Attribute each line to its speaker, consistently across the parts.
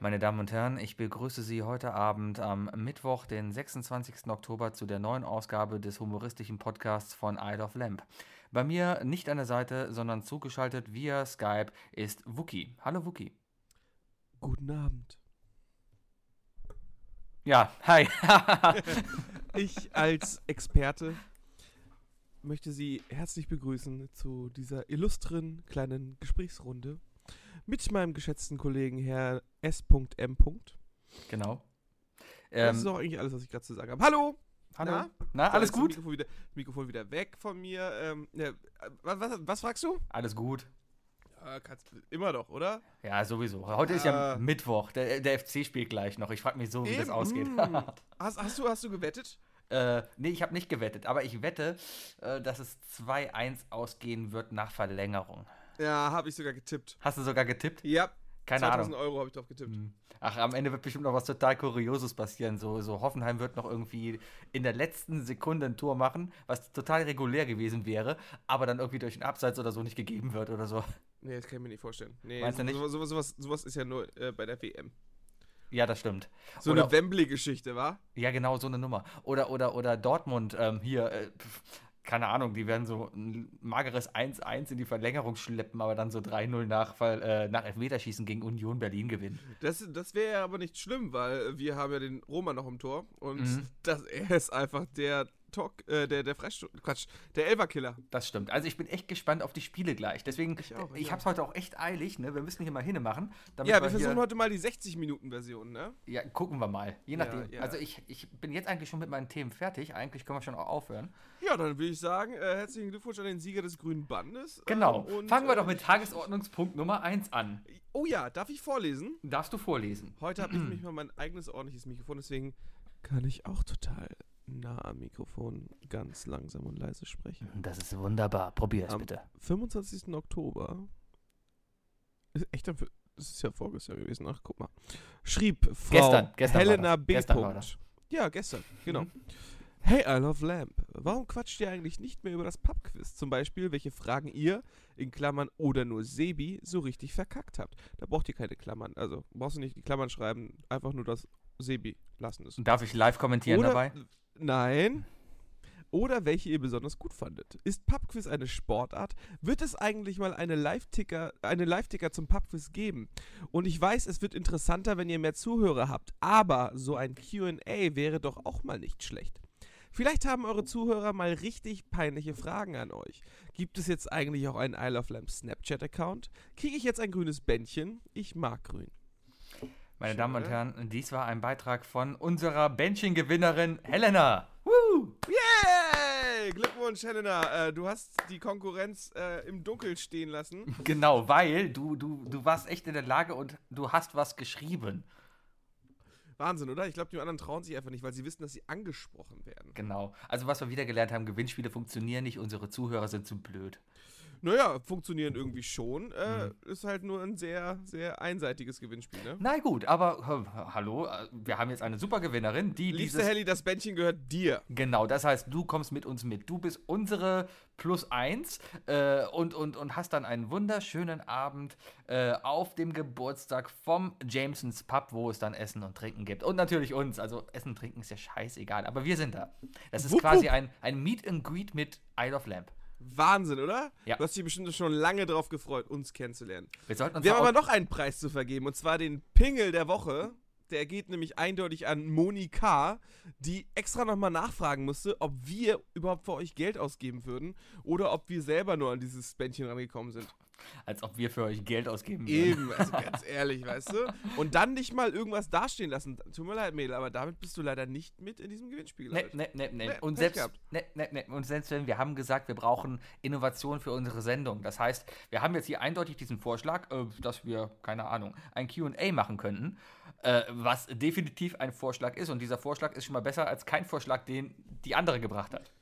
Speaker 1: meine Damen und Herren, ich begrüße Sie heute Abend am Mittwoch, den 26. Oktober, zu der neuen Ausgabe des humoristischen Podcasts von Isle of Lamp. Bei mir nicht an der Seite, sondern zugeschaltet via Skype ist Wookie. Hallo Wookie.
Speaker 2: Guten Abend.
Speaker 1: Ja, hi.
Speaker 2: Ich als Experte möchte Sie herzlich begrüßen zu dieser illustren kleinen Gesprächsrunde mit meinem geschätzten Kollegen Herr S.M.
Speaker 1: genau.
Speaker 2: das
Speaker 1: Ähm,
Speaker 2: ist auch eigentlich alles, was ich gerade zu sagen habe. Hallo!
Speaker 1: hallo.
Speaker 2: na?
Speaker 1: Na, alles
Speaker 2: So,
Speaker 1: gut?
Speaker 2: jetzt ist das Mikrofon wieder, Mikrofon wieder weg von mir. Ähm, ja, was, was, was fragst du?
Speaker 1: Alles gut.
Speaker 2: Äh, kannst, immer doch, oder?
Speaker 1: Ja, sowieso. Heute ist ja
Speaker 2: Ah.
Speaker 1: Mittwoch. Der, der FC spielt gleich noch. Ich frage mich so, wie das
Speaker 2: Eben,
Speaker 1: ausgeht.
Speaker 2: mm. hast, hast, du, hast du gewettet?
Speaker 1: Äh, nee, ich habe nicht gewettet, aber ich wette, äh, dass es 2-1 ausgehen wird nach Verlängerung.
Speaker 2: Ja, habe ich sogar getippt.
Speaker 1: Hast du sogar getippt?
Speaker 2: Ja.
Speaker 1: Keine
Speaker 2: 2000
Speaker 1: Ahnung.
Speaker 2: Euro habe ich drauf getippt.
Speaker 1: Ach, am Ende wird bestimmt noch was total Kurioses passieren. So, so Hoffenheim wird noch irgendwie in der letzten Sekunde ein Tor machen, was total regulär gewesen wäre, aber dann irgendwie durch einen Abseits oder so nicht gegeben wird oder so.
Speaker 2: Nee, das kann ich mir nicht vorstellen. Nee,
Speaker 1: Meinst du nicht?
Speaker 2: so- Sowas, sowas, sowas ist ja nur äh, bei der WM.
Speaker 1: Ja, das stimmt.
Speaker 2: So
Speaker 1: oder,
Speaker 2: eine Wembley-Geschichte, wa?
Speaker 1: ja, genau, so eine Nummer. Oder, oder, oder Dortmund ähm, hier, äh, pf, keine Ahnung, die werden so ein mageres 1-1 in die Verlängerung schleppen, aber dann so 3-0 nach, Ver- äh, nach Elfmeterschießen gegen Union Berlin gewinnen.
Speaker 2: Das, das wäre ja aber nicht schlimm, weil wir haben ja den Roma noch im Tor und
Speaker 1: Mhm.
Speaker 2: das, er ist einfach der Tok, äh, der, der Freistoß, Quatsch, der Elferkiller.
Speaker 1: Das stimmt. Also ich bin echt gespannt auf die Spiele gleich. Deswegen, ich,
Speaker 2: Ich auch, ich
Speaker 1: ich habe es heute auch echt eilig. Ne? Wir müssen hier mal hinmachen. damit
Speaker 2: Ja, wir versuchen
Speaker 1: hier-
Speaker 2: heute mal die 60-Minuten-Version, ne?
Speaker 1: Ja, gucken wir mal. Je nachdem.
Speaker 2: ja.
Speaker 1: Also ich, ich bin jetzt eigentlich schon mit meinen Themen fertig. Eigentlich können wir schon auch aufhören.
Speaker 2: Ja, dann würde ich sagen, äh, herzlichen Glückwunsch an den Sieger des Grünen Bandes.
Speaker 1: Genau.
Speaker 2: Ähm, und,
Speaker 1: Fangen wir
Speaker 2: äh,
Speaker 1: doch mit Tagesordnungspunkt Nummer 1 an.
Speaker 2: Oh ja, darf ich vorlesen?
Speaker 1: Darfst du vorlesen?
Speaker 2: Heute habe ich nämlich mal mein eigenes ordentliches Mikrofon, deswegen kann ich auch total nah am Mikrofon ganz langsam und leise sprechen.
Speaker 1: Das ist wunderbar. Probier
Speaker 2: es Am-
Speaker 1: bitte.
Speaker 2: 25. Oktober. Ist echt am, fü- das ist ja vorgestern gewesen. Ach, guck mal. Schrieb Frau
Speaker 1: Gestern, gestern war
Speaker 2: Helena
Speaker 1: das.
Speaker 2: B.
Speaker 1: Gestern war das. Mhm.
Speaker 2: Ja, gestern, genau. Hey, I love Lamp. Warum quatscht ihr eigentlich nicht mehr über das Pubquiz? Zum Beispiel, welche Fragen ihr, in Klammern oder nur Sebi, so richtig verkackt habt. Da braucht ihr keine Klammern. Also brauchst du nicht die Klammern schreiben, einfach nur das Sebi lassen ist.
Speaker 1: Darf ich live kommentieren dabei?
Speaker 2: Nein. Oder welche ihr besonders gut fandet. Ist Pubquiz eine Sportart? Wird es eigentlich mal eine Live-Ticker, eine Live-Ticker zum Pubquiz geben? Und ich weiß, es wird interessanter, wenn ihr mehr Zuhörer habt, aber so ein QA wäre doch auch mal nicht schlecht. Vielleicht haben eure Zuhörer mal richtig peinliche Fragen an euch. Gibt es jetzt eigentlich auch einen Isle of Lamb Snapchat-Account? Kriege ich jetzt ein grünes Bändchen? Ich mag grün.
Speaker 1: Meine
Speaker 2: Schön,
Speaker 1: Damen und
Speaker 2: oder?
Speaker 1: Herren, dies war ein Beitrag von unserer Benching-Gewinnerin Helena. Woo!
Speaker 2: Yay! Glückwunsch, Helena. Äh, du hast die Konkurrenz äh, im Dunkel stehen lassen.
Speaker 1: Genau, weil du, du, du warst echt in der Lage und du hast was geschrieben.
Speaker 2: Wahnsinn, oder? Ich glaube, die anderen trauen sich einfach nicht, weil sie wissen, dass sie angesprochen werden.
Speaker 1: Genau. Also was wir wieder gelernt haben, Gewinnspiele funktionieren nicht, unsere Zuhörer sind zu blöd.
Speaker 2: Naja, funktionieren irgendwie schon. Äh,
Speaker 1: Mhm.
Speaker 2: Ist halt nur ein sehr, sehr einseitiges Gewinnspiel, ne?
Speaker 1: Na gut, aber äh, hallo, äh, wir haben jetzt eine super Gewinnerin, die
Speaker 2: Liebste
Speaker 1: dieses...
Speaker 2: Helly, das Bändchen gehört dir.
Speaker 1: Genau, das heißt, du kommst mit uns mit. Du bist unsere Plus eins äh, und, und, und hast dann einen wunderschönen Abend äh, auf dem Geburtstag vom Jamesons Pub, wo es dann Essen und Trinken gibt. Und natürlich uns. Also Essen und Trinken ist ja scheißegal, aber wir sind da. Das ist
Speaker 2: Wupp,
Speaker 1: quasi
Speaker 2: wupp.
Speaker 1: ein, ein Meet and Greet mit Isle of Lamp.
Speaker 2: Wahnsinn, oder?
Speaker 1: Ja.
Speaker 2: Du hast dich bestimmt schon lange drauf gefreut, uns kennenzulernen.
Speaker 1: Wir sollten uns
Speaker 2: Wir haben
Speaker 1: da
Speaker 2: aber noch einen Preis zu vergeben, und zwar den Pingel der Woche. Der geht nämlich eindeutig an Moni K., die extra nochmal nachfragen musste, ob wir überhaupt für euch Geld ausgeben würden oder ob wir selber nur an dieses Bändchen rangekommen sind.
Speaker 1: auch, als ob wir für euch Geld ausgeben würden.
Speaker 2: Eben, also ganz ehrlich, weißt du? Und dann nicht mal irgendwas dastehen lassen. Tut mir leid, Mädel, aber damit bist du leider nicht mit in diesem Gewinnspiel.
Speaker 1: Nee,
Speaker 2: gelandet.
Speaker 1: nee, nee, nee.
Speaker 2: Nee,
Speaker 1: und,
Speaker 2: Pech
Speaker 1: selbst,
Speaker 2: gehabt.
Speaker 1: nee, nee, nee. und selbst wenn wir haben gesagt, wir brauchen Innovation für unsere Sendung. Das heißt, wir haben jetzt hier eindeutig diesen Vorschlag, äh, dass wir, keine Ahnung, ein QA machen könnten, äh, was definitiv ein Vorschlag ist. Und dieser Vorschlag ist schon mal besser als kein Vorschlag, den die andere gebracht hat.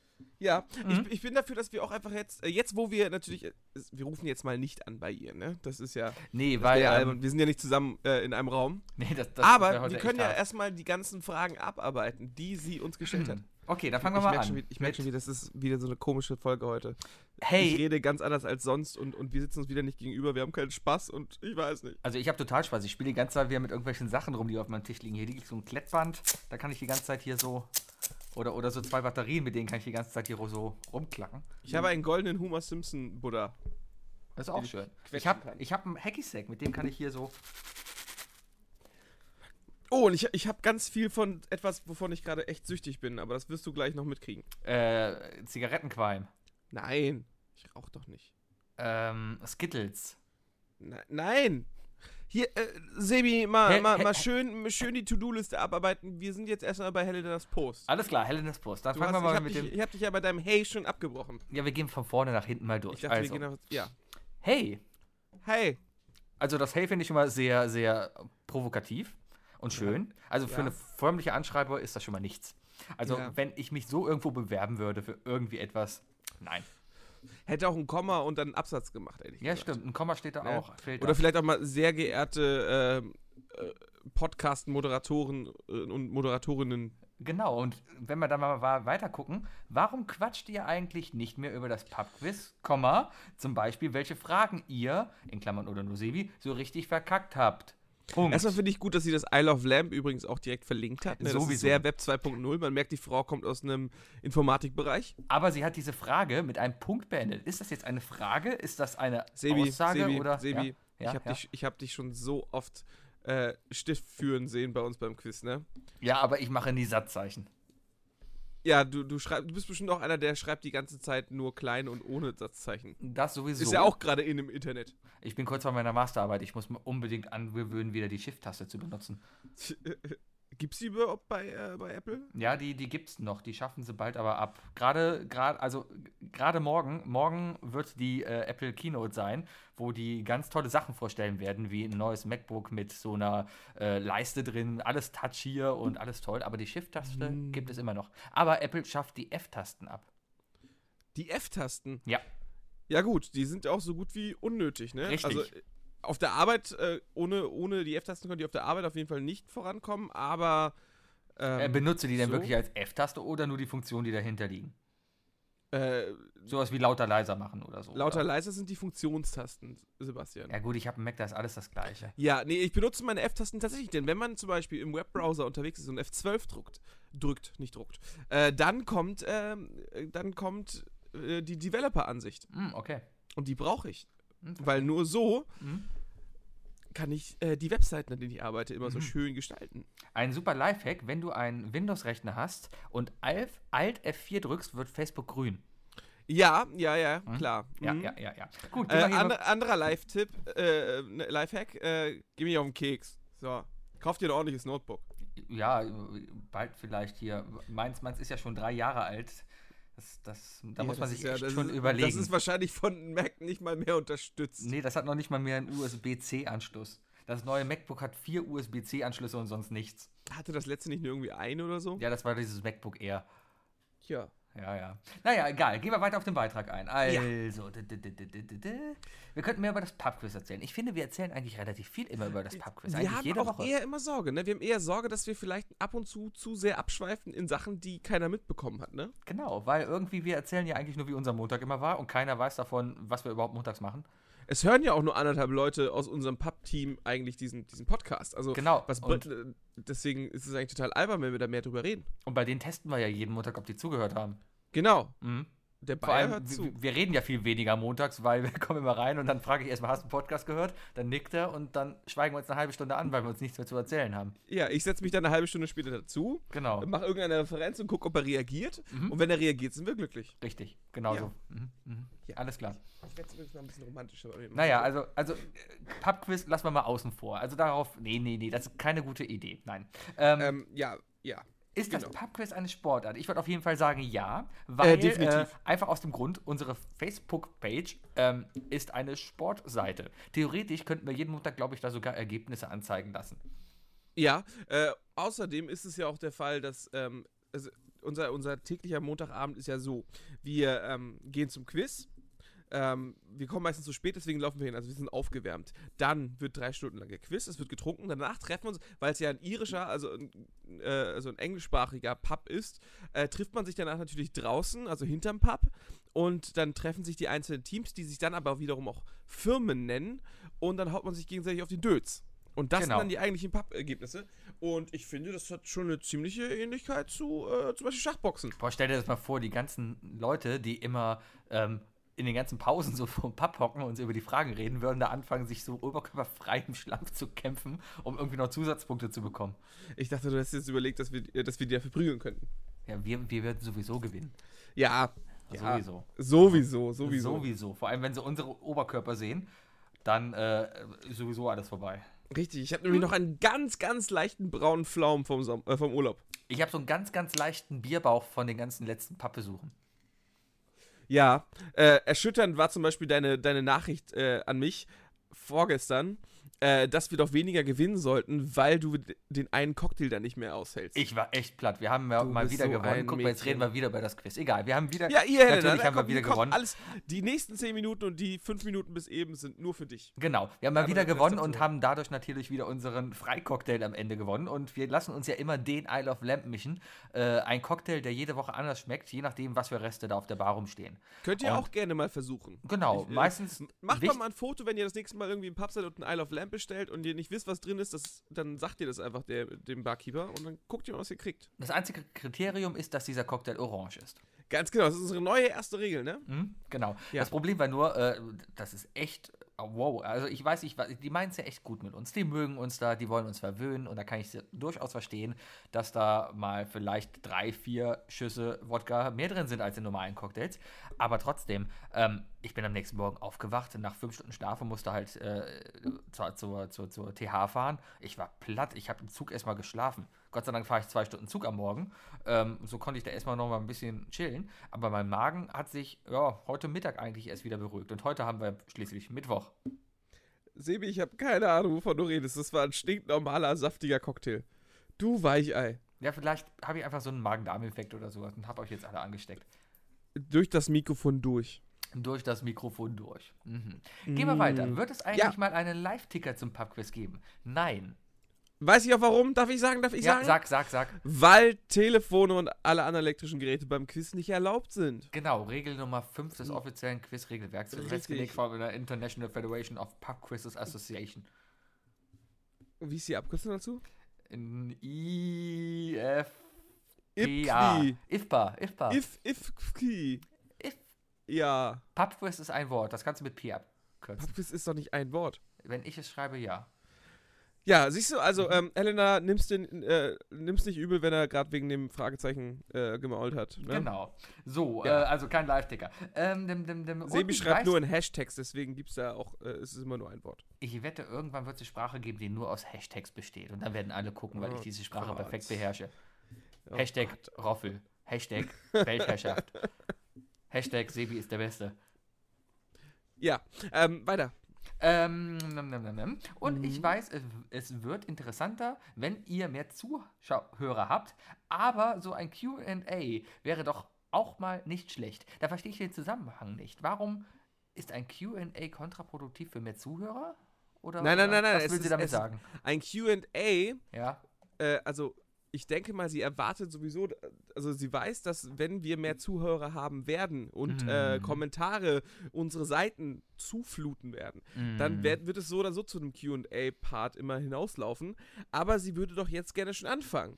Speaker 2: Ja, ich, ich bin dafür, dass wir auch einfach jetzt, äh, jetzt wo wir natürlich, äh, wir rufen jetzt mal nicht an bei ihr, ne? Das ist ja,
Speaker 1: Nee, weil.
Speaker 2: der
Speaker 1: Ähm,
Speaker 2: Album, wir sind ja nicht zusammen äh, in einem Raum.
Speaker 1: nee, das, das wär
Speaker 2: Aber
Speaker 1: heute
Speaker 2: wir können
Speaker 1: echt
Speaker 2: ja
Speaker 1: hart.
Speaker 2: erstmal die ganzen Fragen abarbeiten, die sie uns gestellt hat.
Speaker 1: Okay, dann fangen wir
Speaker 2: ich
Speaker 1: mal
Speaker 2: merke
Speaker 1: an.
Speaker 2: schon, wie- ich merke
Speaker 1: Mit-
Speaker 2: schon, wie das ist wieder so eine komische Folge heute.
Speaker 1: hey,
Speaker 2: Ich rede ganz anders als sonst und, und wir sitzen uns wieder nicht gegenüber, wir haben keinen Spaß und ich weiß nicht.
Speaker 1: Also ich habe total Spaß. Ich spiele die ganze Zeit wieder mit irgendwelchen Sachen rum, die auf meinem Tisch liegen. Hier liegt so ein Klettband, da kann ich die ganze Zeit hier so. Oder, oder so zwei Batterien, mit denen kann ich die ganze Zeit hier so rumklacken.
Speaker 2: Ich habe einen goldenen Homer Simpson Buddha.
Speaker 1: Das ist auch
Speaker 2: ich
Speaker 1: schön.
Speaker 2: quetschen
Speaker 1: Ich habe
Speaker 2: kann.
Speaker 1: ich hab einen Hacky-Sack, mit dem kann ich hier so.
Speaker 2: Oh, und ich, ich habe ganz viel von etwas, wovon ich gerade echt süchtig bin, aber das wirst du gleich noch mitkriegen.
Speaker 1: Äh, Zigarettenqualm.
Speaker 2: Nein, ich rauche doch nicht.
Speaker 1: Ähm, Skittles.
Speaker 2: Ne- nein! Hier, äh, Sebi, mal,
Speaker 1: Hä-
Speaker 2: mal,
Speaker 1: hä-
Speaker 2: mal schön, schön die To-Do-Liste abarbeiten. Wir sind jetzt erstmal bei Helenas Post.
Speaker 1: Alles klar, Helenas Plus. Dann
Speaker 2: Du
Speaker 1: fangen wir
Speaker 2: hast- ich
Speaker 1: mal
Speaker 2: hab
Speaker 1: mit
Speaker 2: dich,
Speaker 1: dem.
Speaker 2: Ich habe dich ja bei deinem Hey schon abgebrochen.
Speaker 1: Ja, wir gehen von vorne nach hinten mal durch.
Speaker 2: Ich dachte,
Speaker 1: also,
Speaker 2: wir gehen auf, Ja.
Speaker 1: hey!
Speaker 2: Hey,
Speaker 1: Also das Hey finde ich immer sehr, sehr provokativ und schön. Also für
Speaker 2: Ja.
Speaker 1: eine förmliche Anschreibe ist das schon mal nichts. Also
Speaker 2: Ja.
Speaker 1: wenn ich mich so irgendwo bewerben würde für irgendwie etwas, nein.
Speaker 2: hätte auch ein Komma und dann einen Absatz gemacht, ehrlich
Speaker 1: Ja,
Speaker 2: gesagt.
Speaker 1: stimmt. Ein Komma steht da
Speaker 2: Ja.
Speaker 1: auch. Fehlt
Speaker 2: Oder
Speaker 1: da.
Speaker 2: vielleicht auch mal sehr geehrte ähm, äh, Podcast-Moderatoren äh, und Moderatorinnen.
Speaker 1: Genau. Und wenn wir dann mal wa- weiter gucken, warum quatscht ihr eigentlich nicht mehr über das Pubquiz, Komma, zum Beispiel, welche Fragen ihr, in Klammern oder nur Sevi, so richtig verkackt habt? Punkt.
Speaker 2: Erstmal finde ich gut, dass sie das Isle of Lamp übrigens auch direkt verlinkt hat. Ne? Das
Speaker 1: Sowieso.
Speaker 2: ist sehr Web 2.0. Man merkt, die Frau kommt aus einem Informatikbereich.
Speaker 1: Aber sie hat diese Frage mit einem Punkt beendet. Ist das jetzt eine Frage? Ist das eine
Speaker 2: Sebi,
Speaker 1: Aussage?
Speaker 2: Sebi,
Speaker 1: oder?
Speaker 2: Sebi,
Speaker 1: Ja. Ja,
Speaker 2: ich habe
Speaker 1: ja.
Speaker 2: dich, ich hab dich schon so oft äh, Stift führen sehen bei uns beim Quiz, ne?
Speaker 1: Ja, aber ich mache nie Satzzeichen.
Speaker 2: Ja, du, du, schreib, du bist bestimmt auch einer, der schreibt die ganze Zeit nur klein und ohne Satzzeichen.
Speaker 1: Das sowieso.
Speaker 2: Ist ja auch gerade in dem Internet.
Speaker 1: Ich bin kurz vor meiner Masterarbeit. Ich muss mir unbedingt angewöhnen, wieder die Shift-Taste zu benutzen.
Speaker 2: Gibt's die überhaupt bei, äh, bei Apple?
Speaker 1: Ja, die, die gibt's noch. Die schaffen sie bald aber ab. Gerade, gerade, also gerade morgen, morgen wird die äh, Apple Keynote sein, wo die ganz tolle Sachen vorstellen werden, wie ein neues MacBook mit so einer äh, Leiste drin, alles Touch hier und alles toll. Aber die Shift-Taste
Speaker 2: Mm.
Speaker 1: gibt es immer noch. Aber Apple schafft die F-Tasten ab.
Speaker 2: Die F-Tasten.
Speaker 1: Ja.
Speaker 2: Ja, gut, die sind auch so gut wie unnötig, ne?
Speaker 1: Richtig.
Speaker 2: Also äh, auf der Arbeit, äh, ohne, ohne die F-Tasten konnte ich auf der Arbeit auf jeden Fall nicht vorankommen, aber.
Speaker 1: Äh,
Speaker 2: Ähm,
Speaker 1: benutze die denn
Speaker 2: so?
Speaker 1: wirklich als F-Taste oder nur die Funktionen, die dahinter liegen?
Speaker 2: äh,
Speaker 1: Sowas wie lauter, leiser machen oder so.
Speaker 2: lauter,
Speaker 1: oder?
Speaker 2: leiser sind die Funktionstasten, Sebastian.
Speaker 1: Ja gut, ich habe einen Mac, da ist alles das gleiche.
Speaker 2: Ja, nee, ich benutze meine F-Tasten tatsächlich, denn wenn man zum Beispiel im Webbrowser unterwegs ist und F12 druckt, drückt, nicht druckt, äh, dann kommt, ähm, äh, dann kommt äh, die Developer-Ansicht.
Speaker 1: Hm, okay.
Speaker 2: Und die brauche ich.
Speaker 1: Hm,
Speaker 2: Weil nur so
Speaker 1: Mhm.
Speaker 2: kann ich äh, die Webseiten, an denen ich arbeite, immer
Speaker 1: Mhm.
Speaker 2: so schön gestalten.
Speaker 1: Ein super Lifehack, wenn du einen Windows-Rechner hast und Alf- Alt F4 drückst, wird Facebook grün.
Speaker 2: Ja, ja, ja, klar.
Speaker 1: Ja,
Speaker 2: Mhm.
Speaker 1: ja, ja, ja. Gut,
Speaker 2: Äh,
Speaker 1: gehen wir hier
Speaker 2: andre, anderer Live-Tipp, äh, ne, Lifehack, äh, geh mir auf den Keks. So, kauf dir ein ordentliches Notebook.
Speaker 1: noch- ja, bald vielleicht hier. Meins, meins ist ja schon drei Jahre alt. Das, das, da
Speaker 2: Ja,
Speaker 1: muss man
Speaker 2: das
Speaker 1: sich
Speaker 2: ist ja-
Speaker 1: echt
Speaker 2: das
Speaker 1: schon
Speaker 2: ist,
Speaker 1: überlegen.
Speaker 2: Das ist wahrscheinlich von Mac nicht mal mehr unterstützt.
Speaker 1: nee, das hat noch nicht mal mehr einen USB-C-Anschluss. Das neue MacBook hat vier USB-C-Anschlüsse und sonst nichts.
Speaker 2: Hatte das letzte nicht nur irgendwie ein oder so?
Speaker 1: Ja, das war dieses MacBook Air.
Speaker 2: Ja.
Speaker 1: Ja, ja. Naja, egal. Gehen wir weiter auf den Beitrag ein. Also, d- d- d- d- d- d- d- wir könnten mehr über das Pubquiz erzählen. Ich finde, wir erzählen eigentlich relativ viel immer über das Pubquiz.
Speaker 2: Wir
Speaker 1: Eigentlich
Speaker 2: haben
Speaker 1: jede
Speaker 2: auch
Speaker 1: Woche.
Speaker 2: eher immer Sorge, ne? Wir haben eher Sorge, dass wir vielleicht ab und zu zu sehr abschweifen in Sachen, die keiner mitbekommen hat, ne?
Speaker 1: Genau, weil irgendwie wir erzählen ja eigentlich nur, wie unser Montag immer war und keiner weiß davon, was wir überhaupt montags machen.
Speaker 2: Es hören ja auch nur anderthalb Leute aus unserem Pub-Team eigentlich diesen, diesen Podcast. Also
Speaker 1: Genau,
Speaker 2: Was
Speaker 1: und-
Speaker 2: bringt- deswegen ist es eigentlich total albern, wenn wir da mehr drüber reden.
Speaker 1: Und bei denen testen wir ja jeden Montag, ob die zugehört haben.
Speaker 2: Genau.
Speaker 1: Mhm.
Speaker 2: Der
Speaker 1: Vor
Speaker 2: Bayer
Speaker 1: allem,
Speaker 2: hört zu.
Speaker 1: wir, wir reden ja viel weniger montags, weil wir kommen immer rein und dann frage ich erstmal, hast du einen Podcast gehört? Dann nickt er und dann schweigen wir uns eine halbe Stunde an, weil wir uns nichts mehr zu erzählen haben.
Speaker 2: Ja, ich setze mich dann eine halbe Stunde später dazu,
Speaker 1: Genau,
Speaker 2: mache irgendeine Referenz und gucke, ob er reagiert.
Speaker 1: Mhm.
Speaker 2: Und wenn er reagiert, sind wir glücklich.
Speaker 1: richtig, genau
Speaker 2: Ja.
Speaker 1: so. Mhm. Mhm.
Speaker 2: Ja.
Speaker 1: Alles klar.
Speaker 2: Ich werde es übrigens mal ein bisschen romantischer.
Speaker 1: Naja, also, also äh, Pubquiz lassen wir mal außen vor. Also darauf, nee, nee, nee, das ist keine gute Idee. Nein. Ähm,
Speaker 2: Ähm, ja, ja.
Speaker 1: ist das
Speaker 2: genau.
Speaker 1: Pubquiz eine Sportart? Ich würde auf jeden Fall sagen ja, weil äh,
Speaker 2: definitiv.
Speaker 1: einfach aus dem Grund, unsere Facebook-Page ähm, ist eine Sportseite. Theoretisch könnten wir jeden Montag, glaube ich, da sogar Ergebnisse anzeigen lassen.
Speaker 2: Ja, äh, außerdem ist es ja auch der Fall, dass ähm, also unser, unser täglicher Montagabend ist ja so, wir ähm, gehen zum Quiz, Ähm, wir kommen meistens zu spät, deswegen laufen wir hin. Also wir sind aufgewärmt. Dann wird drei Stunden lang gequizt, es wird getrunken. Danach treffen wir uns, weil es ja ein irischer, also ein, äh, also ein englischsprachiger Pub ist, äh, trifft man sich danach natürlich draußen, also hinterm Pub. Und dann treffen sich die einzelnen Teams, die sich dann aber wiederum auch Firmen nennen. Und dann haut man sich gegenseitig auf die Döts. Und das
Speaker 1: Genau.
Speaker 2: sind dann die eigentlichen Pub-Ergebnisse. Und ich finde, das hat schon eine ziemliche Ähnlichkeit zu äh, zum Beispiel Schachboxen.
Speaker 1: Boah, stell dir das mal vor, die ganzen Leute, die immer ähm, in den ganzen Pausen so vom Papp hocken und so über die Fragen reden, würden da anfangen, sich so oberkörperfrei im Schlampf zu kämpfen, um irgendwie noch Zusatzpunkte zu bekommen.
Speaker 2: Ich dachte, du hättest jetzt überlegt, dass wir, äh, dass wir die dafür prügeln könnten.
Speaker 1: Ja, wir, wir werden sowieso gewinnen.
Speaker 2: Ja. ja.
Speaker 1: Sowieso.
Speaker 2: Sowieso, sowieso.
Speaker 1: Sowieso. Vor allem, wenn sie unsere Oberkörper sehen, dann äh, ist sowieso alles vorbei.
Speaker 2: Richtig, ich habe nämlich noch einen ganz, ganz leichten braunen Flaum vom, Som äh, vom Urlaub.
Speaker 1: Ich habe so einen ganz, ganz leichten Bierbauch von den ganzen letzten Pappbesuchen.
Speaker 2: Ja, äh, erschütternd war zum Beispiel deine, deine Nachricht äh, an mich vorgestern, äh, dass wir doch weniger gewinnen sollten, weil du d- den einen Cocktail dann nicht mehr aushältst.
Speaker 1: Ich war echt platt. Wir haben ja
Speaker 2: Du
Speaker 1: mal
Speaker 2: bist
Speaker 1: wieder
Speaker 2: so
Speaker 1: gewonnen.
Speaker 2: ein
Speaker 1: Guck mal, jetzt
Speaker 2: Mädchen.
Speaker 1: reden wir wieder über das Quiz. Egal, wir haben wieder.
Speaker 2: ja, ihr hättet
Speaker 1: natürlich
Speaker 2: dann-
Speaker 1: haben wir
Speaker 2: komm,
Speaker 1: wieder
Speaker 2: hier kommt
Speaker 1: gewonnen.
Speaker 2: Alles, die nächsten 10 Minuten und die 5 Minuten bis eben sind nur für dich.
Speaker 1: Genau, wir haben mal
Speaker 2: Aber
Speaker 1: wieder
Speaker 2: das ist
Speaker 1: gewonnen
Speaker 2: doch
Speaker 1: und
Speaker 2: so.
Speaker 1: haben dadurch natürlich wieder unseren Freicocktail am Ende gewonnen. Und wir lassen uns ja immer den Isle of Lamp mischen. Äh, ein Cocktail, der jede Woche anders schmeckt, je nachdem, was für Reste da auf der Bar rumstehen.
Speaker 2: Könnt ihr
Speaker 1: Und-
Speaker 2: auch gerne mal versuchen.
Speaker 1: Genau,
Speaker 2: Ich, äh,
Speaker 1: meistens.
Speaker 2: Macht
Speaker 1: wicht-
Speaker 2: doch mal ein Foto, wenn ihr das nächste Mal irgendwie im Pub seid und ein Isle of Lamp bestellt und ihr nicht wisst, was drin ist, das, dann sagt ihr das einfach der, dem Barkeeper und dann guckt ihr mal, was ihr kriegt.
Speaker 1: Das einzige Kriterium ist, dass dieser Cocktail orange ist.
Speaker 2: Ganz genau, das ist unsere neue erste Regel, ne?
Speaker 1: Hm? Genau.
Speaker 2: Ja.
Speaker 1: Das Problem war nur, äh, das ist echt. oh, Wow, also ich weiß, ich, weiß- die meinen es ja echt gut mit uns. Die mögen uns da, die wollen uns verwöhnen und da kann ich durchaus verstehen, dass da mal vielleicht drei, vier Schüsse Wodka mehr drin sind als in normalen Cocktails. Aber trotzdem, ähm, ich bin am nächsten Morgen aufgewacht, nach fünf Stunden Schlafen musste halt äh, zur, zur, zur, zur TH fahren. Ich war platt, ich habe im Zug erstmal geschlafen. Gott sei Dank fahre ich zwei Stunden Zug am Morgen. Ähm, so konnte ich da erstmal noch mal ein bisschen chillen. Aber mein Magen hat sich ja, heute Mittag eigentlich erst wieder beruhigt. Und heute haben wir schließlich Mittwoch.
Speaker 2: Sebi, ich habe keine Ahnung, wovon du redest. Das war ein stinknormaler, saftiger Cocktail. Du Weichei.
Speaker 1: Ja, vielleicht habe ich einfach so einen Magen-Darm-Infekt oder sowas und habe euch jetzt alle angesteckt.
Speaker 2: Durch das Mikrofon durch.
Speaker 1: Durch das Mikrofon durch. Mhm. Gehen wir weiter. Wird es eigentlich
Speaker 2: Ja.
Speaker 1: mal einen Live-Ticker zum Pubquiz geben? Nein.
Speaker 2: Weiß ich auch warum? Darf ich sagen? Darf ich
Speaker 1: ja,
Speaker 2: sagen?
Speaker 1: sag, sag, sag.
Speaker 2: Weil Telefone und alle anderen elektrischen Geräte beim Quiz nicht erlaubt sind.
Speaker 1: Genau, Regel Nummer 5 des offiziellen Quiz-Regelwerks.
Speaker 2: Richtig.
Speaker 1: Festgelegt von der International Federation of Pub Quizzes Association.
Speaker 2: Wie ist die Abkürzung dazu?
Speaker 1: In IF. Ja.
Speaker 2: IPFKI.
Speaker 1: IFPA, IFPA.
Speaker 2: If, ifki.
Speaker 1: If-
Speaker 2: Ja.
Speaker 1: Pubquiz ist ein Wort, das kannst du mit P abkürzen.
Speaker 2: Pubquiz ist doch nicht ein Wort.
Speaker 1: Wenn ich es schreibe, ja.
Speaker 2: Ja, siehst du,
Speaker 1: Mhm.
Speaker 2: also ähm, Elena, nimm's, den, äh, nimm's nicht übel, wenn er gerade wegen dem Fragezeichen äh, gemault hat. Ne?
Speaker 1: Genau. So,
Speaker 2: Ja.
Speaker 1: äh, also kein Live-Ticker. Ähm, dem, dem, dem, und
Speaker 2: Sebi
Speaker 1: ich
Speaker 2: schreibt
Speaker 1: weiß-
Speaker 2: nur in Hashtags, deswegen gibt's da auch, äh, es ist immer nur ein Wort.
Speaker 1: Ich wette, irgendwann wird es eine Sprache geben, die nur aus Hashtags besteht. Und dann werden alle gucken, weil
Speaker 2: Oh
Speaker 1: ich diese Sprache
Speaker 2: Gott.
Speaker 1: perfekt beherrsche.
Speaker 2: Oh
Speaker 1: Hashtag Roffel. Hashtag Weltherrschaft. Hashtag Sebi ist der Beste.
Speaker 2: Ja, ähm, weiter.
Speaker 1: Ähm, nam, nam, nam, nam. Und ich
Speaker 2: Mhm.
Speaker 1: weiß, es- es wird interessanter, wenn ihr mehr Zuhörer habt, aber so ein QA wäre doch auch mal nicht schlecht. Da verstehe ich den Zusammenhang nicht. Warum ist ein QA kontraproduktiv für mehr Zuhörer? Oder
Speaker 2: Nein, nein, nein, nein,
Speaker 1: was
Speaker 2: es
Speaker 1: will sie
Speaker 2: ist-
Speaker 1: damit
Speaker 2: es ist-
Speaker 1: sagen?
Speaker 2: Ein QA,
Speaker 1: Ja.
Speaker 2: äh, also ich denke mal, sie erwartet sowieso, also sie weiß, dass wenn wir mehr Zuhörer haben werden und äh,
Speaker 1: Mhm.
Speaker 2: Kommentare unsere Seiten zufluten werden, dann
Speaker 1: Mm.
Speaker 2: werd, wird es so oder so zu einem QA-Part immer hinauslaufen. Aber sie würde doch jetzt gerne schon anfangen.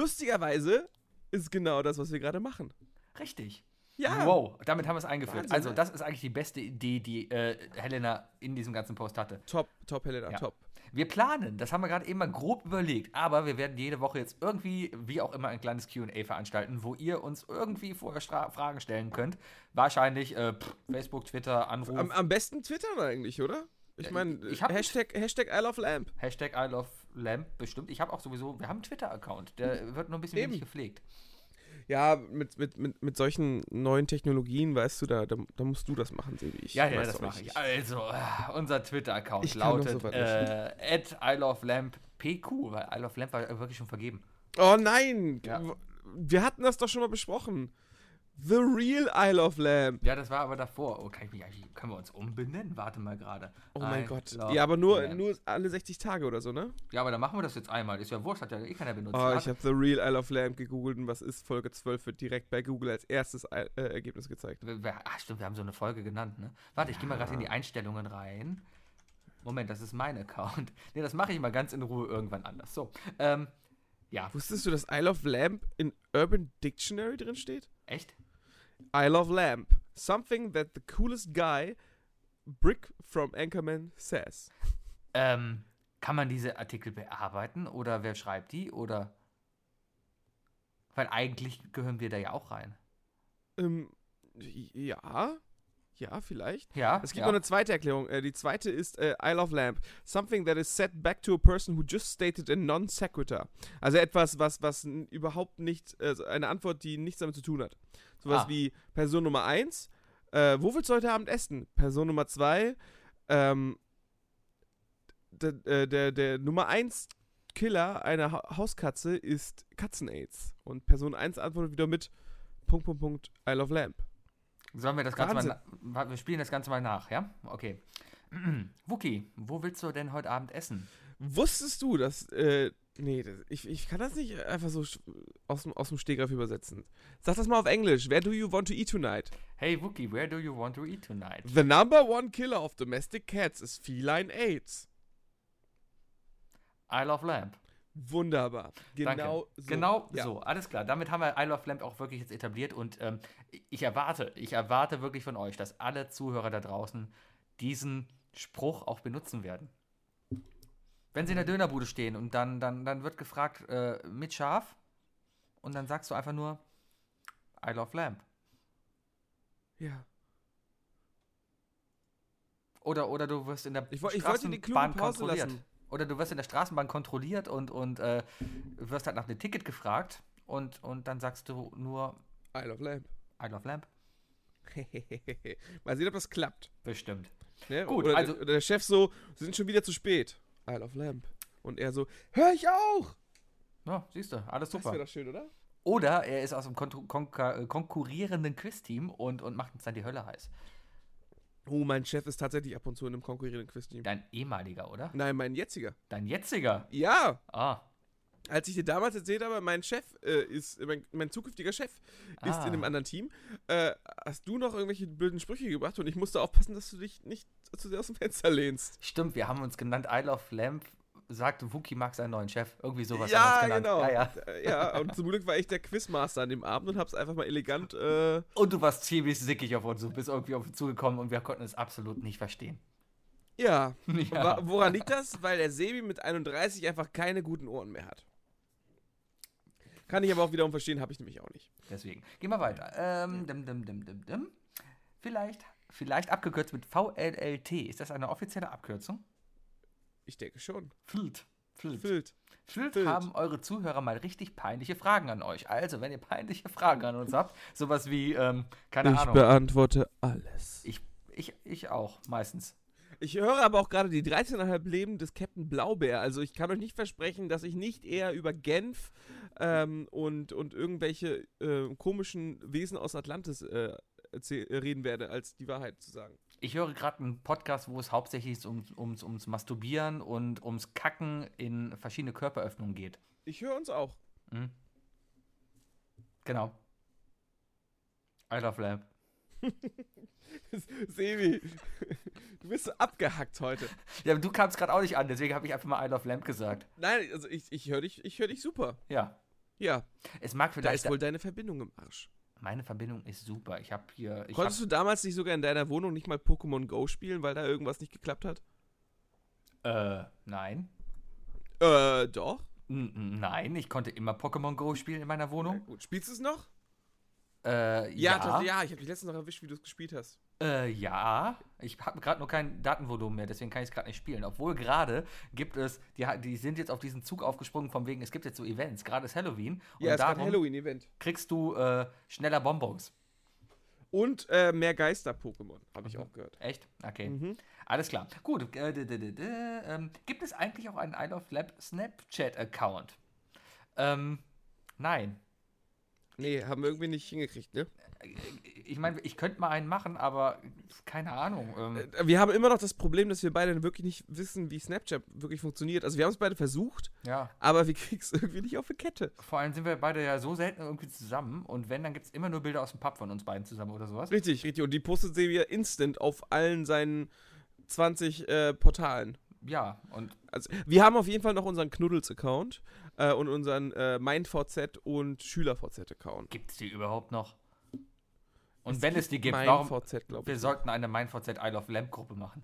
Speaker 2: Lustigerweise ist genau das, was wir gerade machen.
Speaker 1: Richtig.
Speaker 2: Ja,
Speaker 1: Wow, damit haben wir es eingeführt.
Speaker 2: Wahnsinn,
Speaker 1: also,
Speaker 2: ne?
Speaker 1: das ist eigentlich die beste Idee, die äh, Helena in diesem ganzen Post hatte.
Speaker 2: top, top, Helena,
Speaker 1: Ja.
Speaker 2: top.
Speaker 1: Wir planen, das haben wir gerade eben mal grob überlegt, aber wir werden jede Woche jetzt irgendwie, wie auch immer, ein kleines QA veranstalten, wo ihr uns irgendwie vorher Stra Fragen stellen könnt. Wahrscheinlich äh, pff, Facebook, Twitter, Anruf,
Speaker 2: Am, am besten twittern eigentlich, oder? Ich
Speaker 1: Äh,
Speaker 2: meine,
Speaker 1: ich hab-
Speaker 2: Hashtag, Hashtag I love Lamp.
Speaker 1: Hashtag I love Lamp bestimmt. Ich habe auch sowieso, wir haben einen Twitter-Account, der wird nur ein bisschen
Speaker 2: Hm. Eben.
Speaker 1: wenig gepflegt.
Speaker 2: Ja, mit, mit, mit, mit solchen neuen Technologien, weißt du, da, da, da musst du das machen, Sebi. Ich
Speaker 1: Ja, ja,
Speaker 2: weiß
Speaker 1: das
Speaker 2: doch
Speaker 1: mache
Speaker 2: nicht.
Speaker 1: ich. Also, äh, unser Twitter-Account
Speaker 2: Ich kann doch
Speaker 1: lautet
Speaker 2: sowas
Speaker 1: äh, at I love Lamp PQ, weil I love Lamp war wirklich schon vergeben.
Speaker 2: Oh nein!
Speaker 1: Ja.
Speaker 2: Wir hatten das doch schon mal besprochen. The Real Isle of Lamb.
Speaker 1: Ja, das war aber davor. Oh, kann ich mich eigentlich, können wir uns umbenennen? Warte mal gerade.
Speaker 2: Oh mein
Speaker 1: I
Speaker 2: Gott.
Speaker 1: love
Speaker 2: Ja, aber nur,
Speaker 1: Lamb.
Speaker 2: nur alle 60 Tage oder so, ne?
Speaker 1: Ja, aber dann machen wir das jetzt einmal. Ist ja wurscht, hat ja eh keiner benutzt.
Speaker 2: Oh,
Speaker 1: Warte.
Speaker 2: ich habe The Real Isle of Lamb gegoogelt und was ist Folge 12 wird direkt bei Google als erstes äh, Ergebnis gezeigt.
Speaker 1: Wir- wir- Ah, stimmt, wir haben so eine Folge genannt, ne? Warte, ich gehe mal gerade in die Einstellungen rein. Moment, das ist mein Account. Nee, das mache ich mal ganz in Ruhe irgendwann anders. So, ähm, ja,
Speaker 2: Wusstest du, dass Isle of Lamb in Urban Dictionary drin steht?
Speaker 1: echt?
Speaker 2: Isle of Lamp. Something that the coolest guy, Brick from Anchorman, says.
Speaker 1: Ähm, kann man diese Artikel bearbeiten oder wer schreibt die oder? Weil eigentlich gehören wir da ja auch rein.
Speaker 2: Ähm, ja. Ja, vielleicht.
Speaker 1: Ja,
Speaker 2: Es gibt
Speaker 1: ja.
Speaker 2: noch eine zweite Erklärung. Äh, die zweite ist äh, Isle of Lamp. Something that is said back to a person who just stated a non sequitur. Also etwas, was, was n- überhaupt nicht, also eine Antwort, die nichts damit zu tun hat. Sowas
Speaker 1: Ah.
Speaker 2: wie Person Nummer 1, äh, wo willst du heute Abend essen? Person Nummer 2, ähm, der, äh, der, der Nummer 1 Killer einer ha Hauskatze ist Katzen-Aids. Und Person 1 antwortet wieder mit Punkt, Punkt, Punkt, Isle of Lamp.
Speaker 1: Sollen wir das Ganze mal na- Warte, Wir spielen das Ganze mal nach, ja? Okay. Wookie, wo willst du denn heute Abend essen?
Speaker 2: Wusstest du, dass. Äh, nee, das, ich, ich kann das nicht einfach so sch- aus dem, aus dem Stegreif übersetzen. Sag das mal auf Englisch. Where do you want to eat tonight?
Speaker 1: Hey Wookie, where do you want to eat tonight?
Speaker 2: The number one killer of domestic cats is feline AIDS.
Speaker 1: I love lamb.
Speaker 2: Wunderbar. Genau
Speaker 1: Danke.
Speaker 2: so.
Speaker 1: Genau
Speaker 2: Ja.
Speaker 1: so, alles klar. Damit haben wir I Love Lamp auch wirklich jetzt etabliert und ähm, ich erwarte, ich erwarte wirklich von euch, dass alle Zuhörer da draußen diesen Spruch auch benutzen werden. Wenn sie in der Dönerbude stehen und dann, dann, dann wird gefragt, äh, mit Schaf und dann sagst du einfach nur I Love Lamp.
Speaker 2: Ja.
Speaker 1: Oder, oder du wirst in der
Speaker 2: Ich woll- ich wollte die kluge Pause lassen.
Speaker 1: Oder du wirst in der Straßenbahn kontrolliert und, und äh, wirst halt nach einem Ticket gefragt und, und dann sagst du nur
Speaker 2: Isle of Lamp.
Speaker 1: I Love Lamp.
Speaker 2: mal sehen, ob das klappt.
Speaker 1: Bestimmt.
Speaker 2: Ne?
Speaker 1: Gut,
Speaker 2: oder,
Speaker 1: also-
Speaker 2: der, oder der Chef so, wir sind schon wieder zu spät. Isle of Lamp. Und er so, hör ich auch.
Speaker 1: Ja, siehst du, alles
Speaker 2: Das
Speaker 1: super.
Speaker 2: wäre doch schön, oder?
Speaker 1: Oder er ist aus dem kontru- konka- äh, konkurrierenden Quiz-Team und, und macht uns dann die Hölle heiß.
Speaker 2: Oh, mein Chef ist tatsächlich ab und zu in einem konkurrierenden Quiz-Team.
Speaker 1: Dein ehemaliger, oder?
Speaker 2: Nein, mein jetziger.
Speaker 1: Dein jetziger.
Speaker 2: Ja,
Speaker 1: Ah,
Speaker 2: als ich dir damals erzählt habe, mein Chef äh, ist, mein, mein zukünftiger Chef ist
Speaker 1: Ah.
Speaker 2: in einem anderen Team, äh, hast du noch irgendwelche blöden Sprüche gebracht und ich musste aufpassen, dass du dich nicht zu sehr aus dem Fenster lehnst.
Speaker 1: stimmt, wir haben uns genannt I Love Lamp. Sagt, Wookie mag seinen neuen Chef. Irgendwie sowas haben wir
Speaker 2: ja,
Speaker 1: uns genannt.
Speaker 2: genau.
Speaker 1: Ja, ja.
Speaker 2: Äh, ja, und zum Glück war ich der Quizmaster an dem Abend und hab's einfach mal elegant. Äh,
Speaker 1: Und du warst ziemlich sickig auf uns. Du bist irgendwie auf uns zugekommen und wir konnten es absolut nicht verstehen.
Speaker 2: ja.
Speaker 1: Ja.
Speaker 2: Wa- Woran liegt das? Weil der Sebi mit 31 einfach keine guten Ohren mehr hat. Kann ich aber auch wiederum verstehen, habe ich nämlich auch nicht.
Speaker 1: Deswegen. Gehen wir weiter. Ähm, dim, dim, dim, dim, dim. Vielleicht, vielleicht abgekürzt mit VLLT. Ist das eine offizielle Abkürzung?
Speaker 2: Ich denke schon.
Speaker 1: Flilt. Flilt.
Speaker 2: Füllt.
Speaker 1: Füllt
Speaker 2: Füllt.
Speaker 1: haben eure Zuhörer mal richtig peinliche Fragen an euch. Also, wenn ihr peinliche Fragen an uns habt, sowas wie, ähm, keine Ahnung.
Speaker 2: beantworte alles.
Speaker 1: Ich, ich, ich auch, meistens.
Speaker 2: Ich höre aber auch gerade die 13,5 Leben des Captain Blaubeer. Also ich kann euch nicht versprechen, dass ich nicht eher über Genf ähm, und, und irgendwelche äh, komischen Wesen aus Atlantis äh, erzähl- äh, reden werde, als die Wahrheit zu sagen.
Speaker 1: Ich höre gerade einen Podcast, wo es hauptsächlich um, ums, ums Masturbieren und ums Kacken in verschiedene Körperöffnungen geht.
Speaker 2: Ich höre uns auch.
Speaker 1: Mhm. Genau. I love Lamp.
Speaker 2: Sebi, du bist so abgehackt heute.
Speaker 1: Ja, aber du kamst gerade auch nicht an, deswegen habe ich einfach mal I love Lamp gesagt.
Speaker 2: Nein, also ich, ich höre dich, ich höre dich super.
Speaker 1: Ja.
Speaker 2: Ja,
Speaker 1: Es mag
Speaker 2: da
Speaker 1: vielleicht.
Speaker 2: ist wohl deine Verbindung im Arsch.
Speaker 1: meine Verbindung ist super. Ich habe hier. Ich hab,
Speaker 2: Konntest du damals nicht sogar in deiner Wohnung nicht mal Pokémon Go spielen, weil da irgendwas nicht geklappt hat?
Speaker 1: äh, nein.
Speaker 2: Äh, doch.
Speaker 1: N- n- Nein, ich konnte immer Pokémon Go spielen in meiner Wohnung.
Speaker 2: Gut, spielst du es noch?
Speaker 1: Äh, ja,
Speaker 2: Ja, ja.
Speaker 1: ja.
Speaker 2: ja ich habe dich letztens noch erwischt, wie du es gespielt hast.
Speaker 1: Äh, ja. Ich habe gerade nur kein Datenvolumen mehr, deswegen kann ich es gerade nicht spielen. Obwohl gerade gibt es, die, ha- die sind jetzt auf diesen Zug aufgesprungen, von wegen, es gibt jetzt so Events. Gerade ist Halloween. Und
Speaker 2: Ja, es gab ein
Speaker 1: darum
Speaker 2: Halloween-Event.
Speaker 1: kriegst du äh, schneller Bonbons.
Speaker 2: Und äh, mehr Geister-Pokémon, habe ich
Speaker 1: Mhm.
Speaker 2: auch gehört.
Speaker 1: Echt? Okay. Alles klar. Gut. Äh, d- d- d- d- ähm, gibt es eigentlich auch einen Isle of Lab Snapchat-Account? Ähm, nein.
Speaker 2: Nee, haben wir irgendwie nicht hingekriegt, ne?
Speaker 1: ich meine, ich könnte mal einen machen, aber keine Ahnung. Ähm,
Speaker 2: Äh, Wir haben immer noch das Problem, dass wir beide wirklich nicht wissen, wie Snapchat wirklich funktioniert. Also wir haben es beide versucht,
Speaker 1: ja.
Speaker 2: aber wir kriegen es irgendwie nicht auf die Kette.
Speaker 1: Vor allem sind wir beide ja so selten irgendwie zusammen und wenn, dann gibt es immer nur Bilder aus dem Pub von uns beiden zusammen oder sowas.
Speaker 2: Richtig, richtig. Und die postet sie wieder instant auf allen seinen 20 äh, Portalen.
Speaker 1: Ja, und
Speaker 2: Also, wir haben auf jeden Fall noch unseren Knuddels-Account äh, und unseren äh, MeinVZ und SchülerVZ-Account.
Speaker 1: gibt es die überhaupt noch? Und wenn es die gibt, warum?
Speaker 2: MeinVZ, glaube
Speaker 1: Wir
Speaker 2: ich.
Speaker 1: sollten eine MeinVZ Isle of Lamp Gruppe machen.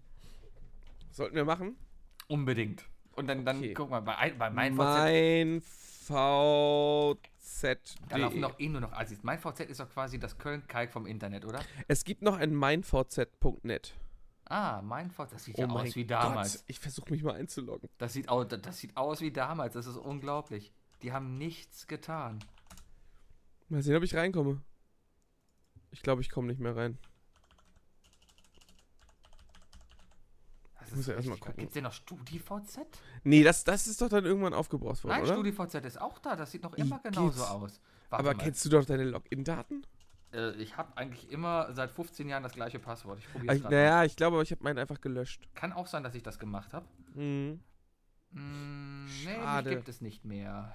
Speaker 2: Sollten wir machen?
Speaker 1: Unbedingt. Und dann, dann
Speaker 2: Okay.
Speaker 1: guck mal, bei, bei MeinVZ,
Speaker 2: MeinVZ.
Speaker 1: da laufen doch eh nur noch Assis. MeinVZ ist doch quasi das Köln-Kalk vom Internet, oder?
Speaker 2: Es gibt noch ein MeinVZ.net.
Speaker 1: Ah, MeinVZ, das sieht ja aus wie damals.
Speaker 2: Oh Gott, ich versuche mich mal einzuloggen.
Speaker 1: Das sieht, aus, das sieht aus wie damals, das ist unglaublich. Die haben nichts getan.
Speaker 2: Mal sehen, ob ich reinkomme. Ich glaube, ich komme nicht mehr rein.
Speaker 1: Das
Speaker 2: muss ja erst mal gucken.
Speaker 1: Gibt es denn noch StudiVZ?
Speaker 2: Nee, das, das ist doch dann irgendwann aufgebraucht worden,
Speaker 1: Nein,
Speaker 2: oder?
Speaker 1: StudiVZ ist auch da, das sieht noch immer
Speaker 2: geht's?
Speaker 1: genauso aus. Warte
Speaker 2: Aber
Speaker 1: mal.
Speaker 2: kennst du doch deine Login-Daten?
Speaker 1: äh, ich habe eigentlich immer seit 15 Jahren das gleiche Passwort. Ich probiere
Speaker 2: Ich-
Speaker 1: es gerade.
Speaker 2: Äh, Naja, ich glaube, aber ich habe meinen einfach gelöscht.
Speaker 1: Kann auch sein, dass ich das gemacht habe.
Speaker 2: Mhm.
Speaker 1: Mm, nee, mich
Speaker 2: Schade.
Speaker 1: gibt es nicht mehr.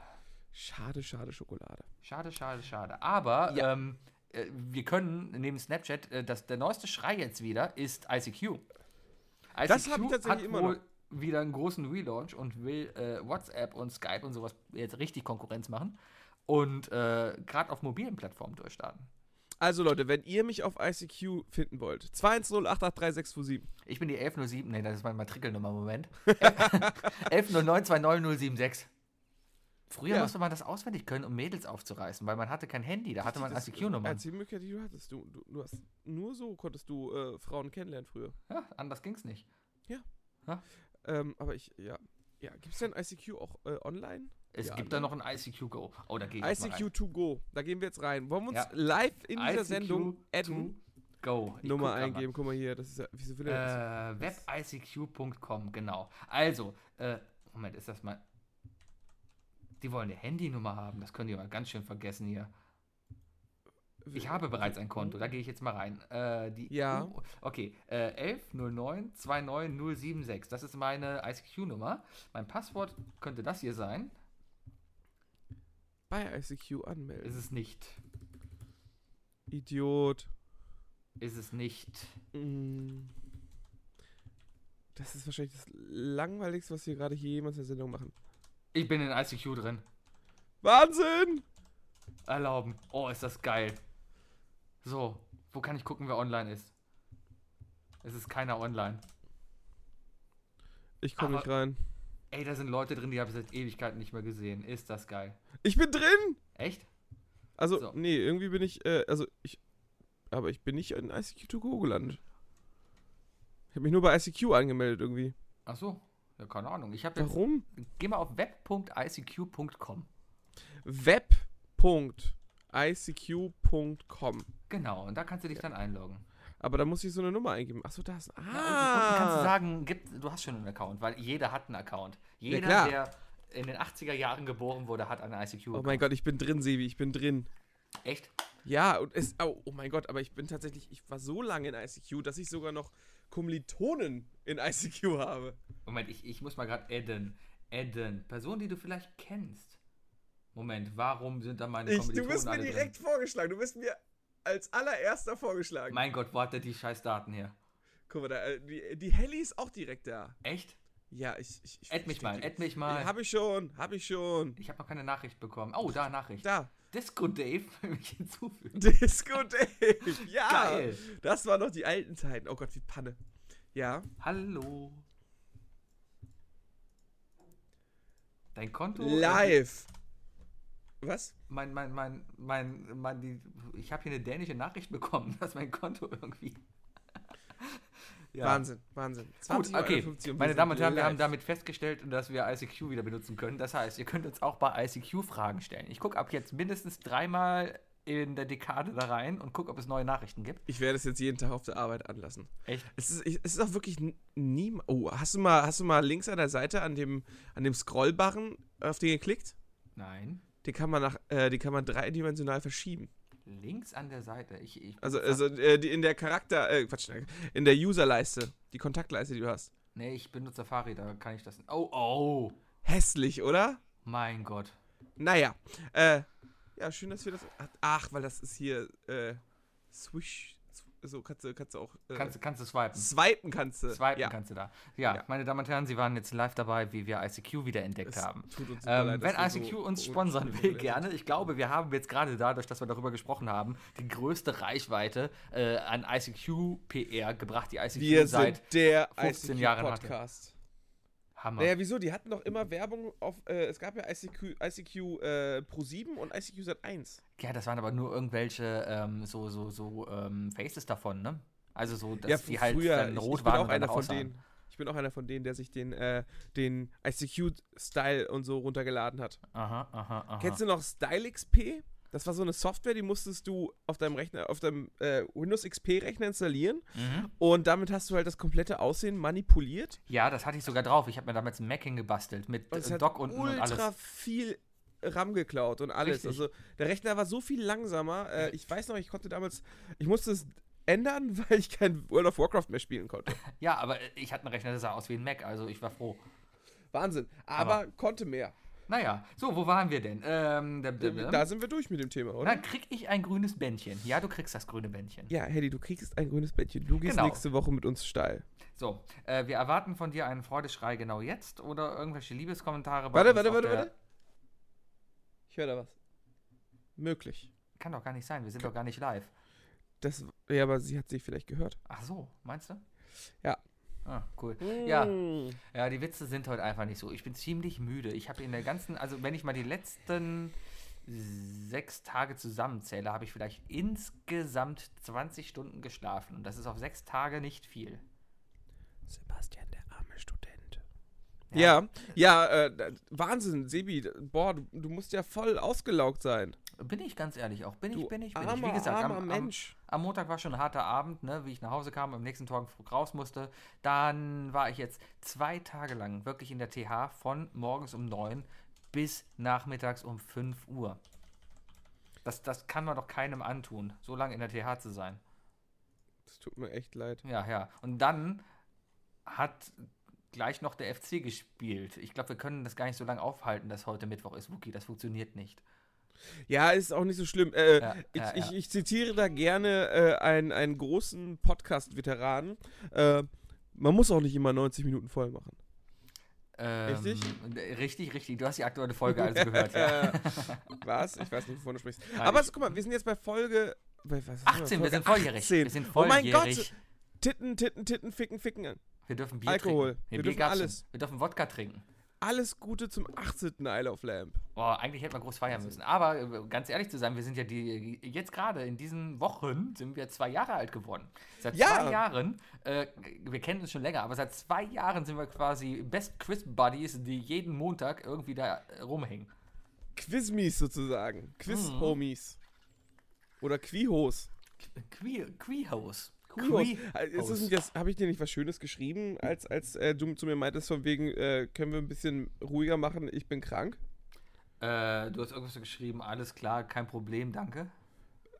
Speaker 2: Schade, schade Schokolade.
Speaker 1: Schade, schade, schade. Aber
Speaker 2: Ja.
Speaker 1: ähm, äh, wir können neben Snapchat, äh, das, der neueste Schrei jetzt wieder ist ICQ. ICQ
Speaker 2: Das hab ich tatsächlich
Speaker 1: hat
Speaker 2: immer
Speaker 1: wohl wieder einen großen Relaunch und will äh, WhatsApp und Skype und sowas jetzt richtig Konkurrenz machen und äh, gerade auf mobilen Plattformen durchstarten.
Speaker 2: Also Leute, wenn ihr mich auf ICQ finden wollt, 210883647.
Speaker 1: Ich bin die 1107, nee, das ist meine Matrikelnummer, Moment. 1109290076. Früher
Speaker 2: Ja.
Speaker 1: musste man das auswendig können, um Mädels aufzureißen, weil man hatte kein Handy, da hatte man
Speaker 2: Das-
Speaker 1: ICQ-Nummern.
Speaker 2: Einzige Möglichkeit, die du hattest. Du, du, du hast, nur so konntest du äh, Frauen kennenlernen früher.
Speaker 1: Ja, anders ging's nicht.
Speaker 2: Ähm, aber ich, ja. Ja, gibt es denn ICQ auch äh, online?
Speaker 1: Es
Speaker 2: Ja,
Speaker 1: gibt
Speaker 2: ne?
Speaker 1: da noch ein ICQ Go. Oh, da gehe ich jetzt mal
Speaker 2: ICQ to go. Da gehen wir jetzt rein. Wollen wir uns
Speaker 1: Ja.
Speaker 2: live in
Speaker 1: rein.
Speaker 2: dieser Sendung
Speaker 1: ICQ
Speaker 2: adden?
Speaker 1: to Go. Ich
Speaker 2: Nummer
Speaker 1: guck grad
Speaker 2: eingeben. Guck mal hier, das ist ja, wieso will
Speaker 1: mal.
Speaker 2: er das?
Speaker 1: Äh, webicq.com, genau. Also, äh, Moment, ist das mal. Die wollen eine Handynummer haben, das können die aber ganz schön vergessen hier. Ich habe bereits ein Konto, da gehe ich jetzt mal rein. Äh, die
Speaker 2: Ja.
Speaker 1: U- okay, äh, 1109-29076. Das ist meine ICQ-Nummer. Mein Passwort könnte das hier sein.
Speaker 2: Bei ICQ anmelden.
Speaker 1: Ist es nicht.
Speaker 2: Idiot.
Speaker 1: Ist es nicht.
Speaker 2: Mm. Das ist wahrscheinlich das langweiligste, was wir gerade hier jemals in der Sendung machen.
Speaker 1: Ich bin in ICQ drin.
Speaker 2: Wahnsinn!
Speaker 1: Erlauben. Oh, ist das geil. So, wo kann ich gucken, wer online ist? Es ist keiner online.
Speaker 2: Ich komme
Speaker 1: Aber-
Speaker 2: nicht rein.
Speaker 1: Ey, da sind Leute drin, die habe ich seit Ewigkeiten nicht mehr gesehen. Ist das geil.
Speaker 2: Ich bin drin!
Speaker 1: Echt?
Speaker 2: Also,
Speaker 1: So.
Speaker 2: nee, irgendwie bin ich, äh, also ich, aber ich bin nicht in ICQ to go gelandet. Ich habe mich nur bei ICQ angemeldet irgendwie.
Speaker 1: Ach so. Ja, keine Ahnung. Ich habe jetzt.
Speaker 2: Warum?
Speaker 1: Geh mal auf web.icq.com.
Speaker 2: web.icq.com.
Speaker 1: Genau, und da kannst du dich dann einloggen.
Speaker 2: Aber da muss ich so eine Nummer eingeben. Achso, da ist.
Speaker 1: Ja, und- und kannst du
Speaker 2: Ah!
Speaker 1: sagen, gib, du hast schon einen Account, weil jeder hat einen Account. Jeder,
Speaker 2: klar.
Speaker 1: der in den 80er Jahren geboren wurde, hat einen ICQ.
Speaker 2: oh mein Gott, ich bin drin, Sebi, ich bin drin.
Speaker 1: Echt?
Speaker 2: Ja, und es. Oh, oh mein Gott, aber ich bin tatsächlich. Ich war so lange in ICQ, dass ich sogar noch Kommilitonen in ICQ habe.
Speaker 1: Moment, ich, ich muss mal gerade adden. Adden. Personen, die du vielleicht kennst. Moment, warum sind da meine
Speaker 2: Ich, du
Speaker 1: Kommilitonen
Speaker 2: wirst mir
Speaker 1: alle
Speaker 2: direkt vorgeschlagen. Du wirst mir als allererster vorgeschlagen.
Speaker 1: drin? Mein Gott, wo hat der die scheiß Daten her?
Speaker 2: Guck mal, da, äh, die, die Helly ist auch direkt da.
Speaker 1: Echt?
Speaker 2: Ja, ich. ich, ich
Speaker 1: Add mich mal, add mich mal.
Speaker 2: Ja, hab ich schon, hab ich schon.
Speaker 1: Ich habe noch keine Nachricht bekommen. Oh, da Nachricht.
Speaker 2: Da.
Speaker 1: Disco Dave will mich hinzufügen.
Speaker 2: Disco Dave. Ja.
Speaker 1: Geil.
Speaker 2: Das waren noch die alten Zeiten. Oh Gott, wie Panne. Ja.
Speaker 1: Hallo. Dein Konto? äh,
Speaker 2: Live. Was?
Speaker 1: Mein, mein, mein, mein, mein, die, ich habe hier eine dänische Nachricht bekommen, dass mein Konto irgendwie. Ja.
Speaker 2: Wahnsinn, Wahnsinn.
Speaker 1: Gut,
Speaker 2: 20.51
Speaker 1: okay.
Speaker 2: und wir
Speaker 1: Meine
Speaker 2: sind
Speaker 1: Damen und Herren, wir
Speaker 2: live.
Speaker 1: haben damit festgestellt, dass wir ICQ wieder benutzen können. Das heißt, ihr könnt uns auch bei ICQ Fragen stellen. Ich gucke ab jetzt mindestens dreimal in der Dekade da rein und gucke, ob es neue Nachrichten gibt.
Speaker 2: Ich werde es jetzt jeden Tag auf der Arbeit anlassen.
Speaker 1: Echt?
Speaker 2: Es ist, ich- es ist auch wirklich n- nie. Oh, hast du mal, hast du mal links an der Seite an dem, an dem Scrollbarren auf den geklickt?
Speaker 1: Nein.
Speaker 2: Den kann man nach, äh, den kann man dreidimensional verschieben.
Speaker 1: links an der Seite. Ich, ich,
Speaker 2: Also, also äh, die, in der Charakter, äh, Quatsch, in der Userleiste, die Kontaktleiste, die du hast.
Speaker 1: nee, ich benutze Safari, da kann ich das. Oh, oh,
Speaker 2: Hässlich, oder?
Speaker 1: mein Gott.
Speaker 2: Naja, äh, ja, schön, dass wir das. Ach, weil das ist hier, äh, Swish. So, kannst du, kannst du auch. Äh,
Speaker 1: Kannst, du- kannst du swipen.
Speaker 2: swipen kannst du.
Speaker 1: Swipen
Speaker 2: ja.
Speaker 1: kannst du da. Ja,
Speaker 2: Ja.
Speaker 1: meine Damen und Herren, Sie waren jetzt live dabei, wie wir ICQ wiederentdeckt
Speaker 2: Es
Speaker 1: haben.
Speaker 2: tut uns super
Speaker 1: Ähm,
Speaker 2: leid,
Speaker 1: wenn
Speaker 2: dass wir
Speaker 1: ICQ
Speaker 2: so
Speaker 1: uns
Speaker 2: un-
Speaker 1: sponsern will,
Speaker 2: unprofessionell
Speaker 1: gerne. Ich glaube, wir haben jetzt gerade dadurch, dass wir darüber gesprochen haben, die größte Reichweite äh, an ICQ-PR gebracht, die ICQ
Speaker 2: sind. Wir
Speaker 1: seit
Speaker 2: sind der
Speaker 1: 15 Jahren hatte.
Speaker 2: ICQ-Podcast.
Speaker 1: Hammer.
Speaker 2: Naja, wieso? Die hatten doch immer Werbung auf. Äh, es gab ja ICQ, ICQ äh, Pro 7 und ICQ Sat 1.
Speaker 1: Ja, das waren aber nur irgendwelche ähm, so, so, so ähm, Faces davon, ne? Also so, dass die halt dann
Speaker 2: ich,
Speaker 1: rot
Speaker 2: ich bin
Speaker 1: waren
Speaker 2: auch
Speaker 1: und dann
Speaker 2: einer von
Speaker 1: aussahen.
Speaker 2: denen. Ich bin auch einer von denen, der sich den, äh, den ICQ-Style und so runtergeladen hat.
Speaker 1: Aha, aha, aha.
Speaker 2: Kennst du noch Style XP? Das war so eine Software, die musstest du auf deinem Rechner, auf deinem äh, Windows XP-Rechner installieren
Speaker 1: mhm.
Speaker 2: und damit hast du halt das komplette Aussehen manipuliert.
Speaker 1: Ja, das hatte ich sogar drauf. Ich habe mir damals ein Mac gebastelt mit
Speaker 2: Und es
Speaker 1: äh,
Speaker 2: hat
Speaker 1: Dock unten und
Speaker 2: ultra
Speaker 1: alles.
Speaker 2: viel RAM geklaut und alles.
Speaker 1: Richtig.
Speaker 2: Also der Rechner war so viel langsamer. Äh, ich weiß noch, ich konnte damals, ich musste es ändern, weil ich kein World of Warcraft mehr spielen konnte.
Speaker 1: Ja, aber äh, ich hatte einen Rechner, der sah aus wie ein Mac, also ich war froh.
Speaker 2: Wahnsinn. Aber, konnte mehr.
Speaker 1: Naja, so, wo waren wir denn? Ähm, da, da,
Speaker 2: Da sind wir durch Äh, mit dem Thema, oder?
Speaker 1: Na, krieg ich ein grünes Bändchen. Ja, du kriegst das grüne Bändchen.
Speaker 2: Ja, Hedy, du kriegst ein grünes Bettchen. Du gehst
Speaker 1: Genau.
Speaker 2: nächste Woche mit uns steil.
Speaker 1: So, äh, wir erwarten von dir einen Freudeschrei genau jetzt oder irgendwelche Liebeskommentare. bei
Speaker 2: Warte,
Speaker 1: uns
Speaker 2: warte,
Speaker 1: auf
Speaker 2: warte,
Speaker 1: der-
Speaker 2: warte. Ich höre da was. Möglich.
Speaker 1: Kann doch gar nicht sein, wir sind doch gar nicht live.
Speaker 2: Das, ja, aber sie hat sich vielleicht gehört.
Speaker 1: Ach so, meinst du?
Speaker 2: Ja.
Speaker 1: Ah, cool. Ja,
Speaker 2: Mm.
Speaker 1: ja, die Witze sind heute einfach nicht so. Ich bin ziemlich müde. Ich habe in der ganzen, also wenn ich mal die letzten sechs Tage zusammenzähle, habe ich vielleicht insgesamt 20 Stunden geschlafen. Und das ist auf sechs Tage nicht viel.
Speaker 2: Sebastian, der arme Student. Ja, ja, äh, da- Wahnsinn, Sebi, d- boah, du, du musst ja voll ausgelaugt sein.
Speaker 1: Bin ich ganz ehrlich auch. Bin
Speaker 2: Du
Speaker 1: ich, bin ich, bin
Speaker 2: armer,
Speaker 1: ich. Wie gesagt,
Speaker 2: armer Mensch.
Speaker 1: Am, am Montag war schon ein harter Abend, ne, wie ich nach Hause kam, am nächsten Tag früh raus musste. Dann war ich jetzt zwei Tage lang wirklich in der TH von morgens um 9 bis nachmittags um 5 Uhr. Das, das kann man doch keinem antun, so lange in der TH zu sein.
Speaker 2: Das tut mir echt leid.
Speaker 1: Ja, ja. Und dann hat gleich noch der FC gespielt. Ich glaube, wir können das gar nicht so lange aufhalten, dass heute Mittwoch ist, Wookie. Das funktioniert nicht.
Speaker 2: Ja, ist auch nicht so schlimm. Äh,
Speaker 1: Ja,
Speaker 2: ich,
Speaker 1: ja,
Speaker 2: ich,
Speaker 1: ja.
Speaker 2: ich zitiere da gerne äh, einen, einen großen Podcast-Veteranen. Äh, man muss auch nicht immer 90 Minuten voll machen.
Speaker 1: Ähm,
Speaker 2: Richtig?
Speaker 1: d- Richtig, richtig. Du hast die aktuelle Folge also gehört, ja.
Speaker 2: Äh, was? Ich weiß nicht, wovon du sprichst.
Speaker 1: Nein,
Speaker 2: Aber
Speaker 1: ich-
Speaker 2: so, guck mal, wir sind jetzt bei Folge. Bei, was ist
Speaker 1: 18, wir sind volljährig.
Speaker 2: 18.
Speaker 1: Wir sind
Speaker 2: Oh mein
Speaker 1: volljährig.
Speaker 2: Gott, Titten, Titten, Titten, Ficken, Ficken.
Speaker 1: wir dürfen Bier
Speaker 2: Alkohol.
Speaker 1: trinken.
Speaker 2: Wir
Speaker 1: Bier
Speaker 2: dürfen
Speaker 1: gab's
Speaker 2: alles.
Speaker 1: schon. Wir dürfen Wodka trinken.
Speaker 2: Alles Gute zum 18. Isle of Lamp.
Speaker 1: Boah, eigentlich hätten wir groß feiern müssen. Aber äh, ganz ehrlich zu sein, wir sind ja die, äh, jetzt gerade in diesen Wochen sind wir zwei Jahre alt geworden. Seit
Speaker 2: Ja.
Speaker 1: zwei Jahren, äh, wir kennen uns schon länger, aber seit zwei Jahren sind wir quasi Best Quiz Buddies, die jeden Montag irgendwie da äh, rumhängen.
Speaker 2: Quizmies sozusagen. Quiz-Homies.
Speaker 1: Mhm.
Speaker 2: Oder Quihos.
Speaker 1: Queer, Queehose.
Speaker 2: Quihos. Äh, Ist das nicht das, habe ich dir nicht was Schönes geschrieben, als, als äh, du zu mir meintest, von wegen, äh, können wir ein bisschen ruhiger machen, ich bin krank?
Speaker 1: Äh, du hast irgendwas geschrieben, alles klar, kein Problem, danke.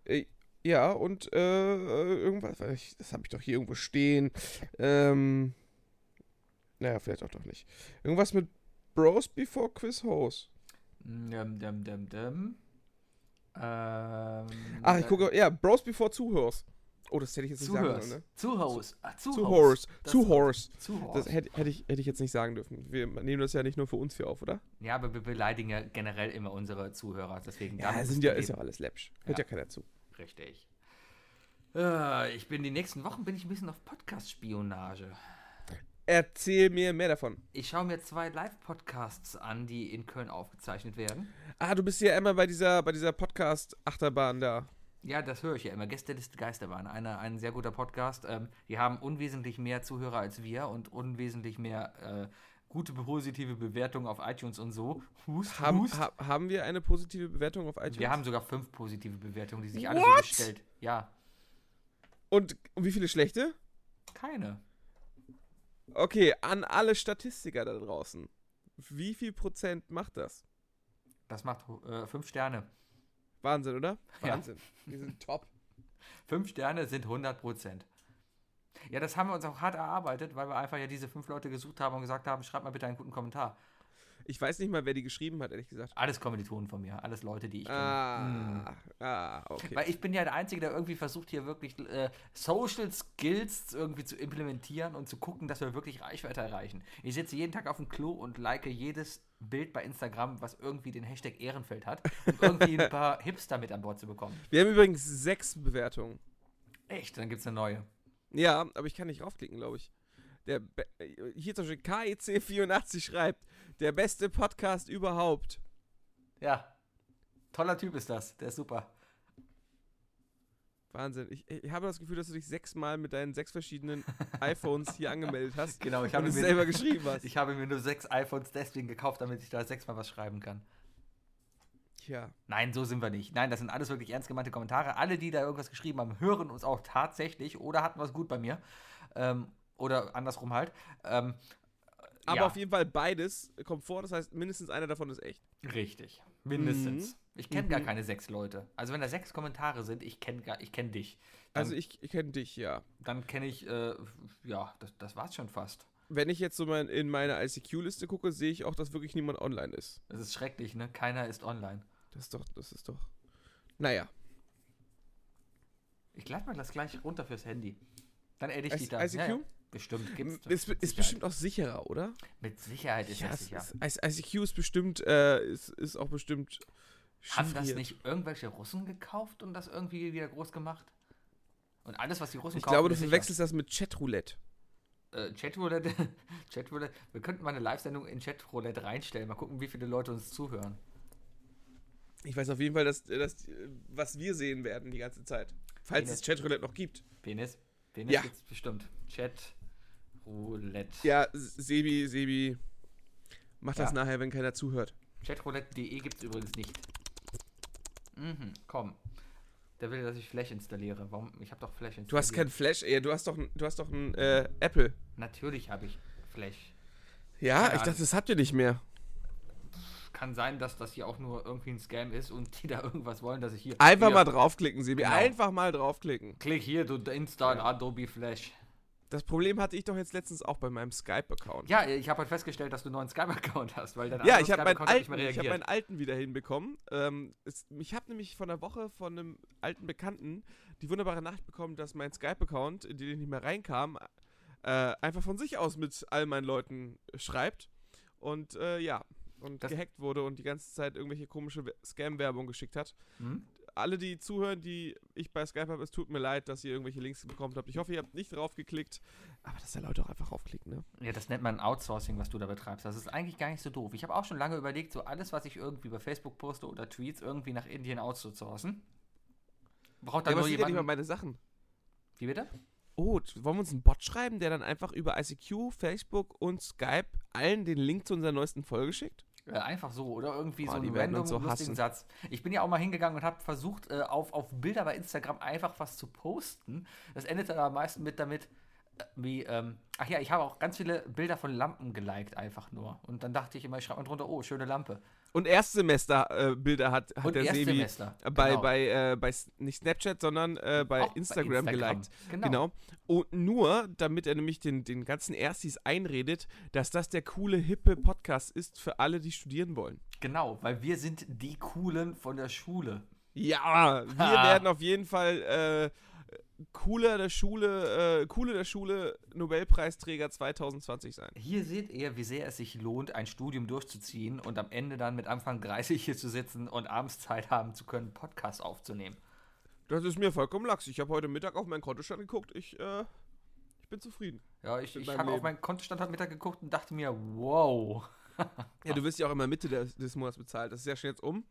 Speaker 2: Äh, ja, und äh, äh, irgendwas, weiß ich, das habe ich doch hier irgendwo stehen. Ähm, naja, vielleicht auch doch nicht. Irgendwas mit Bros Before Quiz Host.
Speaker 1: Dum, dum, dum, dum. Ähm,
Speaker 2: Ach, Ah, ich gucke, ja, Bros Before Zuhörs. Oh, das hätte ich jetzt nicht sagen
Speaker 1: Zuhörs.
Speaker 2: sollen, ne?
Speaker 1: Zuhörs. Ah,
Speaker 2: Zuhörs.
Speaker 1: Das-
Speaker 2: Zuhörs.
Speaker 1: Zuhörs.
Speaker 2: Das hätte, hätte, ich, hätte ich jetzt nicht sagen dürfen. Wir nehmen das ja nicht nur für uns hier auf, oder?
Speaker 1: Ja, aber wir beleidigen ja generell immer unsere Zuhörer. Deswegen damit
Speaker 2: sind
Speaker 1: ist
Speaker 2: ja,
Speaker 1: gegeben.
Speaker 2: ist ja alles läppsch. Hört ja, keiner zu.
Speaker 1: Richtig. Äh, ich bin die nächsten Wochen bin ich ein bisschen auf Podcast-Spionage.
Speaker 2: Erzähl mir mehr davon.
Speaker 1: Ich schaue mir zwei Live-Podcasts an, die in Köln aufgezeichnet werden.
Speaker 2: Ah, du bist ja immer bei dieser, bei dieser Podcast-Achterbahn da.
Speaker 1: Ja, das höre ich ja immer. Gästeliste Geisterbahn. Eine, ein sehr guter Podcast. Ähm, die haben unwesentlich mehr Zuhörer als wir und unwesentlich mehr äh, gute positive Bewertungen auf iTunes und so. Hust,
Speaker 2: Haben,
Speaker 1: hust.
Speaker 2: ha, haben wir eine positive Bewertung auf iTunes?
Speaker 1: wir haben sogar fünf positive Bewertungen, die sich alle
Speaker 2: What?
Speaker 1: so gestellt. Ja,
Speaker 2: Und, und wie viele schlechte?
Speaker 1: keine.
Speaker 2: Okay, an alle Statistiker da draußen. Wie viel Prozent macht das?
Speaker 1: Das macht äh, fünf Sterne.
Speaker 2: Wahnsinn, oder?
Speaker 1: Ja.
Speaker 2: Wahnsinn. Wir sind top.
Speaker 1: Fünf Sterne sind 100 Prozent. Ja, das haben wir uns auch hart erarbeitet, weil wir einfach ja diese fünf Leute gesucht haben und gesagt haben, schreibt mal bitte einen guten Kommentar.
Speaker 2: Ich weiß nicht mal, wer die geschrieben hat, ehrlich gesagt.
Speaker 1: Alles Kommilitonen von mir, alles Leute, die ich kenne.
Speaker 2: Ah, ah, okay.
Speaker 1: Weil ich bin ja der Einzige, der irgendwie versucht, hier wirklich äh, Social Skills irgendwie zu implementieren und zu gucken, dass wir wirklich Reichweite erreichen. Ich sitze jeden Tag auf dem Klo und like jedes Bild bei Instagram, was irgendwie den Hashtag Ehrenfeld hat, um irgendwie ein paar Hipster mit an Bord zu bekommen.
Speaker 2: Wir haben übrigens sechs Bewertungen.
Speaker 1: Echt, dann gibt's eine neue.
Speaker 2: Ja, aber ich kann nicht raufklicken, glaube ich. Der Be hier zum Beispiel KIC84 schreibt, der beste Podcast überhaupt.
Speaker 1: Ja. Toller Typ ist das, der ist super.
Speaker 2: Wahnsinn. Ich, ich habe das Gefühl, dass du dich sechsmal mit deinen sechs verschiedenen iPhones hier angemeldet hast
Speaker 1: Genau, ich
Speaker 2: und
Speaker 1: habe
Speaker 2: es
Speaker 1: mir,
Speaker 2: selber geschrieben hast.
Speaker 1: ich habe mir nur sechs iPhones deswegen gekauft, damit ich da sechsmal was schreiben kann.
Speaker 2: Tja.
Speaker 1: Nein, so sind wir nicht. Nein, das sind alles wirklich ernst gemeinte Kommentare. Alle, die da irgendwas geschrieben haben, hören uns auch tatsächlich oder hatten was gut bei mir. Ähm, oder andersrum halt. Ähm,
Speaker 2: Aber
Speaker 1: ja,
Speaker 2: auf jeden Fall beides kommt vor, das heißt, mindestens einer davon ist echt.
Speaker 1: Richtig. Mindestens.
Speaker 2: Mhm.
Speaker 1: Ich kenne gar
Speaker 2: Mhm.
Speaker 1: keine sechs Leute. Also, wenn da sechs Kommentare sind, ich kenne ich kenn dich. Dann,
Speaker 2: Also ich, ich kenne dich, ja.
Speaker 1: dann kenne ich, äh, ja, das, das war's schon fast.
Speaker 2: Wenn ich jetzt so mein, in meine ICQ-Liste gucke, sehe ich auch, dass wirklich niemand online ist.
Speaker 1: Das ist schrecklich, ne? Keiner ist online.
Speaker 2: Das ist doch, das ist doch. Naja,
Speaker 1: Ich lade mal das gleich runter fürs Handy. Dann edit ich
Speaker 2: I-
Speaker 1: die da.
Speaker 2: ICQ?
Speaker 1: Ja, ja. Bestimmt gibt's.
Speaker 2: ist,
Speaker 1: mit
Speaker 2: ist
Speaker 1: Sicherheit.
Speaker 2: bestimmt auch sicherer, oder?
Speaker 1: Mit Sicherheit ist das
Speaker 2: es
Speaker 1: sicher.
Speaker 2: ist, I- ICQ ist bestimmt, äh, ist, ist auch bestimmt.
Speaker 1: Haben das
Speaker 2: chiffriert.
Speaker 1: nicht irgendwelche Russen gekauft und das irgendwie wieder groß gemacht? Und alles, was die Russen
Speaker 2: Ich glaube, du
Speaker 1: ist sicher.
Speaker 2: verwechselst das mit Chatroulette.
Speaker 1: Äh, Chatroulette, Chatroulette. Wir könnten mal eine Live-Sendung in Chatroulette reinstellen. Mal gucken, wie viele Leute uns zuhören.
Speaker 2: Ich weiß auf jeden Fall, dass, dass was wir sehen werden die ganze Zeit. Falls
Speaker 1: Penis.
Speaker 2: es Chatroulette noch gibt.
Speaker 1: Penis? Penis
Speaker 2: Ja.
Speaker 1: gibt's bestimmt. Chatroulette.
Speaker 2: Ja, Sebi, Sebi, mach das
Speaker 1: Ja.
Speaker 2: nachher, wenn keiner zuhört.
Speaker 1: Chatroulette.de gibt's übrigens nicht. Mhm, komm. Der will, dass ich Flash installiere. Warum? Ich habe doch Flash installiert.
Speaker 2: Du hast kein Flash, ey, du hast doch, ein- du hast doch ein äh, Apple.
Speaker 1: Natürlich habe ich Flash.
Speaker 2: Ja,
Speaker 1: Keine
Speaker 2: ich
Speaker 1: Ahnung.
Speaker 2: dachte, das habt ihr nicht mehr.
Speaker 1: Kann sein, dass das hier auch nur irgendwie ein Scam ist und die da irgendwas wollen, dass ich hier.
Speaker 2: Einfach
Speaker 1: hier,
Speaker 2: mal draufklicken, Sebi.
Speaker 1: Genau.
Speaker 2: Einfach mal draufklick
Speaker 1: Klick hier, du install Adobe Flash.
Speaker 2: Das Problem hatte ich doch jetzt letztens auch bei meinem Skype-Account.
Speaker 1: Ja, ich habe halt festgestellt, dass du einen neuen Skype-Account hast, weil dein
Speaker 2: Ja,
Speaker 1: anderer
Speaker 2: ich habe meinen,
Speaker 1: Skype-Account hat
Speaker 2: alten- ich hab meinen alten wieder hinbekommen. Ähm, es, ich habe nämlich vor einer Woche von einem alten Bekannten die wunderbare Nachricht bekommen, dass mein Skype-Account, in den ich nicht mehr reinkam, äh, einfach von sich aus mit all meinen Leuten schreibt. Und äh, ja, und
Speaker 1: Das-
Speaker 2: gehackt wurde und die ganze Zeit irgendwelche komische We- Scam-Werbung geschickt hat.
Speaker 1: Hm?
Speaker 2: Alle, die zuhören, die ich bei Skype habe, es tut mir leid, dass ihr irgendwelche Links bekommen habt. Ich hoffe, ihr habt nicht draufgeklickt. Aber dass da Leute auch einfach draufklicken, ne?
Speaker 1: Ja, das nennt man Outsourcing, was du da betreibst. Das ist eigentlich gar nicht so doof. Ich habe auch schon lange überlegt, so alles, was ich irgendwie bei Facebook poste oder Tweets, irgendwie nach Indien outzusourcen. Braucht da
Speaker 2: Ja, aber
Speaker 1: nur
Speaker 2: sieht ja nicht mal
Speaker 1: jemand.
Speaker 2: meine Sachen.
Speaker 1: Wie bitte?
Speaker 2: Oh, t- wollen wir uns einen Bot schreiben, der dann einfach über ICQ, Facebook und Skype allen den Link zu unserer neuesten Folge schickt?
Speaker 1: Äh, Einfach so oder irgendwie
Speaker 2: Boah,
Speaker 1: so
Speaker 2: die
Speaker 1: einen
Speaker 2: werden
Speaker 1: random
Speaker 2: uns so
Speaker 1: lustigen
Speaker 2: hassen.
Speaker 1: Satz. Ich bin ja auch mal hingegangen und habe versucht, äh, auf, auf Bilder bei Instagram einfach was zu posten. Das endet dann am meisten mit damit, äh, wie, ähm, ach ja, ich habe auch ganz viele Bilder von Lampen geliked, einfach nur. Und dann dachte ich immer, ich schreibe mal drunter, oh, schöne Lampe.
Speaker 2: Und Erstsemester-Bilder äh, Bilder hat, hat
Speaker 1: Und
Speaker 2: der Sebi
Speaker 1: Erstsemester.
Speaker 2: äh, bei,
Speaker 1: genau.
Speaker 2: bei, äh, bei S- nicht Snapchat, sondern äh, bei,
Speaker 1: Auch bei
Speaker 2: Instagram geliked.
Speaker 1: Genau.
Speaker 2: Genau. Und nur, damit er nämlich den, den ganzen Erstis einredet, dass das der coole, hippe Podcast ist für alle, die studieren wollen.
Speaker 1: genau, weil wir sind die Coolen von der Schule.
Speaker 2: Ja, wir
Speaker 1: Ha.
Speaker 2: werden auf jeden Fall äh, cooler der Schule, äh, coole der Schule Nobelpreisträger 2020 sein.
Speaker 1: Hier seht ihr, wie sehr es sich lohnt, ein Studium durchzuziehen und am Ende dann mit Anfang 30 hier zu sitzen und abends Zeit haben zu können, Podcast aufzunehmen.
Speaker 2: Das ist mir vollkommen lax. Ich habe heute Mittag auf meinen Kontostand geguckt. Ich, äh, ich bin zufrieden.
Speaker 1: Ja, ich,
Speaker 2: Mit
Speaker 1: ich
Speaker 2: meinem
Speaker 1: habe auf
Speaker 2: Leben.
Speaker 1: meinen Kontostand heute Mittag geguckt und dachte mir, wow.
Speaker 2: Ja, du wirst ja auch immer Mitte des, des Monats bezahlt. Das ist ja schon jetzt um.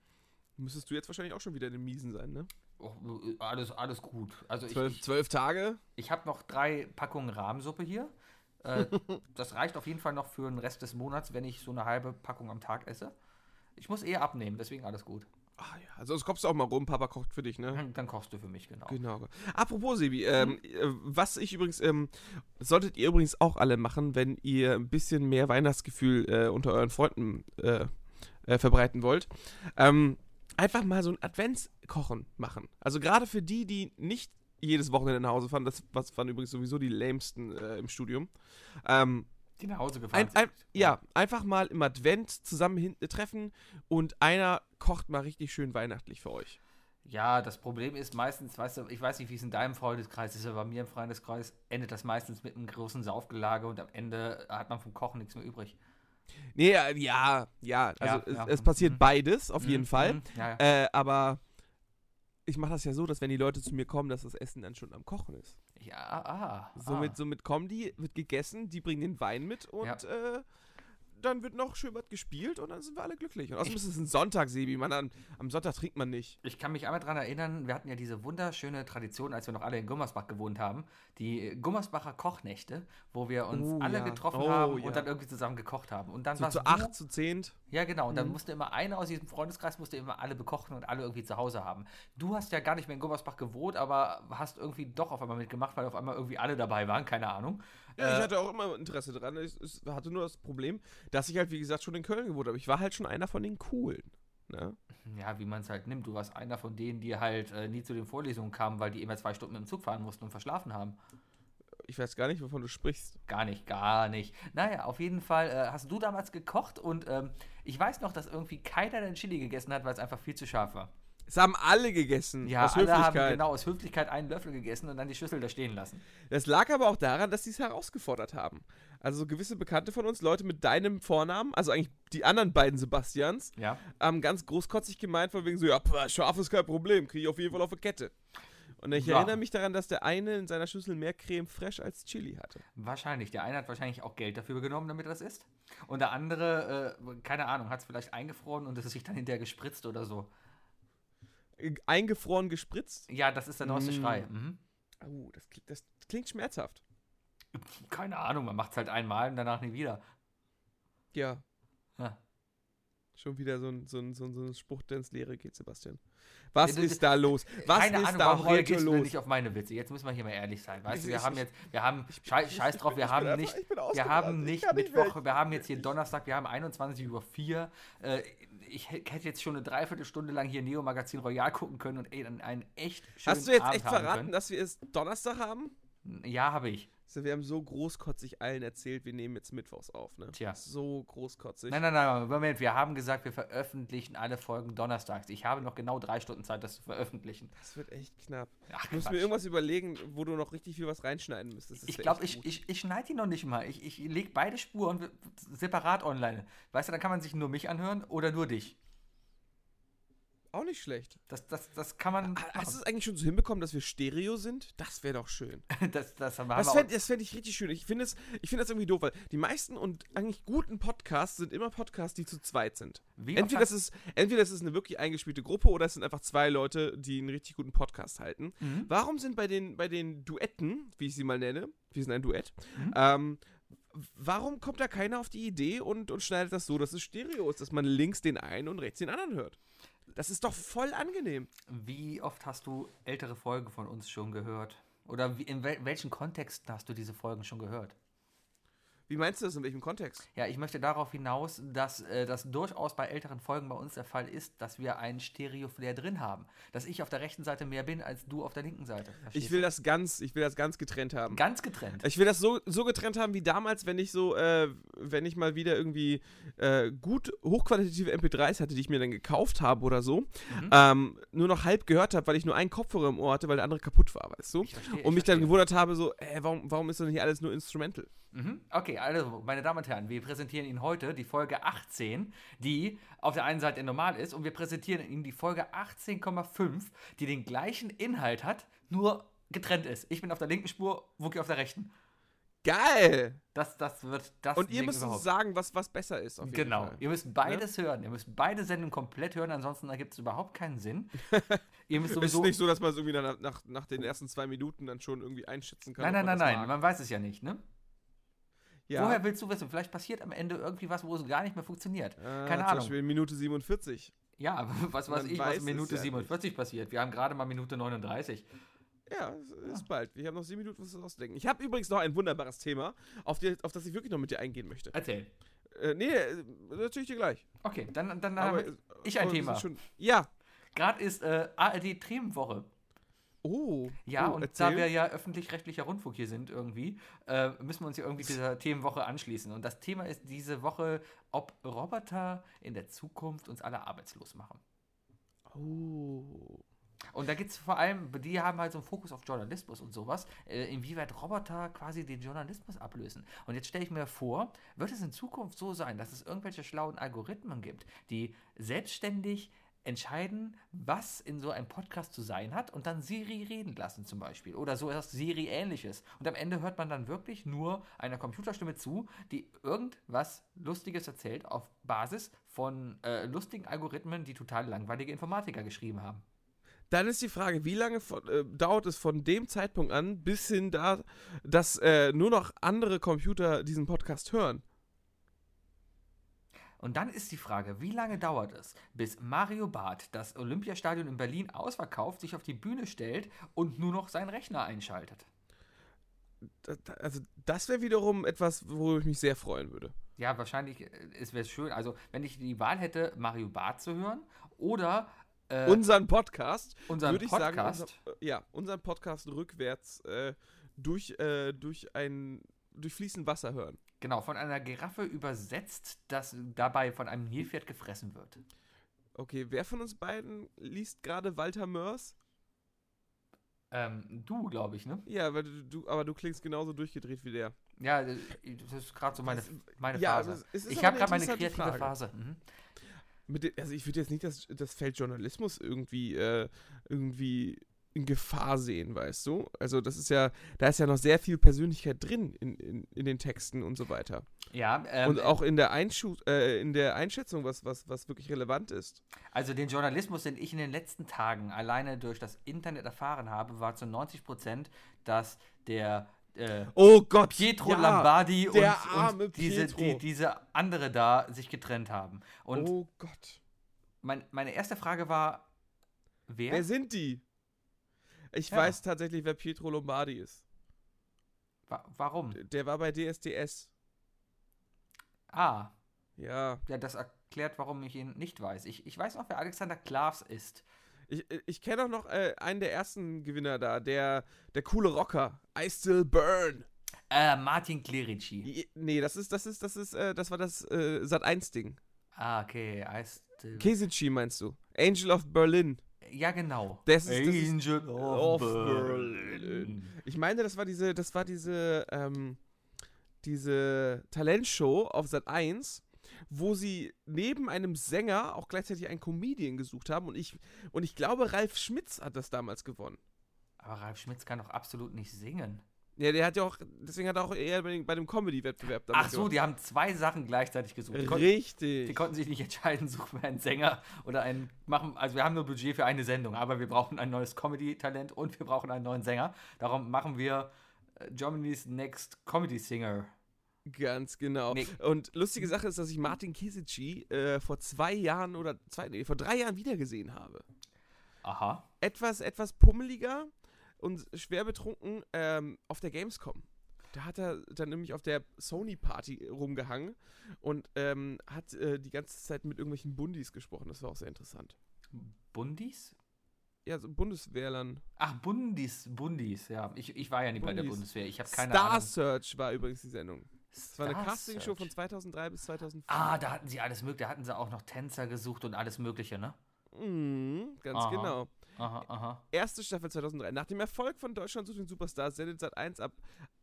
Speaker 2: Müsstest du jetzt wahrscheinlich auch schon wieder in den Miesen sein, ne?
Speaker 1: Oh, Alles, alles gut. Also ich,
Speaker 2: Zwölf,
Speaker 1: ich,
Speaker 2: zwölf Tage?
Speaker 1: ich habe noch drei Packungen Rahmsuppe hier. Äh, das reicht auf jeden Fall noch für den Rest des Monats, wenn ich so eine halbe Packung am Tag esse. Ich muss eher abnehmen, deswegen alles gut.
Speaker 2: Ah ja, sonst kommst du auch mal rum. Papa kocht für dich, ne?
Speaker 1: Dann, dann kochst du für mich, genau.
Speaker 2: Genau. Apropos, Sebi, ähm, äh, was ich übrigens, ähm, solltet ihr übrigens auch alle machen, wenn ihr ein bisschen mehr Weihnachtsgefühl äh, unter euren Freunden äh, äh, verbreiten wollt. Ähm, einfach mal so ein Adventskochen machen. Also gerade für die, die nicht jedes Wochenende nach Hause fahren, das was waren übrigens sowieso die lämsten äh, im Studium. Ähm,
Speaker 1: Die nach Hause gefahren
Speaker 2: ein, ein,
Speaker 1: sind.
Speaker 2: ja, einfach mal im Advent zusammen hin, treffen und einer kocht mal richtig schön weihnachtlich für euch.
Speaker 1: Ja, das Problem ist meistens, weißt du, ich weiß nicht, wie es in deinem Freundeskreis ist, aber bei mir im Freundeskreis endet das meistens mit einem großen Saufgelage und am Ende hat man vom Kochen nichts mehr übrig.
Speaker 2: Nee, ja, ja, ja also
Speaker 1: Ja,
Speaker 2: es,
Speaker 1: ja.
Speaker 2: es passiert
Speaker 1: Mhm.
Speaker 2: beides auf jeden
Speaker 1: Mhm,
Speaker 2: Fall.
Speaker 1: mhm, Ja, ja.
Speaker 2: Äh, aber ich mache das ja so, dass wenn die Leute zu mir kommen, dass das Essen dann schon am Kochen ist.
Speaker 1: ja ah, ah.
Speaker 2: Somit, somit kommen die, wird gegessen, die bringen den Wein mit und äh, dann wird noch schön was gespielt und dann sind wir alle glücklich. Und außerdem ist es ein Sonntag, Sebi. Man, am, am Sonntag trinkt man nicht.
Speaker 1: Ich kann mich einmal daran erinnern, wir hatten ja diese wunderschöne Tradition, als wir noch alle in Gummersbach gewohnt haben, die Gummersbacher Kochnächte, wo wir uns
Speaker 2: Oh,
Speaker 1: alle
Speaker 2: ja.
Speaker 1: getroffen
Speaker 2: Oh,
Speaker 1: haben
Speaker 2: ja.
Speaker 1: und dann irgendwie zusammen gekocht haben. Und dann
Speaker 2: So
Speaker 1: warst
Speaker 2: zu
Speaker 1: du-
Speaker 2: acht, zu zehn.
Speaker 1: Ja, genau. Und dann
Speaker 2: Mhm.
Speaker 1: musste immer einer aus diesem Freundeskreis musste immer alle bekochen und alle irgendwie zu Hause haben. Du hast ja gar nicht mehr in Gummersbach gewohnt, aber hast irgendwie doch auf einmal mitgemacht, weil auf einmal irgendwie alle dabei waren, keine Ahnung.
Speaker 2: Ja, ich
Speaker 1: Äh,
Speaker 2: hatte auch immer Interesse dran. Ich, ich hatte nur das Problem, dass ich halt, wie gesagt, schon in Köln gewohnt habe. Ich war halt schon einer von den Coolen. Ne?
Speaker 1: Ja, wie man es halt nimmt. Du warst einer von denen, die halt äh, nie zu den Vorlesungen kamen, weil die immer zwei Stunden mit dem Zug fahren mussten und verschlafen haben.
Speaker 2: Ich weiß gar nicht, wovon du sprichst.
Speaker 1: Gar nicht, gar nicht. Naja, auf jeden Fall äh, hast du damals gekocht und ähm, ich weiß noch, dass irgendwie keiner den Chili gegessen hat, weil es einfach viel zu scharf war.
Speaker 2: Es haben alle gegessen.
Speaker 1: Ja,
Speaker 2: aus
Speaker 1: alle haben
Speaker 2: Höflichkeit.
Speaker 1: genau aus Höflichkeit einen Löffel gegessen und dann die Schüssel da stehen lassen.
Speaker 2: Das lag aber auch daran, dass sie es herausgefordert haben. Also gewisse Bekannte von uns, Leute mit deinem Vornamen, also eigentlich die anderen beiden Sebastians,
Speaker 1: Ja.
Speaker 2: haben ganz großkotzig gemeint, von wegen so, ja, pff, scharf ist kein Problem, kriege ich auf jeden Fall auf eine Kette. Und ich
Speaker 1: Ja.
Speaker 2: erinnere mich daran, dass der eine in seiner Schüssel mehr Creme fraiche als Chili hatte.
Speaker 1: Wahrscheinlich. Der eine hat wahrscheinlich auch Geld dafür genommen, damit er das isst. Und der andere, äh, keine Ahnung, hat es vielleicht eingefroren und es ist sich dann hinterher gespritzt oder so.
Speaker 2: Äh, Eingefroren gespritzt.
Speaker 1: Ja, das ist der neueste
Speaker 2: Mm.
Speaker 1: Schrei. Mhm.
Speaker 2: Oh, das, kli- das klingt schmerzhaft.
Speaker 1: Keine Ahnung, man macht es halt einmal und danach nie wieder.
Speaker 2: Ja.
Speaker 1: Ja.
Speaker 2: Schon wieder so ein, so ein, so ein, so ein Spruch, der ins Leere geht, Sebastian. Was
Speaker 1: du-
Speaker 2: ist da los? Was
Speaker 1: Keine
Speaker 2: ist
Speaker 1: Ahnung,
Speaker 2: da
Speaker 1: warum
Speaker 2: heute
Speaker 1: reagierst du
Speaker 2: los?
Speaker 1: nicht auf meine Witze? Jetzt müssen wir hier mal ehrlich sein. Weißt
Speaker 2: Ich-
Speaker 1: du, wir
Speaker 2: ich-
Speaker 1: haben
Speaker 2: ich-
Speaker 1: jetzt, wir haben, scheiß, scheiß drauf, wir
Speaker 2: ich
Speaker 1: haben
Speaker 2: bin einfach-
Speaker 1: nicht,
Speaker 2: ich bin
Speaker 1: wir
Speaker 2: ausgebrannt,
Speaker 1: haben
Speaker 2: ich
Speaker 1: nicht
Speaker 2: kann nicht
Speaker 1: Mittwoch,
Speaker 2: weg.
Speaker 1: wir haben jetzt hier Donnerstag, wir haben 21 Uhr 4. Äh, ich h- hätte jetzt schon eine Dreiviertelstunde lang hier Neo Magazin Royal gucken können und ey, dann einen echt schönen
Speaker 2: Hast du jetzt
Speaker 1: Abend
Speaker 2: echt
Speaker 1: haben
Speaker 2: verraten, dass wir es Donnerstag haben?
Speaker 1: können. Ja, habe ich.
Speaker 2: Also wir haben so großkotzig allen erzählt, wir nehmen jetzt mittwochs auf, ne?
Speaker 1: Tja.
Speaker 2: So großkotzig.
Speaker 1: Nein, nein, nein, Moment, wir haben gesagt, wir veröffentlichen alle Folgen donnerstags. Ich habe noch genau drei Stunden Zeit, das zu veröffentlichen.
Speaker 2: Das wird echt knapp.
Speaker 1: Ach,
Speaker 2: Ich muss mir
Speaker 1: Quatsch.
Speaker 2: irgendwas überlegen, wo du noch richtig viel was reinschneiden müsstest. Das
Speaker 1: Ich
Speaker 2: wär
Speaker 1: glaube,
Speaker 2: echt
Speaker 1: ich,
Speaker 2: gut.
Speaker 1: ich, ich schneide die noch nicht mal. Ich, ich lege beide Spuren w- separat online. Weißt du, dann kann man sich nur mich anhören oder nur dich.
Speaker 2: Auch nicht schlecht.
Speaker 1: Das, das, das kann man.
Speaker 2: Ha- Hast du
Speaker 1: machen.
Speaker 2: es eigentlich schon so hinbekommen, dass wir Stereo sind? Das wäre doch schön.
Speaker 1: Das, das haben wir
Speaker 2: Das
Speaker 1: auch-
Speaker 2: fände das fänd ich richtig schön. Ich finde es- ich find das irgendwie doof, weil die meisten und eigentlich guten Podcasts sind immer Podcasts, die zu zweit sind.
Speaker 1: Wie oft
Speaker 2: entweder,
Speaker 1: hast-
Speaker 2: das ist, entweder das ist eine wirklich eingespielte Gruppe oder es sind einfach zwei Leute, die einen richtig guten Podcast halten.
Speaker 1: Mhm.
Speaker 2: Warum sind bei den, bei den Duetten, wie ich sie mal nenne, wir sind ein Duett, ähm, warum kommt da keiner auf die Idee und, und schneidet das so, dass es Stereo ist, dass man links den einen und rechts den anderen hört? Das ist doch voll angenehm.
Speaker 1: Wie oft hast du ältere Folgen von uns schon gehört? Oder wie, in wel welchen Kontexten hast du diese Folgen schon gehört?
Speaker 2: Wie meinst du das? In welchem Kontext?
Speaker 1: Ja, ich möchte darauf hinaus, dass äh, das durchaus bei älteren Folgen bei uns der Fall ist, dass wir einen Stereo-Flair drin haben. Dass ich auf der rechten Seite mehr bin, als du auf der linken Seite.
Speaker 2: Ich
Speaker 1: Verstehst
Speaker 2: will Äh. das ganz, ich will das ganz getrennt haben.
Speaker 1: du? Ganz getrennt.
Speaker 2: Ich will das so, so getrennt haben wie damals, wenn ich so, äh, wenn ich mal wieder irgendwie äh, gut hochqualitative MP3s hatte, die ich mir dann gekauft habe oder so,
Speaker 1: Mhm.
Speaker 2: ähm, nur noch halb gehört habe, weil ich nur einen Kopfhörer im Ohr hatte, weil der andere kaputt war, weißt du?
Speaker 1: Ich verstehe,
Speaker 2: Und
Speaker 1: ich
Speaker 2: mich dann
Speaker 1: verstehe.
Speaker 2: gewundert habe, so, äh, warum, warum ist denn hier alles nur Instrumental?
Speaker 1: Mhm. Okay, also, meine Damen und Herren, wir präsentieren Ihnen heute die Folge 18, die auf der einen Seite normal ist, und wir präsentieren Ihnen die Folge 18,5, die den gleichen Inhalt hat, nur getrennt ist. Ich bin auf der linken Spur, Wookie auf der rechten.
Speaker 2: Geil!
Speaker 1: Das, das wird das
Speaker 2: Und ihr
Speaker 1: Ding
Speaker 2: müsst uns
Speaker 1: überhaupt.
Speaker 2: sagen, was, was besser ist. Auf jeden
Speaker 1: Genau,
Speaker 2: Fall. Ne?
Speaker 1: ihr müsst beides hören. Ihr müsst beide Sendungen komplett hören, ansonsten ergibt es überhaupt keinen Sinn. ihr müsst
Speaker 2: Ist
Speaker 1: sowieso.
Speaker 2: nicht so, dass man es irgendwie nach, nach, nach den ersten zwei Minuten dann schon irgendwie einschätzen kann.
Speaker 1: nein, nein,
Speaker 2: ob man
Speaker 1: nein,
Speaker 2: das
Speaker 1: nein,
Speaker 2: mag.
Speaker 1: man weiß es ja nicht, ne?
Speaker 2: Ja.
Speaker 1: Woher willst du wissen? Vielleicht passiert am Ende irgendwie was, wo es gar nicht mehr funktioniert.
Speaker 2: Äh,
Speaker 1: Keine
Speaker 2: Zum
Speaker 1: Ahnung.
Speaker 2: Beispiel in Minute 47.
Speaker 1: Ja, was
Speaker 2: Man
Speaker 1: weiß ich,
Speaker 2: weiß
Speaker 1: was
Speaker 2: es
Speaker 1: in Minute
Speaker 2: ja
Speaker 1: 47 passiert. Wir haben gerade mal Minute 39.
Speaker 2: Ja, es ist bald. Wir haben noch sieben Minuten, was wir ausdenken. Ich habe übrigens noch ein wunderbares Thema, auf, die, auf das ich wirklich noch mit dir eingehen möchte.
Speaker 1: Erzähl.
Speaker 2: Äh, nee, äh, natürlich dir gleich.
Speaker 1: Okay, dann, dann
Speaker 2: Aber,
Speaker 1: habe
Speaker 2: äh,
Speaker 1: ich ein
Speaker 2: aber wir
Speaker 1: Thema.
Speaker 2: sind Schon, ja,
Speaker 1: Gerade ist äh, ARD Themenwoche.
Speaker 2: Oh.
Speaker 1: Ja,
Speaker 2: oh,
Speaker 1: und da
Speaker 2: erzähl.
Speaker 1: wir ja öffentlich-rechtlicher Rundfunk hier sind irgendwie, äh, müssen wir uns ja irgendwie dieser Themenwoche anschließen. Und das Thema ist diese Woche, ob Roboter in der Zukunft uns alle arbeitslos machen.
Speaker 2: Oh.
Speaker 1: Und da gibt es vor allem, die haben halt so einen Fokus auf Journalismus und sowas, äh, inwieweit Roboter quasi den Journalismus ablösen. Und jetzt stelle ich mir vor, wird es in Zukunft so sein, dass es irgendwelche schlauen Algorithmen gibt, die selbstständig entscheiden, was in so einem Podcast zu sein hat und dann Siri reden lassen zum Beispiel oder so etwas Siri-ähnliches. Und am Ende hört man dann wirklich nur einer Computerstimme zu, die irgendwas Lustiges erzählt auf Basis von äh, lustigen Algorithmen, die total langweilige Informatiker geschrieben haben.
Speaker 2: Dann ist die Frage, wie lange von, äh, dauert es von dem Zeitpunkt an bis hin da, dass äh, nur noch andere Computer diesen Podcast hören?
Speaker 1: Und dann ist die Frage, wie lange dauert es, bis Mario Barth das Olympiastadion in Berlin ausverkauft, sich auf die Bühne stellt und nur noch seinen Rechner einschaltet?
Speaker 2: Da, da, also das wäre wiederum etwas, worüber ich mich sehr freuen würde.
Speaker 1: Ja, wahrscheinlich, äh, es wäre schön. Also, wenn ich die Wahl hätte, Mario Barth zu hören oder äh,
Speaker 2: Unseren Podcast,
Speaker 1: unseren
Speaker 2: würde ich
Speaker 1: Podcast.
Speaker 2: sagen, unser, äh, ja, unseren Podcast rückwärts äh, durch, äh, durch ein durch fließend Wasser hören.
Speaker 1: genau, von einer Giraffe übersetzt, das dabei von einem Nilpferd gefressen wird.
Speaker 2: Okay, wer von uns beiden liest gerade Walter Mörs?
Speaker 1: Ähm, du, glaube ich, ne?
Speaker 2: Ja, weil du, du, aber du klingst genauso durchgedreht wie der.
Speaker 1: Ja, äh, das ist gerade so meine,
Speaker 2: Das-
Speaker 1: meine
Speaker 2: ja,
Speaker 1: Phase.
Speaker 2: aber es ist
Speaker 1: ich
Speaker 2: aber
Speaker 1: habe
Speaker 2: eine
Speaker 1: gerade meine
Speaker 2: interessante
Speaker 1: kreative
Speaker 2: Frage.
Speaker 1: Phase. Mhm.
Speaker 2: Mit den, also ich würde jetzt nicht das, das Feld Journalismus irgendwie, äh, irgendwie in Gefahr sehen, weißt du? Also das ist ja, da ist ja noch sehr viel Persönlichkeit drin in, in, in den Texten und so weiter.
Speaker 1: Ja, ähm,
Speaker 2: und auch in der, Einschu äh, in der Einschätzung, was, was, was wirklich relevant ist.
Speaker 1: Also den Journalismus, den ich in den letzten Tagen alleine durch das Internet erfahren habe, war zu 90 Prozent, dass der äh,
Speaker 2: Oh Gott!
Speaker 1: Pietro Lombardi und,
Speaker 2: der arme
Speaker 1: und diese,
Speaker 2: Pietro.
Speaker 1: Die, diese andere da sich getrennt haben. Und
Speaker 2: Oh Gott.
Speaker 1: mein, meine erste Frage war, wer?
Speaker 2: Wer sind die? Ich
Speaker 1: Ja.
Speaker 2: weiß tatsächlich, wer Pietro Lombardi ist.
Speaker 1: Wa warum?
Speaker 2: Der war bei DSDS.
Speaker 1: Ah,
Speaker 2: Ja.
Speaker 1: ja, das erklärt, warum ich ihn nicht weiß. Ich, ich weiß noch, wer Alexander Klavs ist.
Speaker 2: Ich, ich kenne auch noch äh, einen der ersten Gewinner da, der, der coole Rocker. I still burn.
Speaker 1: Äh, Martin Clerici.
Speaker 2: I, nee, das ist, das ist, das ist, äh, das war das äh, Sat 1 Ding.
Speaker 1: Ah, okay. heißt, äh,
Speaker 2: Kesichi meinst du? Angel of Berlin.
Speaker 1: Ja, genau.
Speaker 2: Das ist- das ist-
Speaker 1: Angel
Speaker 2: of Ich meine, das war diese, das war diese, ähm, diese Talentshow auf Sat 1, wo sie neben einem Sänger auch gleichzeitig einen Comedian gesucht haben und ich und ich glaube, Ralf Schmitz hat das damals gewonnen.
Speaker 1: Aber Ralf Schmitz kann doch absolut nicht singen.
Speaker 2: Ja, der hat ja auch, deswegen hat er auch eher bei dem- bei dem Comedy-Wettbewerb
Speaker 1: Ach so, die haben zwei Sachen gleichzeitig gesucht. Die, kon die
Speaker 2: Richtig.
Speaker 1: konnten sich nicht entscheiden, suchen wir einen Sänger oder einen machen. Also wir haben nur Budget für eine Sendung, aber wir brauchen ein neues Comedy-Talent und wir brauchen einen neuen Sänger. Darum machen wir äh, Germany's Next Comedy Singer.
Speaker 2: Ganz genau.
Speaker 1: Nee.
Speaker 2: Und lustige Sache ist, dass ich Martin Kisici äh, vor zwei Jahren oder zwei, nee, vor drei Jahren wiedergesehen habe.
Speaker 1: Aha.
Speaker 2: Etwas, etwas pummeliger und schwer betrunken ähm, auf der Gamescom. Da hat er dann nämlich auf der Sony-Party rumgehangen und ähm, hat äh, die ganze Zeit mit irgendwelchen Bundis gesprochen. Das war auch sehr interessant.
Speaker 1: Bundis?
Speaker 2: Ja, so Bundeswehrlern.
Speaker 1: Ach, Bundis, Bundis, ja. Ich, ich war ja nie bei der
Speaker 2: Bundis.
Speaker 1: Bundeswehr. Ich habe keine
Speaker 2: Star
Speaker 1: Ahnung.
Speaker 2: Search war übrigens die Sendung. Das war eine
Speaker 1: Star
Speaker 2: Castingshow
Speaker 1: Search.
Speaker 2: von 2003 bis 2004.
Speaker 1: Ah, da hatten sie alles mögliche. Da hatten sie auch noch Tänzer gesucht und alles Mögliche, ne?
Speaker 2: Mhm, ganz
Speaker 1: Aha.
Speaker 2: genau.
Speaker 1: Aha, aha.
Speaker 2: Erste Staffel 2003. Nach dem Erfolg von Deutschland sucht den Superstar sendet Sat1 ab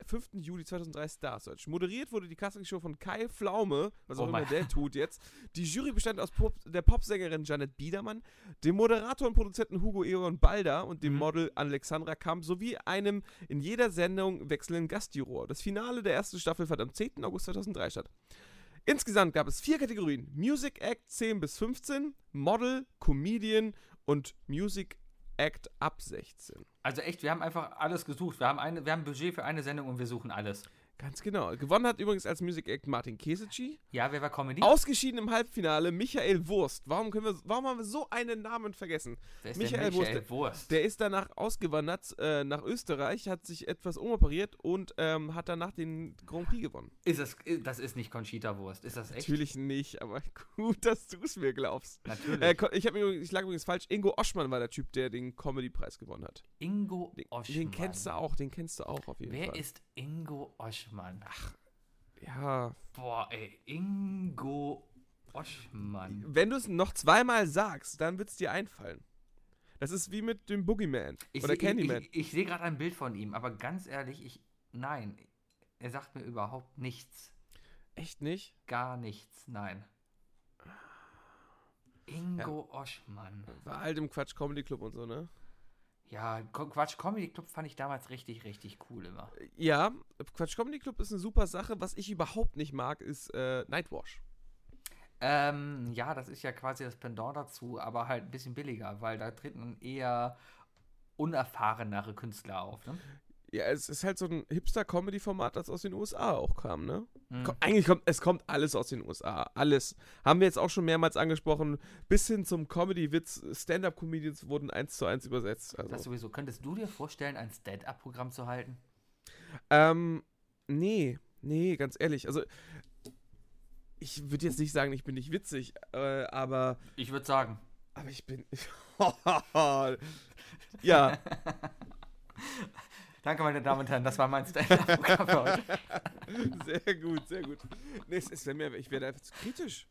Speaker 2: 5. Juli 2003 Star Search. Moderiert wurde die Castingshow von Kai Pflaume, was
Speaker 1: Oh
Speaker 2: auch immer
Speaker 1: mein-
Speaker 2: der tut jetzt. Die Jury bestand aus Pop der Popsängerin Janet Biedermann, dem Moderator und Produzenten Hugo Egon Balder und dem
Speaker 1: Mhm.
Speaker 2: Model Alexandra Kamp sowie einem in jeder Sendung wechselnden Gastjuror. Das Finale der ersten Staffel fand am 10. August 2003 statt. Insgesamt gab es vier Kategorien: Music Act 10 bis 15, Model, Comedian und Music Act ab 16.
Speaker 1: Also echt, wir haben einfach alles gesucht. Wir haben, eine, wir haben ein Budget für eine Sendung und wir suchen alles.
Speaker 2: Ganz genau. Gewonnen hat übrigens als Music Act Martin Kesici.
Speaker 1: Ja, wer war Comedy?
Speaker 2: Ausgeschieden im Halbfinale Michael Wurst. Warum, können wir, warum haben wir so einen Namen vergessen?
Speaker 1: Wer ist
Speaker 2: Michael
Speaker 1: denn
Speaker 2: Wurst.
Speaker 1: Wurst.
Speaker 2: Der ist danach ausgewandert äh, nach Österreich, hat sich etwas umoperiert und ähm, hat danach den Grand Prix gewonnen.
Speaker 1: Ist das, das ist nicht Conchita Wurst. Ist das echt?
Speaker 2: Natürlich nicht, aber gut, dass du es mir glaubst.
Speaker 1: Natürlich.
Speaker 2: Äh, Ko- ich, hab, mir- ich lag übrigens falsch. Ingo Oschmann war der Typ, der den Comedy-Preis gewonnen hat.
Speaker 1: Ingo
Speaker 2: Den,
Speaker 1: Oschmann.
Speaker 2: den kennst du auch, den kennst du auch auf jeden
Speaker 1: Wer
Speaker 2: Fall.
Speaker 1: ist Ingo Oschmann?
Speaker 2: ja,
Speaker 1: Boah, ey. Ingo Oschmann.
Speaker 2: wenn du es noch zweimal sagst, dann wird es dir einfallen. Das ist wie mit dem Boogeyman
Speaker 1: Ich
Speaker 2: oder
Speaker 1: seh- ich-
Speaker 2: Candyman.
Speaker 1: Ich, ich sehe gerade ein Bild von ihm, aber ganz ehrlich, ich. Nein. Er sagt mir überhaupt nichts.
Speaker 2: Echt nicht?
Speaker 1: Gar nichts. Nein. Ingo Oschmann.
Speaker 2: War halt im Quatsch Comedy Club und so, ne?
Speaker 1: Ja, Ko- Quatsch Comedy Club fand ich damals richtig, richtig cool immer.
Speaker 2: Ja, Quatsch Comedy Club ist eine super Sache. Was ich überhaupt nicht mag, ist äh, Nightwash.
Speaker 1: Ähm, ja, das ist ja quasi das Pendant dazu, aber halt ein bisschen billiger, weil da treten eher unerfahrenere Künstler auf. Ne?
Speaker 2: Ja, es ist halt so ein Hipster-Comedy-Format, das aus den USA auch kam, ne?
Speaker 1: Mhm.
Speaker 2: Ko- Eigentlich kommt, es kommt alles aus den USA. Alles. Haben wir jetzt auch schon mehrmals angesprochen. Bis hin zum Comedy-Witz. Stand-Up-Comedians wurden eins zu eins übersetzt.
Speaker 1: Das
Speaker 2: Also.
Speaker 1: sowieso. Könntest du dir vorstellen, ein Stand-up-Programm zu halten?
Speaker 2: Ähm, nee. Nee, ganz ehrlich. Also, ich würde jetzt nicht sagen, ich bin nicht witzig, äh, aber,
Speaker 1: Ich würde sagen.
Speaker 2: aber ich bin. ja,
Speaker 1: Danke, meine Damen und Herren, das war mein Stand-up-Programm für heute.
Speaker 2: sehr gut, sehr gut. Nee, es, es wär mir, ich wäre einfach zu kritisch.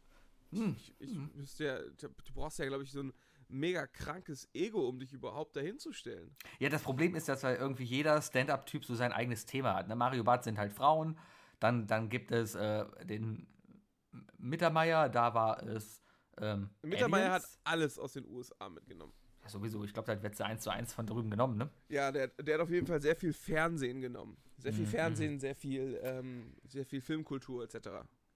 Speaker 1: Hm.
Speaker 2: Ich, ich wüsste ja, du du brauchst ja, glaube ich, so ein mega krankes Ego, um dich überhaupt dahin zu stellen.
Speaker 1: Ja, das Problem ist, dass halt irgendwie jeder Stand-up-Typ so sein eigenes Thema hat. Ne? Mario Barth sind halt Frauen, dann, dann gibt es äh, den Mittermeier, da war es. Ähm,
Speaker 2: Mittermeier hat
Speaker 1: Aliens.
Speaker 2: alles aus den USA mitgenommen.
Speaker 1: Ja, sowieso, ich glaube, da hat Wetzel 1 zu 1 von drüben genommen, ne?
Speaker 2: Ja, der, der hat auf jeden Fall sehr viel Fernsehen genommen. Sehr viel
Speaker 1: Mhm.
Speaker 2: Fernsehen, sehr viel, ähm, sehr viel Filmkultur etc.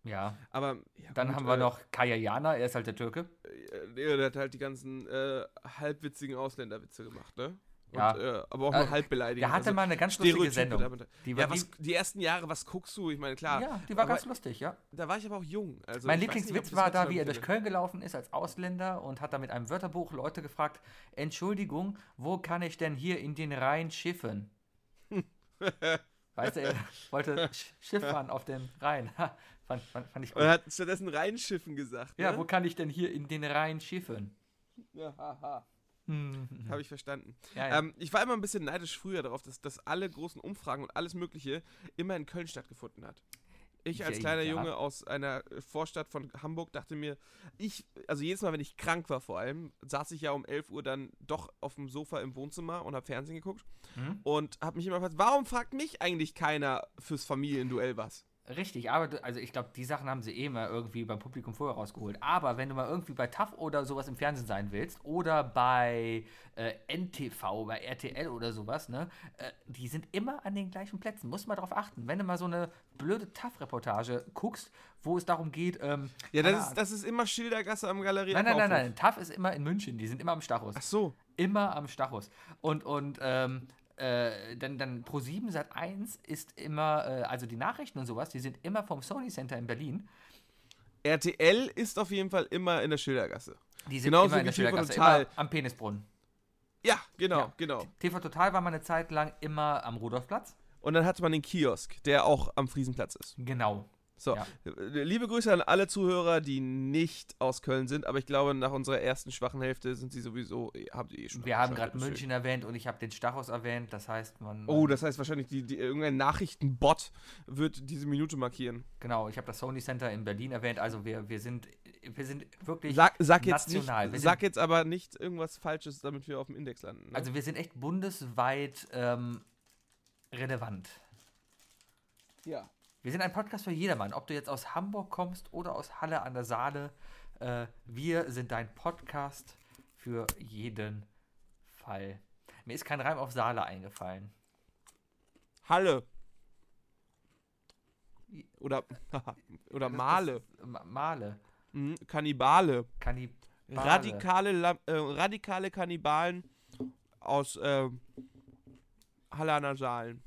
Speaker 1: Ja.
Speaker 2: Aber ja,
Speaker 1: Dann
Speaker 2: gut,
Speaker 1: haben wir
Speaker 2: äh,
Speaker 1: noch Kaya Jana, er ist halt der Türke.
Speaker 2: äh, nee, der hat halt die ganzen äh, halbwitzigen Ausländerwitze gemacht, ne? Und,
Speaker 1: Ja.
Speaker 2: äh, aber auch nur
Speaker 1: Äh,
Speaker 2: halb beleidigend.
Speaker 1: Der hatte
Speaker 2: also
Speaker 1: mal eine ganz lustige
Speaker 2: Stereotype
Speaker 1: Sendung.
Speaker 2: damit.
Speaker 1: Die war,
Speaker 2: Ja, was, die ersten Jahre, was guckst du? Ich meine, klar.
Speaker 1: ja, die war
Speaker 2: aber
Speaker 1: ganz lustig, ja.
Speaker 2: Da war ich aber auch jung. Also
Speaker 1: mein
Speaker 2: ich weiß nicht, ob
Speaker 1: Lieblingswitz
Speaker 2: das
Speaker 1: war
Speaker 2: heute
Speaker 1: da,
Speaker 2: noch
Speaker 1: wie er durch
Speaker 2: viele-
Speaker 1: Köln gelaufen ist als Ausländer und hat da mit einem Wörterbuch Leute gefragt, Entschuldigung, wo kann ich denn hier in den Rhein schiffen? weißt du, er wollte Sch- Schifffahren auf dem Rhein. Ha, fand, fand, fand ich
Speaker 2: Und
Speaker 1: gut.
Speaker 2: er hat stattdessen reinschiffen gesagt.
Speaker 1: Ja,
Speaker 2: ne?
Speaker 1: wo kann ich denn hier in den Rhein schiffen?
Speaker 2: Ja, haha.
Speaker 1: Hm.
Speaker 2: Habe ich verstanden.
Speaker 1: Ja, ja.
Speaker 2: Ähm, ich war immer ein bisschen neidisch früher darauf, dass, dass alle großen Umfragen und alles Mögliche immer in Köln stattgefunden hat. Ich als
Speaker 1: Ja,
Speaker 2: kleiner
Speaker 1: ja.
Speaker 2: Junge aus einer Vorstadt von Hamburg dachte mir, ich, also jedes Mal, wenn ich krank war vor allem, saß ich ja um 11 Uhr dann doch auf dem Sofa im Wohnzimmer und habe Fernsehen geguckt
Speaker 1: Mhm.
Speaker 2: und habe mich immer gefragt, warum fragt mich eigentlich keiner fürs Familienduell was?
Speaker 1: Richtig, aber du- also ich glaube, die Sachen haben sie eh mal irgendwie beim Publikum vorher rausgeholt. Aber wenn du mal irgendwie bei TAF oder sowas im Fernsehen sein willst oder bei äh, NTV, bei RTL oder sowas, ne, äh, die sind immer an den gleichen Plätzen. Muss mal drauf achten. Wenn du mal so eine blöde TAF-Reportage guckst, wo es darum geht, ähm,
Speaker 2: Ja,
Speaker 1: keine
Speaker 2: das ist,
Speaker 1: Ahnung.
Speaker 2: das ist immer Schildergasse am Galerie.
Speaker 1: Nein, nein, nein,
Speaker 2: Kaufhof.
Speaker 1: nein. TAF ist immer in München. Die sind immer am Stachus
Speaker 2: Ach so.
Speaker 1: immer am Stachus. Und, und ähm, äh, dann, dann Pro7 Sat 1 ist immer, äh, also die Nachrichten und sowas, die sind immer vom Sony Center in Berlin.
Speaker 2: RTL ist auf jeden Fall immer in der Schildergasse.
Speaker 1: Die sind
Speaker 2: Genauso
Speaker 1: immer in
Speaker 2: wie
Speaker 1: der
Speaker 2: TV
Speaker 1: Schildergasse,
Speaker 2: Total.
Speaker 1: immer am Penisbrunnen.
Speaker 2: Ja, genau,
Speaker 1: Ja.
Speaker 2: genau.
Speaker 1: TV Total war mal eine Zeit lang immer am Rudolfplatz.
Speaker 2: Und dann hatte man den Kiosk, der auch am Friesenplatz ist.
Speaker 1: Genau.
Speaker 2: So, äh,
Speaker 1: Ja.
Speaker 2: liebe Grüße an alle Zuhörer, die nicht aus Köln sind, aber ich glaube, nach unserer ersten schwachen Hälfte sind sie sowieso, eh, haben die eh schon.
Speaker 1: Wir haben
Speaker 2: abgeschaltet,
Speaker 1: gerade München
Speaker 2: deswegen.
Speaker 1: erwähnt und ich habe den Stachus erwähnt. Das heißt, man.
Speaker 2: Oh, das heißt wahrscheinlich, die, die, irgendein Nachrichtenbot wird diese Minute markieren.
Speaker 1: Genau, ich habe das Sony Center in Berlin erwähnt. Also wir, wir sind wir sind wirklich.
Speaker 2: Sag, sag, jetzt, nicht,
Speaker 1: national. Wir sind-
Speaker 2: sag jetzt aber nicht irgendwas Falsches, damit wir auf dem Index landen. Ne?
Speaker 1: Also wir sind echt bundesweit ähm, relevant.
Speaker 2: ja.
Speaker 1: Wir sind ein Podcast für jedermann, ob du jetzt aus Hamburg kommst oder aus Halle an der Saale. Äh, wir sind dein Podcast für jeden Fall. Mir ist kein Reim auf Saale eingefallen.
Speaker 2: Halle. Oder, oder Male.
Speaker 1: Das- äh, Ma- Male.
Speaker 2: Mhm, Kannibale.
Speaker 1: Kannib Bade.
Speaker 2: radikale, Lam- äh, radikale Kannibalen aus äh, Hallerner Saalen.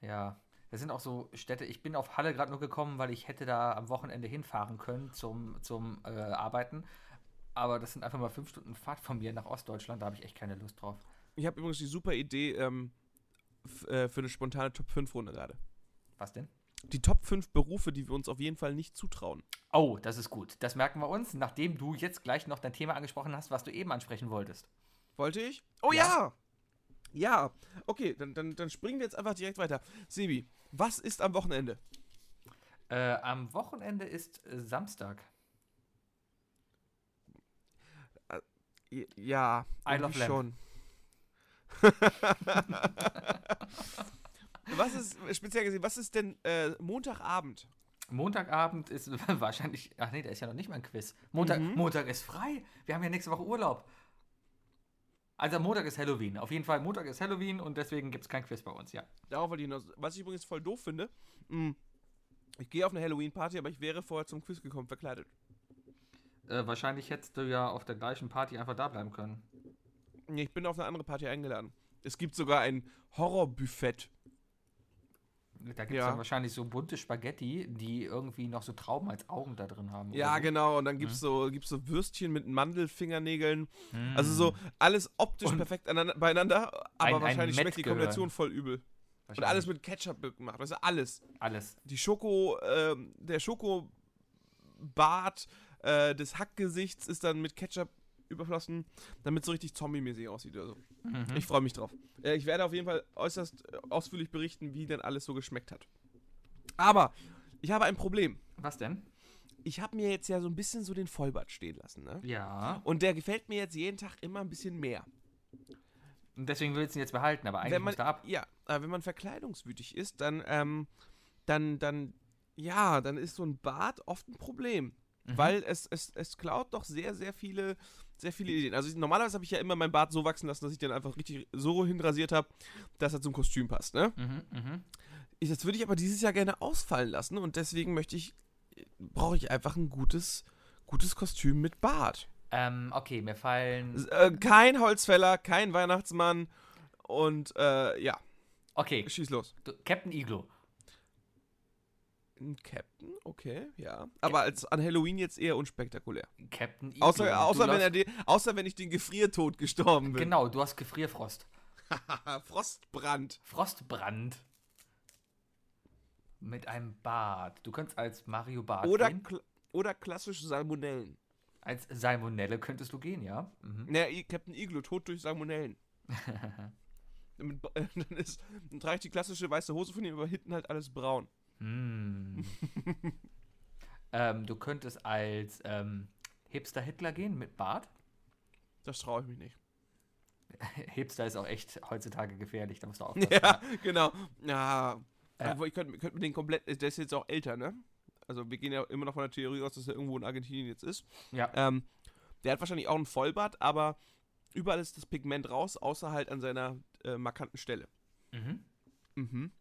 Speaker 1: ja. das sind auch so Städte. Ich bin auf Halle gerade nur gekommen, weil ich hätte da am Wochenende hinfahren können zum, zum äh, Arbeiten. Aber das sind einfach mal fünf Stunden Fahrt von mir nach Ostdeutschland. Da habe ich echt keine Lust drauf.
Speaker 2: Ich habe übrigens die super Idee ähm, f- äh, für eine spontane Top 5 Runde gerade.
Speaker 1: Was denn?
Speaker 2: Die Top 5 Berufe, die wir uns auf jeden Fall nicht zutrauen.
Speaker 1: Oh, das ist gut. Das merken wir uns, nachdem du jetzt gleich noch dein Thema angesprochen hast, was du eben ansprechen wolltest.
Speaker 2: Wollte ich? Oh ja!
Speaker 1: Ja.
Speaker 2: Ja, okay, dann, dann, dann springen wir jetzt einfach direkt weiter. Sebi, was ist am Wochenende?
Speaker 1: Äh, am Wochenende ist äh, Samstag.
Speaker 2: Ja,
Speaker 1: Isle of
Speaker 2: irgendwie
Speaker 1: Lamp.
Speaker 2: schon. was ist, speziell gesehen, was ist denn äh, Montagabend?
Speaker 1: Montagabend ist wahrscheinlich. Ach nee, da ist ja noch nicht mal ein Quiz. Montag,
Speaker 2: Mhm.
Speaker 1: Montag ist frei. Wir haben ja nächste Woche Urlaub. Also am Montag ist Halloween. Auf jeden Fall, Montag ist Halloween und deswegen gibt es kein Quiz bei uns, ja.
Speaker 2: Darauf wollte ich hinaus. Was ich übrigens voll doof finde, mm, ich gehe auf eine Halloween-Party, aber ich wäre vorher zum Quiz gekommen, verkleidet.
Speaker 1: Äh, wahrscheinlich hättest du ja auf der gleichen Party einfach da bleiben können.
Speaker 2: Nee, Ich bin auf eine andere Party eingeladen. Es gibt sogar ein Horrorbuffett.
Speaker 1: Da gibt es
Speaker 2: Ja.
Speaker 1: dann wahrscheinlich so bunte Spaghetti, die irgendwie noch so Trauben als Augen da drin haben.
Speaker 2: Ja,
Speaker 1: genau.
Speaker 2: genau. Und dann gibt es so, gibt's so Würstchen mit Mandelfingernägeln. Also so alles optisch
Speaker 1: Mhm. Und-
Speaker 2: perfekt aneinander- beieinander,
Speaker 1: Ein-
Speaker 2: aber
Speaker 1: ein
Speaker 2: wahrscheinlich schmeckt die
Speaker 1: Mettgehirn.
Speaker 2: Kombination voll übel. Und alles mit Ketchup gemacht. Also alles.
Speaker 1: Alles.
Speaker 2: Die Schoko, ähm, der Schokobart äh, des Hackgesichts ist dann mit Ketchup überflossen, damit es so richtig zombie-mäßig aussieht oder so. Ich freue mich drauf. Äh, ich werde auf jeden Fall äußerst äh, ausführlich berichten, wie denn alles so geschmeckt hat. Aber ich habe ein Problem.
Speaker 1: Was denn?
Speaker 2: Ich habe mir jetzt ja so ein bisschen so den Vollbart stehen lassen, ne?
Speaker 1: Ja.
Speaker 2: Und der gefällt mir jetzt jeden Tag immer ein bisschen mehr.
Speaker 1: Und deswegen willst du ihn jetzt behalten, aber eigentlich
Speaker 2: wenn man,
Speaker 1: muss er ab.
Speaker 2: Ja, äh, wenn man verkleidungswütig ist, dann, ähm, dann, dann, ja, dann ist so ein Bart oft ein Problem.
Speaker 1: Mhm.
Speaker 2: Weil es, es, es klaut doch sehr, sehr viele, sehr viele Ideen. Also ich, normalerweise habe ich ja immer meinen Bart so wachsen lassen, dass ich den einfach richtig so hinrasiert habe, dass er zum Kostüm passt, ne?
Speaker 1: Mhm, mhm.
Speaker 2: Ich, das würde ich aber dieses Jahr gerne ausfallen lassen und deswegen möchte ich, brauche ich einfach ein gutes, gutes Kostüm mit Bart.
Speaker 1: Ähm, okay, mir fallen.
Speaker 2: S- Äh, kein Holzfäller, kein Weihnachtsmann und, äh, ja,
Speaker 1: Okay,
Speaker 2: schieß los.
Speaker 1: du, Captain Iglo.
Speaker 2: Ein Captain, okay, ja. Aber als an Halloween jetzt eher unspektakulär.
Speaker 1: Captain Iglo.
Speaker 2: Außer,
Speaker 1: Du
Speaker 2: außer, wenn,
Speaker 1: läufst-
Speaker 2: er den, außer wenn ich den Gefriertod gestorben bin.
Speaker 1: Genau, du hast Gefrierfrost.
Speaker 2: Haha, Frostbrand.
Speaker 1: Frostbrand. Mit einem Bart. Du könntest als Mario Bart
Speaker 2: Oder,
Speaker 1: gehen.
Speaker 2: kl oder klassisch Salmonellen.
Speaker 1: Als Salmonelle könntest du gehen, ja? Mhm.
Speaker 2: Naja, I- eh, Captain Iglo, tot durch Salmonellen. Damit, ba- äh, dann, ist, dann trage ich die klassische weiße Hose von ihm, aber hinten halt alles braun.
Speaker 1: Hm. ähm, du könntest als ähm, Hipster Hitler gehen mit Bart.
Speaker 2: Das traue ich mich nicht.
Speaker 1: Hipster ist auch echt heutzutage gefährlich, da musst du aufpassen.
Speaker 2: Ja, genau. Ja.
Speaker 1: Ja.
Speaker 2: Obwohl, ich könnte könnt mir den komplett. Der ist jetzt auch älter, ne? Also, wir gehen ja immer noch von der Theorie aus, dass er irgendwo in Argentinien jetzt ist.
Speaker 1: Ja.
Speaker 2: Ähm, der hat wahrscheinlich auch einen Vollbart, aber überall ist das Pigment raus, außer halt an seiner äh, markanten Stelle.
Speaker 1: Mhm.
Speaker 2: Mhm.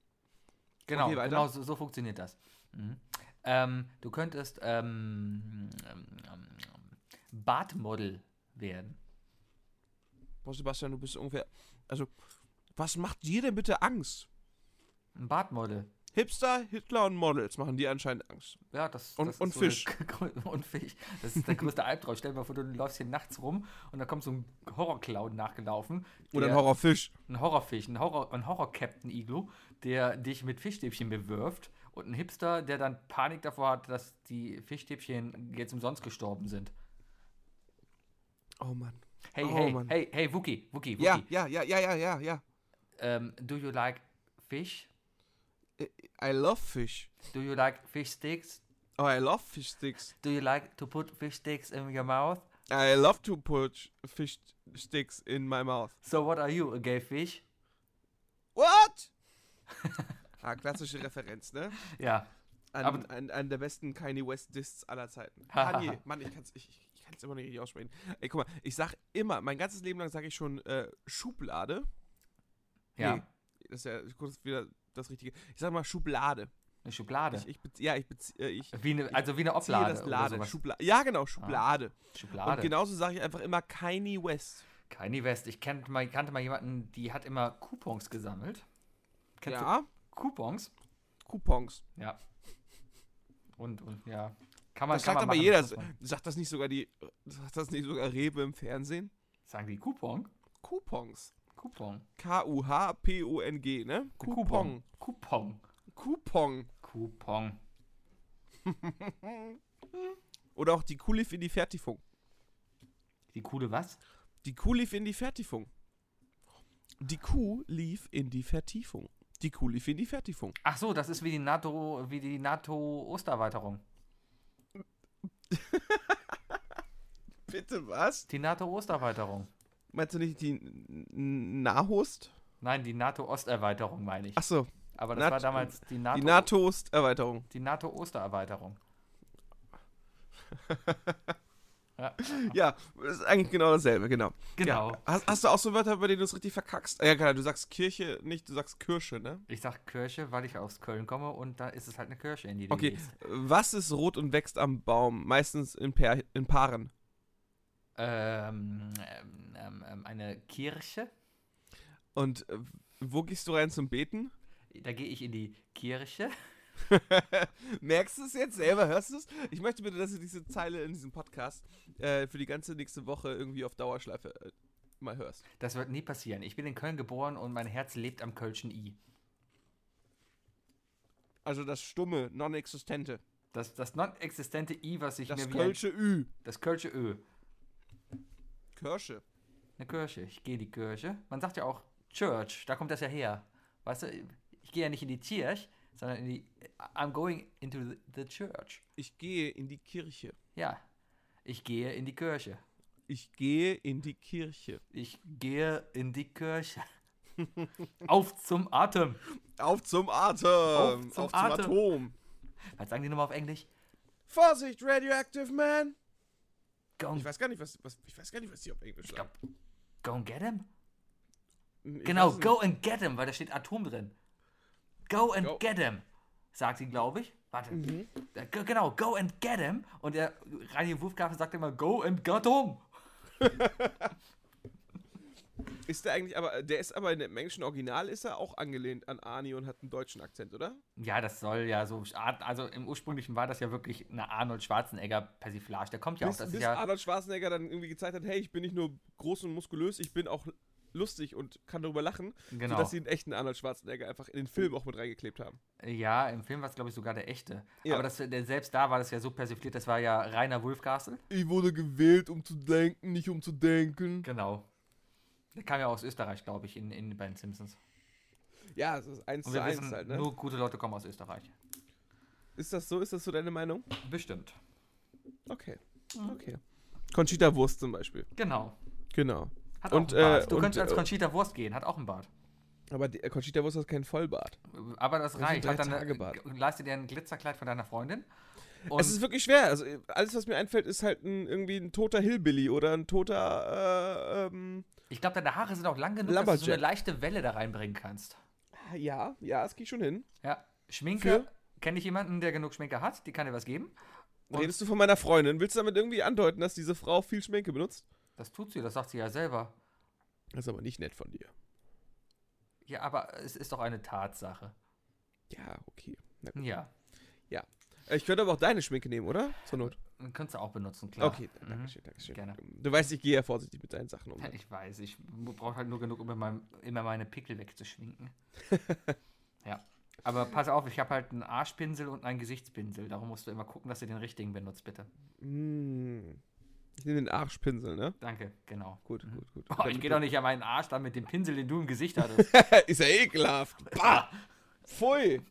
Speaker 1: Genau,
Speaker 2: Okay, weiter.
Speaker 1: genau so, so funktioniert das. Mhm. Ähm, du könntest ähm, ähm, ähm, Bartmodel werden.
Speaker 2: Boah, Sebastian, du bist ungefähr. Also, was macht dir denn bitte Angst?
Speaker 1: Ein Bartmodel.
Speaker 2: Hipster, Hitler und Models machen dir anscheinend Angst.
Speaker 1: Ja, das,
Speaker 2: Und-
Speaker 1: das
Speaker 2: und
Speaker 1: eine
Speaker 2: Fisch.
Speaker 1: gr- und Fisch. Das ist der größte Albtraum. Stell dir mal vor, du läufst hier nachts rum und da kommt so ein Horrorclown nachgelaufen.
Speaker 2: Oder ein
Speaker 1: der-
Speaker 2: Horrorfisch.
Speaker 1: Ein Horrorfisch, ein Horror, ein Horror-Captain Iglu, der dich mit Fischstäbchen bewirft. Und ein Hipster, der dann Panik davor hat, dass die Fischstäbchen jetzt umsonst gestorben sind.
Speaker 2: Oh Mann.
Speaker 1: Hey,
Speaker 2: Oh,
Speaker 1: hey,
Speaker 2: Mann.
Speaker 1: hey, hey, Wookie, Wookie, Wookie.
Speaker 2: Ja, ja, ja, ja, ja, ja, ja.
Speaker 1: ähm, do you like fish?
Speaker 2: I love fish.
Speaker 1: Do you like fish sticks?
Speaker 2: Oh, I love fish sticks.
Speaker 1: Do you like to put fish sticks in your mouth?
Speaker 2: I love to put fish sticks in my mouth.
Speaker 1: So what are you, a gay fish?
Speaker 2: What? ah, klassische Referenz, ne?
Speaker 1: Ja.
Speaker 2: An,
Speaker 1: Aber-
Speaker 2: an, an der besten Kanye West Discs aller Zeiten.
Speaker 1: Ha, ha,
Speaker 2: Kanye,
Speaker 1: ha.
Speaker 2: Mann, ich kann's, ich, ich kann's immer nicht richtig aussprechen. Ey, guck mal, ich sag immer, mein ganzes Leben lang sage ich schon äh, Schublade.
Speaker 1: Ja.
Speaker 2: Nee, Das ist ja kurz wieder das Richtige. Ich sag mal Schublade.
Speaker 1: Eine Schublade.
Speaker 2: Ich, ich bezie- ja, ich beziehe äh, ich
Speaker 1: wie eine, also wie eine
Speaker 2: ziehe
Speaker 1: Oblade
Speaker 2: das
Speaker 1: oder
Speaker 2: Lade.
Speaker 1: sowas. Ah,
Speaker 2: Schubla ja, genau, Schublade.
Speaker 1: Schublade.
Speaker 2: Und genau- genauso sage ich einfach immer Kanye West.
Speaker 1: Kanye West. Ich kannte mal, kannte mal jemanden, die hat immer Coupons gesammelt. Kennst
Speaker 2: ja,
Speaker 1: du Coupons?
Speaker 2: Coupons.
Speaker 1: Ja. Und, und ja. Kann man,
Speaker 2: das
Speaker 1: kann
Speaker 2: sagt
Speaker 1: man
Speaker 2: aber
Speaker 1: machen,
Speaker 2: jeder.
Speaker 1: muss man-
Speaker 2: Sagt das nicht sogar die. Sagt das nicht sogar Rewe im Fernsehen?
Speaker 1: Sagen die Coupon?
Speaker 2: Coupons.
Speaker 1: Coupon.
Speaker 2: K-U-H-P-O-N-G, ne? Coupon.
Speaker 1: Coupon.
Speaker 2: Coupon.
Speaker 1: Coupon.
Speaker 2: Oder auch die Kulif in die Fertifung.
Speaker 1: Die coole was?
Speaker 2: Die Kuh lief in die Fertifung. Die Kuh lief in die Vertiefung. Die Kuh lief in die Vertiefung.
Speaker 1: Ach so, das ist wie die NATO, wie die NATO-Osterweiterung.
Speaker 2: Bitte was?
Speaker 1: Die NATO-Osterweiterung.
Speaker 2: Meinst du nicht die N- N- Nahost?
Speaker 1: Nein, die NATO-Osterweiterung meine ich.
Speaker 2: Achso,
Speaker 1: Aber das
Speaker 2: Nat-
Speaker 1: war damals die NATO.
Speaker 2: die NATO-Osterweiterung.
Speaker 1: die NATO-Ostererweiterung. ja,
Speaker 2: Ja, das ist eigentlich genau dasselbe, genau.
Speaker 1: genau.
Speaker 2: Hast, hast du auch so Wörter, bei denen du es richtig verkackst? Ah Ja, klar, du sagst Kirche nicht, du sagst Kirsche, ne?
Speaker 1: Ich sag Kirche, weil ich aus Köln komme und da ist es halt eine Kirche, in die du
Speaker 2: Okay,
Speaker 1: gehst.
Speaker 2: was ist rot und wächst am Baum? Meistens in, Pär, in Paaren.
Speaker 1: Ähm, ähm, ähm, ähm, eine Kirche,
Speaker 2: Und äh, wo gehst du rein zum Beten?
Speaker 1: da gehe ich in die Kirche.
Speaker 2: Merkst du es jetzt selber? Hörst du es? Ich möchte bitte, dass du diese Zeile in diesem Podcast äh, für die ganze nächste Woche irgendwie auf Dauerschleife äh, mal hörst.
Speaker 1: Das wird nie passieren. Ich bin in Köln geboren und mein Herz lebt am Kölschen I.
Speaker 2: Also das stumme, non-existente.
Speaker 1: Das, das non-existente I, was ich
Speaker 2: Das
Speaker 1: mir wie ein,
Speaker 2: kölsche Ü.
Speaker 1: das Kölsche Ö.
Speaker 2: Kirsche.
Speaker 1: Eine Kirche. Ich gehe in die Kirche. Man sagt ja auch Church, da kommt das ja her. Weißt du, ich gehe ja nicht in die Kirche, sondern in die. I'm going into the, the church.
Speaker 2: Ich gehe in die Kirche.
Speaker 1: Ja. Ich gehe in die Kirche.
Speaker 2: Ich gehe in die Kirche.
Speaker 1: Ich gehe in die Kirche. auf zum Atem.
Speaker 2: Auf zum Atem.
Speaker 1: Auf
Speaker 2: Auf
Speaker 1: zum
Speaker 2: zum,
Speaker 1: Atem.
Speaker 2: Atom.
Speaker 1: Was sagen die nochmal auf Englisch?
Speaker 2: Vorsicht, Radioactive Man.
Speaker 1: Go,
Speaker 2: Ich weiß gar nicht, was, was ich weiß gar nicht, was die auf Englisch
Speaker 1: glaub,
Speaker 2: sagen.
Speaker 1: go and get him?
Speaker 2: Ich
Speaker 1: genau,
Speaker 2: weiß es
Speaker 1: go and get him, weil da steht Atom drin. Go and
Speaker 2: Go- Mhm.
Speaker 1: get him, sagt sie, glaube ich. Warte. Da- g- Genau, go and get him. Und der Reini Wurfgrafen sagt immer, go and get him.
Speaker 2: nicht. Ist der eigentlich, aber der ist aber in dem englischen Original ist er auch angelehnt an Arnie und hat einen deutschen Akzent, oder?
Speaker 1: Ja, das soll ja so. Ar- Also im ursprünglichen war das ja wirklich eine Arnold Schwarzenegger-Persiflage. Der kommt ja auch.
Speaker 2: bis,
Speaker 1: Das
Speaker 2: bis
Speaker 1: ist ja,
Speaker 2: Arnold Schwarzenegger dann irgendwie gezeigt hat, hey, ich bin nicht nur groß und muskulös, ich bin auch lustig und kann darüber lachen,
Speaker 1: Genau.
Speaker 2: sodass sie den echten Arnold Schwarzenegger einfach in den Film auch mit reingeklebt haben.
Speaker 1: ja, im Film war es, glaube ich, sogar der echte.
Speaker 2: Ja.
Speaker 1: Aber das, der, selbst da war das ja so persifliert, das war ja Rainer Wulfgastel.
Speaker 2: Ich wurde gewählt, um zu denken, nicht um zu denken.
Speaker 1: Genau. Der kam ja aus Österreich, glaube ich, in, in, bei den Simpsons.
Speaker 2: Ja, das ist eins
Speaker 1: Und
Speaker 2: zu
Speaker 1: wir
Speaker 2: eins
Speaker 1: wissen,
Speaker 2: halt, ne?
Speaker 1: nur gute Leute kommen aus Österreich.
Speaker 2: Ist das so? Ist das so deine Meinung?
Speaker 1: Bestimmt.
Speaker 2: Okay. Okay. Conchita Wurst zum Beispiel.
Speaker 1: Genau.
Speaker 2: Genau.
Speaker 1: Hat
Speaker 2: Und,
Speaker 1: auch einen Bart.
Speaker 2: äh,
Speaker 1: du
Speaker 2: und,
Speaker 1: könntest als
Speaker 2: äh,
Speaker 1: Conchita Wurst gehen, hat auch einen Bart.
Speaker 2: Aber die, äh, Conchita Wurst hat keinen Vollbart.
Speaker 1: Aber das
Speaker 2: ist ein
Speaker 1: reicht. Hat dann
Speaker 2: Drei-Tage-Bart.
Speaker 1: eine, äh, leistet dir ein Glitzerkleid von deiner Freundin. Und
Speaker 2: es ist wirklich schwer. Also äh, alles, was mir einfällt, ist halt ein, irgendwie ein toter Hillbilly oder ein toter, äh, ähm,
Speaker 1: ich glaube, deine Haare sind auch lang genug, dass du so eine
Speaker 2: Lumberjack.
Speaker 1: leichte Welle da reinbringen kannst.
Speaker 2: ja, ja, es geht schon hin.
Speaker 1: Ja. Schminke. Kenne ich jemanden, der genug Schminke hat? Die kann dir was geben. Und-
Speaker 2: Redest du von meiner Freundin? Willst du damit irgendwie andeuten, dass diese Frau viel Schminke benutzt?
Speaker 1: Das tut sie, das sagt sie ja selber.
Speaker 2: Das ist aber nicht nett von dir.
Speaker 1: Ja, aber es ist doch eine Tatsache.
Speaker 2: Ja, okay. Na gut.
Speaker 1: Ja.
Speaker 2: Äh, Ich könnte aber auch deine Schminke nehmen, oder? Zur Not.
Speaker 1: Könntest du auch benutzen, klar.
Speaker 2: Okay,
Speaker 1: Mhm.
Speaker 2: danke schön, danke schön.
Speaker 1: Gerne.
Speaker 2: Du weißt, ich gehe ja vorsichtig mit deinen Sachen um.
Speaker 1: Ja, Ich weiß, ich brauche halt nur genug, um immer, immer meine Pickel wegzuschminken. ja. Aber pass auf, ich habe halt einen Arschpinsel und einen Gesichtspinsel. Darum musst du immer gucken, dass du den richtigen benutzt, bitte.
Speaker 2: Mm. Ich nehme den Arschpinsel, ne?
Speaker 1: Danke, genau.
Speaker 2: Gut, gut, gut.
Speaker 1: Oh, ich
Speaker 2: Damit
Speaker 1: gehe
Speaker 2: du-
Speaker 1: doch nicht an meinen Arsch dann mit dem Pinsel, den du im Gesicht hattest.
Speaker 2: ist ja ekelhaft. Bah! Pfui!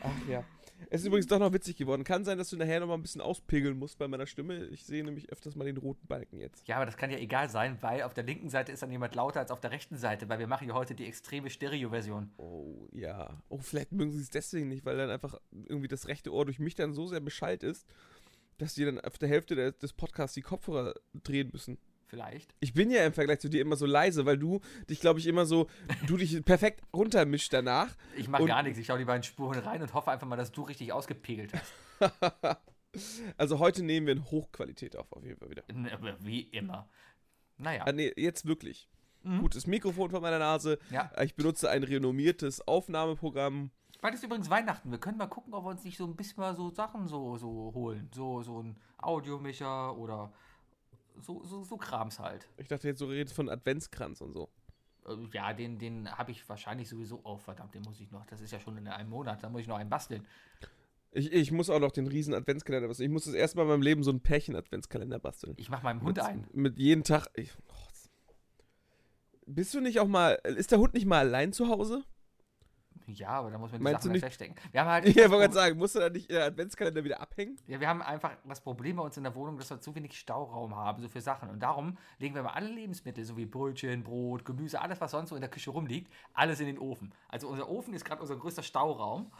Speaker 2: Ach ja. Es ist übrigens doch noch witzig geworden. Kann sein, dass du nachher noch mal ein bisschen auspegeln musst bei meiner Stimme. Ich sehe nämlich öfters mal den roten Balken jetzt.
Speaker 1: ja, aber das kann ja egal sein, weil auf der linken Seite ist dann jemand lauter als auf der rechten Seite, weil wir machen ja heute die extreme Stereo-Version.
Speaker 2: Oh, ja. Oh, vielleicht mögen sie es deswegen nicht, weil dann einfach irgendwie das rechte Ohr durch mich dann so sehr beschallt ist, dass die dann auf der Hälfte der, des Podcasts die Kopfhörer drehen müssen.
Speaker 1: Vielleicht.
Speaker 2: Ich bin ja im Vergleich zu dir immer so leise, weil du dich, glaube ich, immer so, du dich perfekt runtermischst danach.
Speaker 1: Ich mache
Speaker 2: Und-
Speaker 1: gar nichts. Ich schaue die beiden Spuren rein und hoffe einfach mal, dass du richtig ausgepegelt hast.
Speaker 2: Also heute nehmen wir in Hochqualität auf, auf jeden Fall wieder.
Speaker 1: äh, Wie immer. Naja.
Speaker 2: Ah, nee, jetzt wirklich. Gutes Mikrofon vor meiner Nase.
Speaker 1: Ja.
Speaker 2: Ich benutze ein renommiertes Aufnahmeprogramm.
Speaker 1: Bald ist übrigens Weihnachten. Wir können mal gucken, ob wir uns nicht so ein bisschen mal so Sachen so, so holen. So, so ein Audiomischer oder so, so, so Krams halt.
Speaker 2: Ich dachte jetzt, du redest von Adventskranz und so.
Speaker 1: Äh, Ja, den, den habe ich wahrscheinlich sowieso. Oh, verdammt, den muss ich noch. Das ist ja schon in einem Monat. Da muss ich noch einen basteln.
Speaker 2: Ich, ich muss auch noch den riesen Adventskalender basteln. Ich muss das erste Mal in meinem Leben so einen Pärchen-Adventskalender basteln.
Speaker 1: Ich mache meinem Hund
Speaker 2: mit,
Speaker 1: ein.
Speaker 2: Mit jedem Tag. Ich, oh, das- bist du nicht auch mal. Ist der Hund nicht mal allein zu Hause?
Speaker 1: Ja, aber da muss man die
Speaker 2: Meinst du
Speaker 1: Sachen nicht
Speaker 2: nicht-
Speaker 1: feststecken. Wir haben halt
Speaker 2: Ich wollte gerade sagen, musst du da nicht der Adventskalender wieder abhängen?
Speaker 1: Ja, wir haben einfach das Problem bei uns in der Wohnung, dass wir zu wenig Stauraum haben, so für Sachen. Und darum legen wir mal alle Lebensmittel, so wie Brötchen, Brot, Gemüse, alles, was sonst so in der Küche rumliegt, alles in den Ofen. Also unser Ofen ist gerade unser größter Stauraum,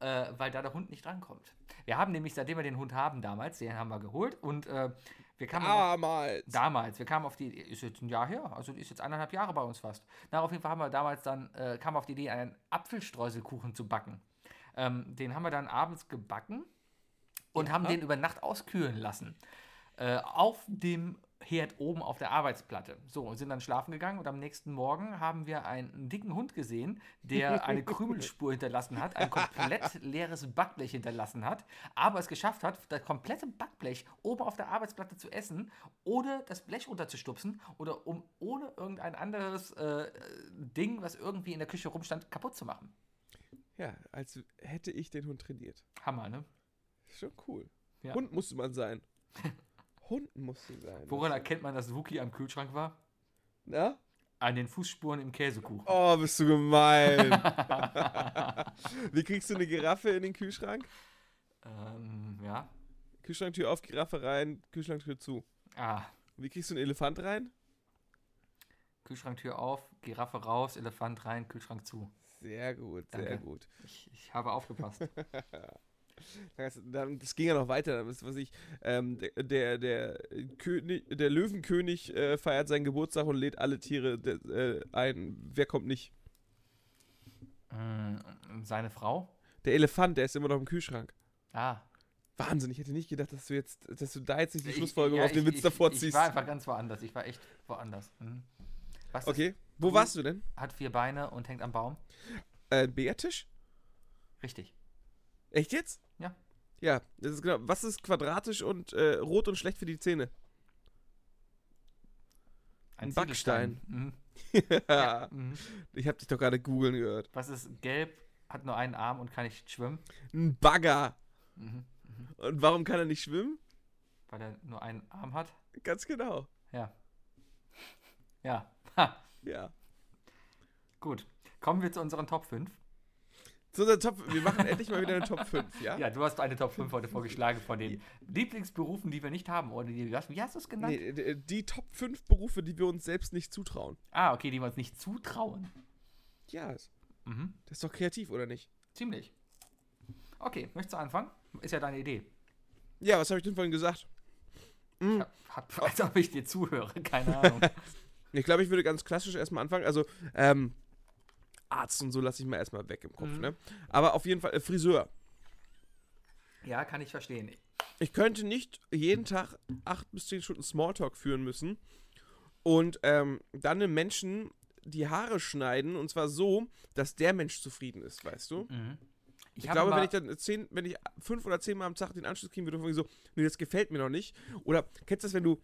Speaker 1: äh, weil da der Hund nicht drankommt. Wir haben nämlich, seitdem wir den Hund haben damals, den haben wir geholt und äh, wir kamen.
Speaker 2: Ah, Damals.
Speaker 1: Damals, wir kamen auf die, ist jetzt ein Jahr her, also ist jetzt eineinhalb Jahre bei uns fast. Na, auf jeden Fall haben wir damals dann, äh, kamen wir auf die Idee, einen Apfelstreuselkuchen zu backen. Ähm, den haben wir dann abends gebacken und haben den über Nacht auskühlen lassen. Äh, auf dem Herd oben auf der Arbeitsplatte. So, und sind dann schlafen gegangen und am nächsten Morgen haben wir einen dicken Hund gesehen, der eine Krümelspur hinterlassen hat, ein komplett leeres Backblech hinterlassen hat, aber es geschafft hat, das komplette Backblech oben auf der Arbeitsplatte zu essen, ohne das Blech runterzustupsen oder um ohne irgendein anderes äh, Ding, was irgendwie in der Küche rumstand, kaputt zu machen.
Speaker 2: Ja, als hätte ich den Hund trainiert.
Speaker 1: Hammer, ne?
Speaker 2: Ist Schon cool.
Speaker 1: Ja.
Speaker 2: Hund musste man sein. Hund musste sein.
Speaker 1: Woran erkennt man, dass Wookie am Kühlschrank war?
Speaker 2: Na?
Speaker 1: An den Fußspuren im Käsekuchen.
Speaker 2: Oh, bist du gemein. Wie kriegst du eine Giraffe in den Kühlschrank?
Speaker 1: Ähm, ja.
Speaker 2: Kühlschranktür auf, Giraffe rein, Kühlschranktür zu.
Speaker 1: Ah,
Speaker 2: Wie kriegst du einen Elefant rein?
Speaker 1: Kühlschranktür auf, Giraffe raus, Elefant rein, Kühlschrank zu.
Speaker 2: Sehr gut, sehr
Speaker 1: Danke.
Speaker 2: gut.
Speaker 1: Ich, ich habe aufgepasst.
Speaker 2: Das, dann, das ging ja noch weiter. Dann, was weiß ich, ähm, der, der, der, König, der Löwenkönig äh, feiert seinen Geburtstag und lädt alle Tiere de, äh, ein. Wer kommt nicht?
Speaker 1: Mm, Seine Frau?
Speaker 2: Der Elefant, der ist immer noch im Kühlschrank.
Speaker 1: Ah.
Speaker 2: Wahnsinn, ich hätte nicht gedacht, dass du jetzt, dass du da jetzt nicht die
Speaker 1: Ich-
Speaker 2: Schlussfolgerung
Speaker 1: ja,
Speaker 2: auf den
Speaker 1: ich-
Speaker 2: Witz
Speaker 1: ich,
Speaker 2: davor
Speaker 1: Ich
Speaker 2: ziehst.
Speaker 1: war einfach ganz woanders. Ich war echt woanders. Mhm. Was okay.
Speaker 2: okay, wo warst du denn?
Speaker 1: ist, hat vier Beine und hängt am Baum?
Speaker 2: Äh, Bärtisch?
Speaker 1: Richtig.
Speaker 2: Echt jetzt?
Speaker 1: Ja.
Speaker 2: Ja, das ist genau. Was ist quadratisch und äh, rot und schlecht für die Zähne? Ein Backstein.
Speaker 1: Ziegelstein. Mhm.
Speaker 2: ja.
Speaker 1: Mhm.
Speaker 2: Ich hab dich doch gerade googeln gehört.
Speaker 1: Was ist gelb, hat nur einen Arm und kann nicht schwimmen?
Speaker 2: Ein Bagger.
Speaker 1: Mhm.
Speaker 2: Und warum kann er nicht schwimmen?
Speaker 1: Weil er nur einen Arm hat?
Speaker 2: Ganz genau.
Speaker 1: Ja. Ja. Ha.
Speaker 2: Ja.
Speaker 1: Gut. Kommen wir zu unseren Top 5.
Speaker 2: Zu unserem Top. Wir machen endlich mal wieder eine Top 5, ja?
Speaker 1: Ja, du hast eine Top 5 heute vorgeschlagen von den Lieblingsberufen, die wir nicht haben. Oder die, wie hast du es genannt?
Speaker 2: Nee, d- die Top 5 Berufe, die wir uns selbst nicht zutrauen.
Speaker 1: Ah, okay, die wir uns nicht zutrauen.
Speaker 2: Ja, das
Speaker 1: Mhm.
Speaker 2: ist doch kreativ, oder nicht?
Speaker 1: Ziemlich. Okay, möchtest du anfangen? Ist ja deine Idee.
Speaker 2: Ja, was habe ich denn vorhin gesagt? Hm.
Speaker 1: Ich hab, hab, als ob ich dir zuhöre, keine Ahnung.
Speaker 2: Ich glaube, ich würde ganz klassisch erstmal anfangen. Also, ähm, Arzt und so lasse ich mal erstmal weg im Kopf,
Speaker 1: Mhm.
Speaker 2: ne? Aber auf jeden Fall, äh, Friseur.
Speaker 1: ja, kann ich verstehen.
Speaker 2: Ich könnte nicht jeden Tag acht bis zehn Stunden Smalltalk führen müssen und ähm, dann einem Menschen die Haare schneiden und zwar so, dass der Mensch zufrieden ist, weißt du?
Speaker 1: Mhm. Ich,
Speaker 2: Ich,
Speaker 1: habe
Speaker 2: glaube,
Speaker 1: mal,
Speaker 2: wenn ich dann zehn, wenn ich fünf oder zehnmal am Tag den Anschluss kriegen würde, irgendwie so, nee, das gefällt mir noch nicht. Oder kennst du das, wenn du,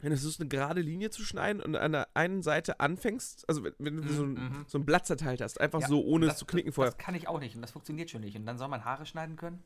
Speaker 2: wenn du versuchst, eine gerade Linie zu schneiden und an der einen Seite anfängst, also wenn, wenn du so, ein,
Speaker 1: mhm.
Speaker 2: so ein Blatt zerteilt hast, einfach
Speaker 1: Ja,
Speaker 2: so, ohne es
Speaker 1: das-
Speaker 2: zu knicken vorher.
Speaker 1: Das kann ich auch nicht und das funktioniert schon nicht. Und dann soll man Haare schneiden können?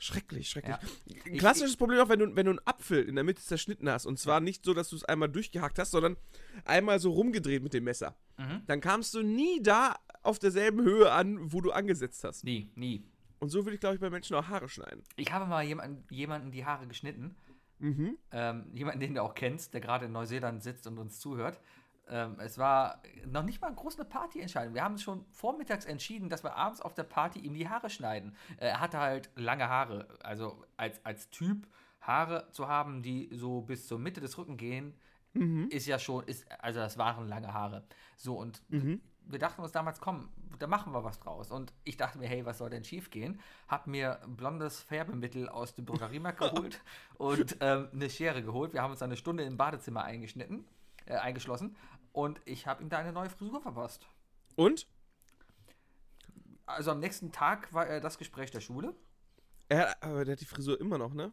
Speaker 2: Schrecklich, schrecklich.
Speaker 1: Ja.
Speaker 2: Ein klassisches Problem auch, wenn du, wenn du einen Apfel in der Mitte zerschnitten hast. Und zwar nicht so, dass du es einmal durchgehackt hast, sondern einmal so rumgedreht mit dem Messer.
Speaker 1: Mhm.
Speaker 2: Dann kamst du nie da auf derselben Höhe an, wo du angesetzt hast.
Speaker 1: Nie, nie.
Speaker 2: Und so würde ich, glaube ich, bei Menschen auch Haare schneiden.
Speaker 1: Ich habe mal jemanden, jemanden die Haare geschnitten.
Speaker 2: Mhm.
Speaker 1: Ähm, jemanden, den du auch kennst, der gerade in Neuseeland sitzt und uns zuhört. Ähm, es war noch nicht mal groß eine Partyentscheidung. Wir haben schon vormittags entschieden, dass wir abends auf der Party ihm die Haare schneiden. Äh, Er hatte halt lange Haare. Also als, als Typ Haare zu haben, die so bis zur Mitte des Rücken gehen,
Speaker 2: Mhm.
Speaker 1: ist ja schon, ist, also das waren lange Haare. So, und
Speaker 2: Mhm.
Speaker 1: wir dachten uns damals, komm, da machen wir was draus. Und ich dachte mir, hey, was soll denn schief gehen? Hab mir blondes Färbemittel aus dem Drogeriemarkt geholt und ähm, eine Schere geholt. Wir haben uns eine Stunde im Badezimmer eingeschnitten, äh, eingeschlossen und ich habe ihm da eine neue Frisur verpasst.
Speaker 2: Und?
Speaker 1: also am nächsten Tag war äh, das Gespräch der Schule.
Speaker 2: Er, aber der hat die Frisur immer noch, ne?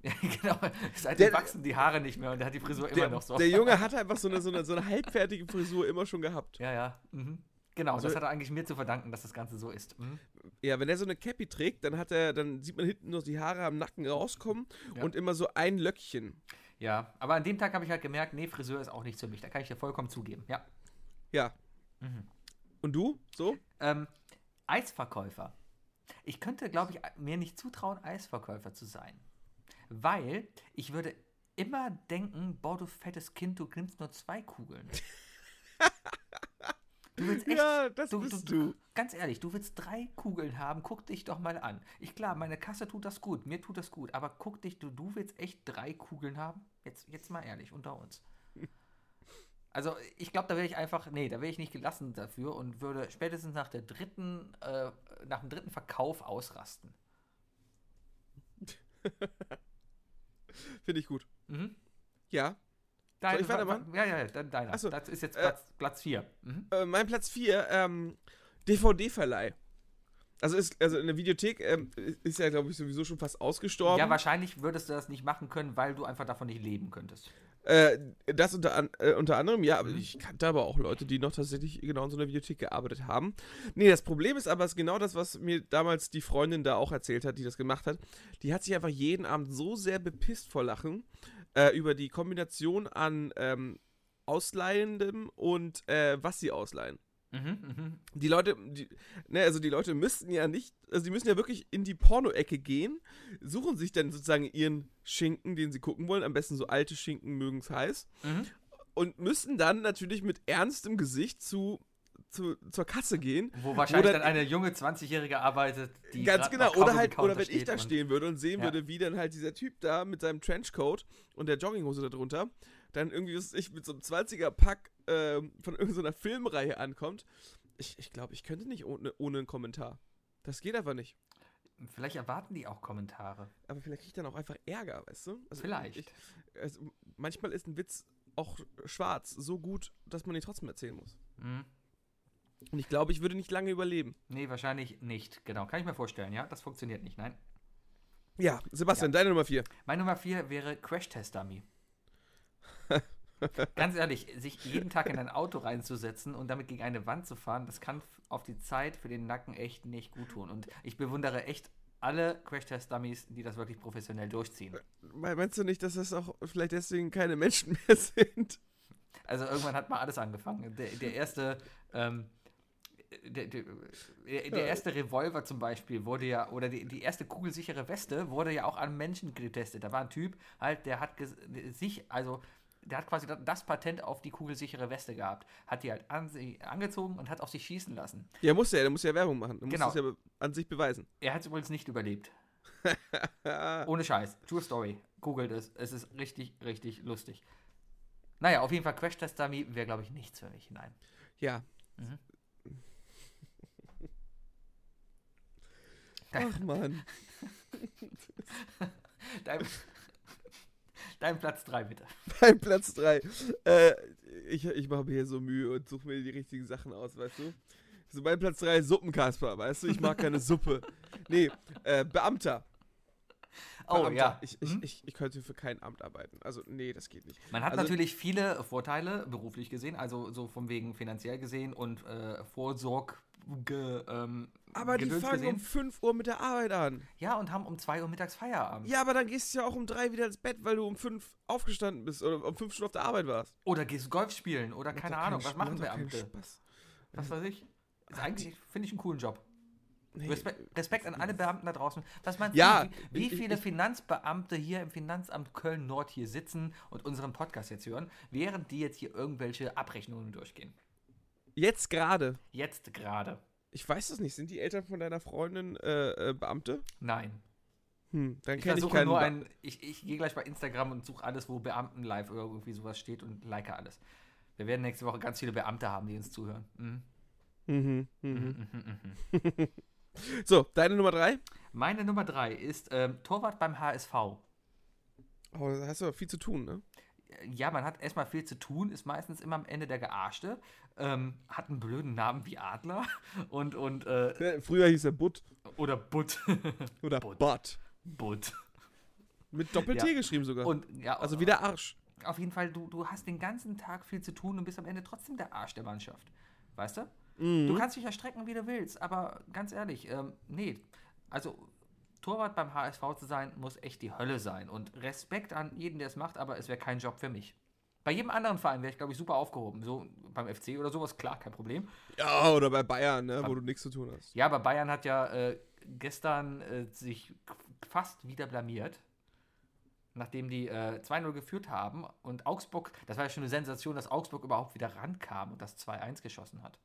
Speaker 1: Ja, genau. Seitdem
Speaker 2: Der-
Speaker 1: wachsen die Haare nicht mehr und der hat die Frisur immer
Speaker 2: Der,
Speaker 1: noch so.
Speaker 2: der Junge hat einfach so eine, so, eine, so eine halbfertige Frisur immer schon gehabt.
Speaker 1: ja, ja. Mhm. Genau,
Speaker 2: Also-
Speaker 1: das hat er eigentlich mir zu verdanken, dass das Ganze so ist. Mhm.
Speaker 2: Ja, wenn er so eine Cappy trägt, dann hat er, dann sieht man hinten noch die Haare am Nacken rauskommen
Speaker 1: Ja.
Speaker 2: und immer so ein Löckchen.
Speaker 1: Ja, aber an dem Tag habe ich halt gemerkt, nee, Friseur ist auch nichts für mich. Da kann ich dir vollkommen zugeben. Ja.
Speaker 2: Ja.
Speaker 1: Mhm.
Speaker 2: Und du? So?
Speaker 1: Ähm, Eisverkäufer. Ich könnte, glaube ich, mir nicht zutrauen, Eisverkäufer zu sein. Weil ich würde immer denken, boah, du fettes Kind, du nimmst nur zwei Kugeln. Du willst echt,
Speaker 2: Ja, das bist du.
Speaker 1: Ganz ehrlich, du willst drei Kugeln haben, guck dich doch mal an. Ich klar, meine Kasse tut das gut, mir tut das gut, aber guck dich, du, du willst echt drei Kugeln haben? Jetzt, jetzt mal ehrlich, unter uns. Also ich glaube, da wäre ich einfach, nee, da wäre ich nicht gelassen dafür und würde spätestens nach der dritten, äh, nach dem dritten Verkauf ausrasten.
Speaker 2: Finde ich gut.
Speaker 1: Mhm.
Speaker 2: Ja.
Speaker 1: Dein,
Speaker 2: ich weitermachen?
Speaker 1: Ja, ja, ja, dann deiner.
Speaker 2: Ach so,
Speaker 1: Das ist jetzt
Speaker 2: äh,
Speaker 1: Platz, Platz vier. Mhm.
Speaker 2: Äh, mein Platz 4, ähm, DVD-Verleih. Also ist, also in der Videothek ähm, ist ja, glaube ich, sowieso schon fast ausgestorben.
Speaker 1: Ja, wahrscheinlich würdest du das nicht machen können, weil du einfach davon nicht leben könntest.
Speaker 2: Äh, das unter, an, äh, unter anderem, ja, aber ich kannte aber auch Leute, die noch tatsächlich genau in so einer Videothek gearbeitet haben. Nee, das Problem ist aber, ist genau das, was mir damals die Freundin da auch erzählt hat, die das gemacht hat. Die hat sich einfach jeden Abend so sehr bepisst vor Lachen äh, über die Kombination an ähm, Ausleihendem und äh, was sie ausleihen.
Speaker 1: Mhm, mhm.
Speaker 2: die Leute, die, ne, also die Leute müssten ja nicht, also die müssen ja wirklich in die Porno-Ecke gehen, suchen sich dann sozusagen ihren Schinken, den sie gucken wollen, am besten so alte Schinken mögen es heiß,
Speaker 1: Mhm.
Speaker 2: und müssen dann natürlich mit ernstem Gesicht zu, zu, zur Kasse gehen.
Speaker 1: Wo wahrscheinlich
Speaker 2: Oder-
Speaker 1: dann eine junge 20-Jährige arbeitet, die.
Speaker 2: Ganz
Speaker 1: grad
Speaker 2: genau,
Speaker 1: noch
Speaker 2: oder
Speaker 1: kaum auf dem
Speaker 2: halt,
Speaker 1: Counter
Speaker 2: oder wenn ich
Speaker 1: steht
Speaker 2: da
Speaker 1: und-
Speaker 2: stehen würde und sehen
Speaker 1: Ja.
Speaker 2: würde, wie dann halt dieser Typ da mit seinem Trenchcoat und der Jogginghose darunter, dann irgendwie, was weiß ich, mit so einem 20er-Pack ähm, von irgendeiner Filmreihe ankommt. Ich, ich glaube, ich könnte nicht ohne, ohne einen Kommentar. Das geht einfach nicht.
Speaker 1: Vielleicht erwarten die auch Kommentare.
Speaker 2: Aber vielleicht kriege ich dann auch einfach Ärger, weißt du? Also
Speaker 1: Vielleicht.
Speaker 2: Ich, also manchmal ist ein Witz auch schwarz, so gut, dass man ihn trotzdem erzählen muss.
Speaker 1: Hm.
Speaker 2: Und ich glaube, ich würde nicht lange überleben.
Speaker 1: Nee, wahrscheinlich nicht. Genau, kann ich mir vorstellen, ja? Das funktioniert nicht, nein.
Speaker 2: Ja, Sebastian, deine Nummer 4.
Speaker 1: Meine Nummer 4 wäre Crash-Test-Dummy. Ganz ehrlich, sich jeden Tag in ein Auto reinzusetzen und damit gegen eine Wand zu fahren, das kann f- auf die Zeit für den Nacken echt nicht gut tun. Und ich bewundere echt alle Crash-Test-Dummies, die das wirklich professionell durchziehen.
Speaker 2: Meinst du nicht, dass das auch vielleicht deswegen keine Menschen mehr sind?
Speaker 1: Also irgendwann hat mal alles angefangen. Der, der erste, ähm, der, der, der der erste Revolver zum Beispiel wurde ja, oder die, die erste kugelsichere Weste wurde ja auch an Menschen getestet. Da war ein Typ, halt, der hat ges- sich, also der hat quasi da- das Patent auf die kugelsichere Weste gehabt. Hat die halt an, sie- angezogen und hat auf sich schießen lassen.
Speaker 2: Ja, muss ja, der muss ja Werbung machen. Der
Speaker 1: Genau.
Speaker 2: muss das ja be- an sich beweisen.
Speaker 1: Er hat es übrigens nicht überlebt. Ohne Scheiß. True Story. Googelt es. Es ist richtig, richtig lustig. Naja, auf jeden Fall Crash Test Dummy wäre, glaube ich, nichts für mich. Nein.
Speaker 2: Ja.
Speaker 1: Mhm.
Speaker 2: Ach man.
Speaker 1: Dein, dein Platz 3, bitte.
Speaker 2: Bei Platz 3. Äh, ich ich mache mir hier so Mühe und suche mir die richtigen Sachen aus, weißt du? So bei Platz 3 Suppenkasper, weißt du? Ich mag keine Suppe. Nee, äh, Beamter.
Speaker 1: Oh
Speaker 2: Beamter.
Speaker 1: ja. Mhm.
Speaker 2: Ich, ich, ich, ich könnte für kein Amt arbeiten. Also, nee, das geht nicht.
Speaker 1: Man hat
Speaker 2: also-
Speaker 1: natürlich viele Vorteile beruflich gesehen, also so von wegen finanziell gesehen und äh, Vorsorg. Ge, ähm,
Speaker 2: Aber die
Speaker 1: Gedöns
Speaker 2: fangen um 5 Uhr mit der Arbeit an.
Speaker 1: Ja, und haben um 2 Uhr mittags Feierabend.
Speaker 2: Ja, aber dann gehst du ja auch um 3 wieder ins Bett, weil du um 5 aufgestanden bist oder um 5 schon auf der Arbeit warst.
Speaker 1: Oder gehst Golf spielen oder keine
Speaker 2: Macht doch
Speaker 1: Ahnung,
Speaker 2: keinen
Speaker 1: was
Speaker 2: Spaß,
Speaker 1: machen
Speaker 2: macht doch keinen
Speaker 1: Beamte?
Speaker 2: Spaß.
Speaker 1: Was weiß ich. Ist eigentlich, finde ich, einen coolen Job.
Speaker 2: Nee.
Speaker 1: Respekt, Respekt an alle Beamten da draußen. Was meinst
Speaker 2: Ja,
Speaker 1: du, wie, wie
Speaker 2: ich- ich-
Speaker 1: viele Finanzbeamte hier im Finanzamt Köln-Nord hier sitzen und unseren Podcast jetzt hören, während die jetzt hier irgendwelche Abrechnungen durchgehen?
Speaker 2: Jetzt gerade.
Speaker 1: Jetzt gerade.
Speaker 2: Ich weiß es nicht. Sind die Eltern von deiner Freundin äh, äh, Beamte?
Speaker 1: Nein.
Speaker 2: Hm, dann
Speaker 1: Ich
Speaker 2: kenne ich,
Speaker 1: versuche
Speaker 2: keinen.
Speaker 1: nur
Speaker 2: Ba-
Speaker 1: ein. Ich, ich gehe gleich bei Instagram und suche alles, wo Beamten live oder irgendwie sowas steht und like alles. Wir werden nächste Woche ganz viele Beamte haben, die uns zuhören. Mhm.
Speaker 2: Mhm, mhm. so, deine Nummer 3?
Speaker 1: Meine Nummer drei ist ähm, Torwart beim HSV.
Speaker 2: Oh, da hast du aber viel zu tun, ne?
Speaker 1: ja, man hat erstmal viel zu tun, ist meistens immer am Ende der Gearschte, ähm, hat einen blöden Namen wie Adler und, und äh,
Speaker 2: Ja, Früher hieß er Butt
Speaker 1: oder Butt.
Speaker 2: oder
Speaker 1: Butt.
Speaker 2: Butt.
Speaker 1: Butt.
Speaker 2: Mit Doppel-T
Speaker 1: Ja.
Speaker 2: geschrieben sogar.
Speaker 1: Und ja,
Speaker 2: also wie der Arsch.
Speaker 1: auf jeden Fall, du, du hast den ganzen Tag viel zu tun und bist am Ende trotzdem der Arsch der Mannschaft. Weißt du? Du kannst dich erstrecken, wie du willst, aber ganz ehrlich, ähm, nee. Also, Torwart beim HSV zu sein, muss echt die Hölle sein. Und Respekt an jeden, der es macht, aber es wäre kein Job für mich. Bei jedem anderen Verein wäre ich, glaube ich, super aufgehoben. So beim FC oder sowas, klar, kein Problem.
Speaker 2: Ja, oder bei Bayern, ne, wo du nichts zu tun hast.
Speaker 1: Ja, aber Bayern hat ja äh, gestern äh, sich k- fast wieder blamiert, nachdem die äh, 2-0 geführt haben und Augsburg, das war ja schon eine Sensation, dass Augsburg überhaupt wieder rankam und das 2-1 geschossen hat.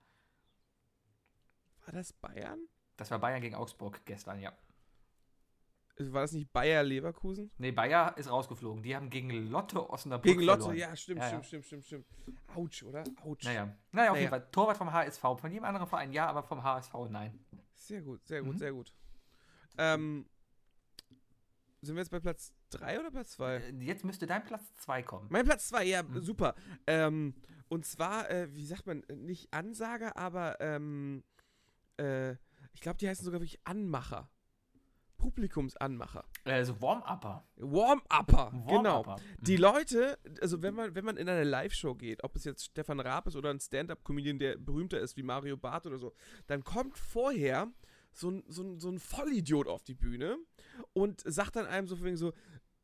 Speaker 2: War das Bayern?
Speaker 1: Das war Bayern gegen Augsburg gestern, ja.
Speaker 2: War das nicht Bayer Leverkusen?
Speaker 1: Nee, Bayer ist rausgeflogen. Die haben gegen Lotte Osnabrück
Speaker 2: Gegen Lotte,
Speaker 1: verloren.
Speaker 2: ja, stimmt,
Speaker 1: Ja, ja.
Speaker 2: stimmt, stimmt, stimmt, stimmt. Autsch, oder? Autsch.
Speaker 1: Naja, naja auf
Speaker 2: Naja.
Speaker 1: jeden Fall. Torwart vom HSV. Von jedem anderen Verein ja, aber vom HSV nein.
Speaker 2: Sehr gut, sehr gut,
Speaker 1: Mhm.
Speaker 2: sehr gut. Ähm, sind wir jetzt bei Platz 3 oder Platz 2?
Speaker 1: Äh, mhm. Jetzt müsste dein Platz 2 kommen.
Speaker 2: Mein Platz 2, ja, super. Ähm, und zwar, äh, wie sagt man, äh, nicht Ansager, aber ähm, äh, ich glaube, die heißen sogar wirklich Anmacher. Publikumsanmacher.
Speaker 1: Äh, so Warm-Upper.
Speaker 2: Warm-Upper, genau.
Speaker 1: Warm-Upper.
Speaker 2: Die Leute, also wenn man, wenn man in eine Live-Show geht, ob es jetzt Stefan Raab ist oder ein Stand-Up-Comedian, der berühmter ist wie Mario Barth oder so, dann kommt vorher so ein, so ein, so ein Vollidiot auf die Bühne und sagt dann einem so von wegen so,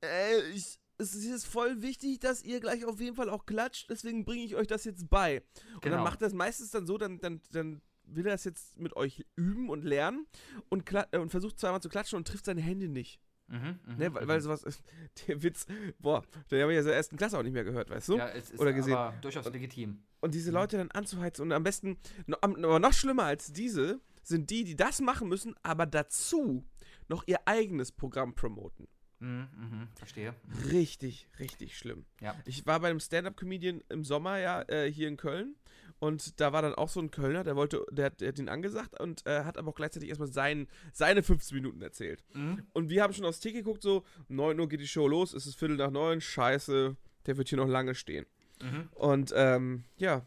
Speaker 2: äh, ich, es ist jetzt voll wichtig, dass ihr gleich auf jeden Fall auch klatscht, deswegen bringe ich euch das jetzt bei. Und dann
Speaker 1: Genau.
Speaker 2: macht er es meistens dann so, dann, dann, dann will er das jetzt mit euch üben und lernen und, kla- äh, und versucht zweimal zu klatschen und trifft seine Hände nicht.
Speaker 1: Mhm, mhm,
Speaker 2: Ne, weil,
Speaker 1: mhm.
Speaker 2: weil sowas, der Witz, boah, den habe ich ja seit der ersten Klasse auch nicht mehr gehört, weißt du?
Speaker 1: Ja, Mhm. es ist
Speaker 2: Oder gesehen.
Speaker 1: aber durchaus legitim.
Speaker 2: Und diese Leute dann anzuheizen und am besten, no- am- aber noch schlimmer als diese, sind die, die das machen müssen, aber dazu noch ihr eigenes Programm promoten.
Speaker 1: Mhm, mhm, verstehe.
Speaker 2: Richtig, richtig schlimm.
Speaker 1: Ja.
Speaker 2: Ich war bei einem Stand-Up-Comedian im Sommer ja äh, hier in Köln und da war dann auch so ein Kölner, der wollte, der, hat- der hat ihn angesagt und äh, hat aber auch gleichzeitig erstmal sein, seine 15 Minuten erzählt.
Speaker 1: Mhm.
Speaker 2: Und wir haben schon aufs Tick geguckt, so, 9 Uhr geht die Show los, es ist Viertel nach neun, scheiße, der wird hier noch lange stehen.
Speaker 1: Mhm.
Speaker 2: Und ähm, ja,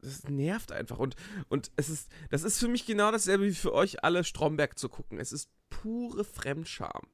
Speaker 2: das nervt einfach. Und, und es ist, das ist für mich genau dasselbe wie für euch alle Stromberg zu gucken. Es ist pure Fremdscham.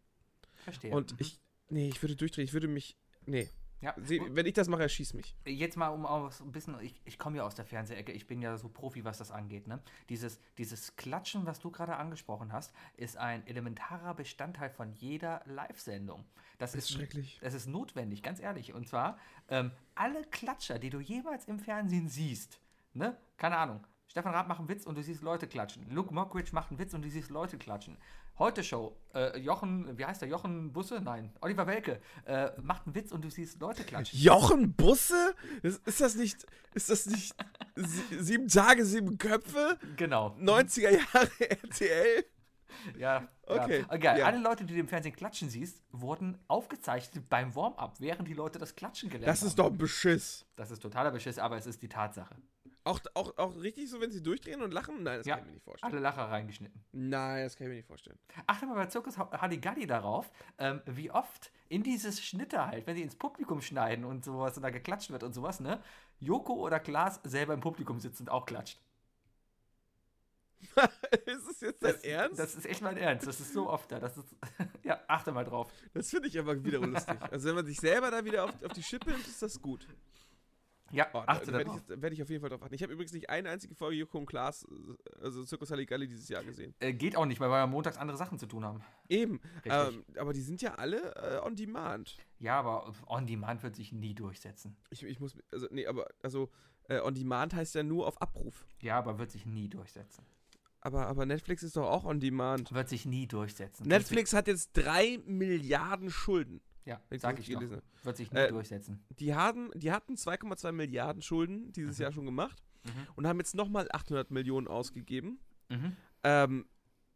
Speaker 1: Verstehe. Mhm.
Speaker 2: Und ich, nee, ich würde durchdrehen, ich würde mich, nee.
Speaker 1: ja.
Speaker 2: Sie, wenn ich das mache, erschieß mich.
Speaker 1: Jetzt mal um auch so ein bisschen, ich, ich komme ja aus der Fernsehecke, ich bin ja so Profi, was das angeht. Ne? Dieses, dieses Klatschen, was du gerade angesprochen hast, ist ein elementarer Bestandteil von jeder Live-Sendung. Das
Speaker 2: Das ist
Speaker 1: ist,
Speaker 2: schrecklich.
Speaker 1: das ist notwendig, ganz ehrlich. Und zwar, ähm, alle Klatscher, die du jemals im Fernsehen siehst, ne? Keine Ahnung. Stefan Raab macht einen Witz und du siehst Leute klatschen. Luke Mockridge macht einen Witz und du siehst Leute klatschen. Heute Show, äh, Jochen, wie heißt der? Jochen Busse? Nein, Oliver Welke äh, macht einen Witz und du siehst Leute klatschen.
Speaker 2: Jochen Busse? Das, ist das nicht, ist das nicht sie, sieben Tage, sieben Köpfe?
Speaker 1: Genau.
Speaker 2: 90er Jahre RTL?
Speaker 1: Ja,
Speaker 2: Okay,
Speaker 1: ja. Egal,
Speaker 2: ja.
Speaker 1: alle Leute, die du im Fernsehen klatschen siehst, wurden aufgezeichnet beim Warm-up, während die Leute das Klatschen gelernt
Speaker 2: Das
Speaker 1: haben.
Speaker 2: ist doch ein Beschiss.
Speaker 1: das ist totaler Beschiss, aber es ist die Tatsache.
Speaker 2: Auch, auch, auch richtig so, wenn sie durchdrehen und lachen? Nein, das
Speaker 1: Ja.
Speaker 2: kann ich mir nicht vorstellen.
Speaker 1: Alle Lacher reingeschnitten.
Speaker 2: Nein, das kann ich mir nicht vorstellen.
Speaker 1: Achte mal bei Zirkus Ha- Hadigalli darauf, ähm, wie oft in dieses Schnitte halt, wenn sie ins Publikum schneiden und sowas und da geklatscht wird und sowas, ne? Joko oder Klaas selber im Publikum sitzt und auch klatscht.
Speaker 2: ist es jetzt dein Ernst?
Speaker 1: Das ist echt mein Ernst. Das ist so oft da. Das ist, ja, achte mal drauf.
Speaker 2: Das finde ich aber wieder lustig. Also wenn man sich selber da wieder auf, auf die Schippe nimmt, ist das gut.
Speaker 1: Ja,
Speaker 2: Oh, da
Speaker 1: achte da
Speaker 2: werde ich,
Speaker 1: drauf.
Speaker 2: jetzt- werd ich auf jeden Fall drauf achten. Ich habe übrigens nicht eine einzige Folge Joko und Klaas, äh, also Zirkus Halligalli dieses Jahr gesehen.
Speaker 1: Äh, geht auch nicht, weil wir ja montags andere Sachen zu tun haben.
Speaker 2: Eben.
Speaker 1: Richtig.
Speaker 2: Ähm, aber die sind ja alle äh, on demand.
Speaker 1: Ja, aber On Demand wird sich nie durchsetzen.
Speaker 2: Ich, ich muss, also nee, aber also äh, on demand heißt ja nur auf Abruf.
Speaker 1: Ja, aber wird sich nie durchsetzen.
Speaker 2: Aber, aber Netflix ist doch auch on demand.
Speaker 1: Wird sich nie durchsetzen.
Speaker 2: Netflix hat jetzt drei Milliarden Schulden.
Speaker 1: Ja,
Speaker 2: Wenn ich
Speaker 1: sag
Speaker 2: das
Speaker 1: ich
Speaker 2: richtig
Speaker 1: doch.
Speaker 2: gelesen
Speaker 1: Wird sich nie
Speaker 2: Äh,
Speaker 1: durchsetzen.
Speaker 2: Die hatten, die hatten 2,2 Milliarden Schulden dieses Jahr schon gemacht
Speaker 1: Mhm.
Speaker 2: und haben jetzt nochmal 800 Millionen ausgegeben.
Speaker 1: Mhm.
Speaker 2: ähm,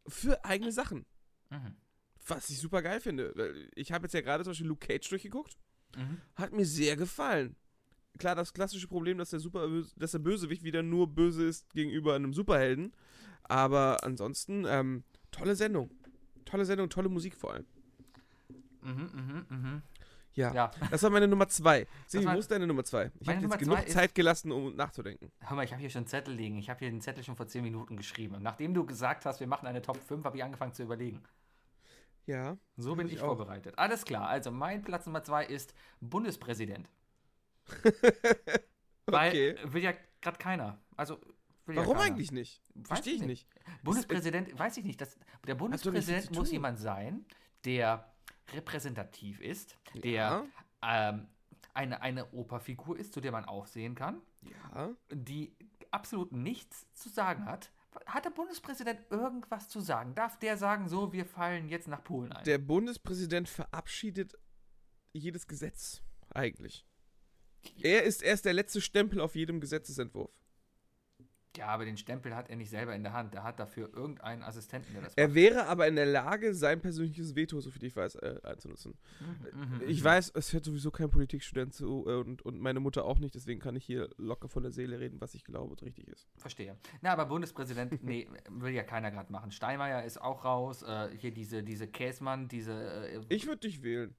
Speaker 2: für eigene Sachen.
Speaker 1: Mhm.
Speaker 2: Was ich super geil finde. weil Ich habe jetzt ja gerade zum Beispiel Luke Cage durchgeguckt.
Speaker 1: Mhm.
Speaker 2: Hat mir sehr gefallen. Klar, das klassische Problem, dass der, super, dass der Bösewicht wieder nur böse ist gegenüber einem Superhelden. Aber ansonsten, ähm, tolle Sendung. Tolle Sendung, tolle Musik vor allem.
Speaker 1: Mhm, mhm, mhm.
Speaker 2: Ja.
Speaker 1: Ja.
Speaker 2: Das war meine Nummer zwei. Sie,
Speaker 1: war-
Speaker 2: wo ist deine Nummer zwei? Ich
Speaker 1: Meine
Speaker 2: habe
Speaker 1: Nummer
Speaker 2: jetzt
Speaker 1: zwei
Speaker 2: genug
Speaker 1: ist-
Speaker 2: Zeit gelassen, um nachzudenken.
Speaker 1: Hör mal, ich habe hier schon einen Zettel liegen. Ich habe hier den Zettel schon vor 10 Minuten geschrieben. Und nachdem du gesagt hast, wir machen eine Top 5, habe ich angefangen zu überlegen.
Speaker 2: Ja.
Speaker 1: So bin ich,
Speaker 2: ich auch.
Speaker 1: vorbereitet. Alles klar. Also mein Platz Nummer 2 ist Bundespräsident. Weil
Speaker 2: Okay.
Speaker 1: äh, will ja gerade keiner. Also will ja
Speaker 2: Warum
Speaker 1: keiner.
Speaker 2: eigentlich nicht?
Speaker 1: Weiß
Speaker 2: Verstehe ich
Speaker 1: ich
Speaker 2: nicht.
Speaker 1: Bundespräsident, weiß ich nicht. Das, der Bundespräsident
Speaker 2: zu
Speaker 1: muss
Speaker 2: tun.
Speaker 1: jemand sein, der repräsentativ ist, der
Speaker 2: Ja.
Speaker 1: ähm, eine, eine Operfigur ist, zu der man aufsehen kann,
Speaker 2: Ja.
Speaker 1: die absolut nichts zu sagen hat. Hat der Bundespräsident irgendwas zu sagen? Darf der sagen, so, wir fallen jetzt nach Polen ein?
Speaker 2: Der Bundespräsident verabschiedet jedes Gesetz, eigentlich. Er ist erst der letzte Stempel auf jedem Gesetzesentwurf.
Speaker 1: ja, aber den Stempel hat er nicht selber in der Hand. Er hat dafür irgendeinen Assistenten, der das
Speaker 2: Er wäre aber in der Lage, sein persönliches Veto, so viel ich weiß, äh, einzunutzen.
Speaker 1: Mhm,
Speaker 2: äh, Ich weiß, es hört sowieso kein Politikstudent zu äh, und, und meine Mutter auch nicht, deswegen kann ich hier locker von der Seele reden, was ich glaube und richtig ist.
Speaker 1: Verstehe. Na, aber Bundespräsident, nee, will ja keiner gerade machen. Steinmeier ist auch raus. Äh, hier diese, diese Käsmann, diese. Äh,
Speaker 2: Ich würde dich wählen.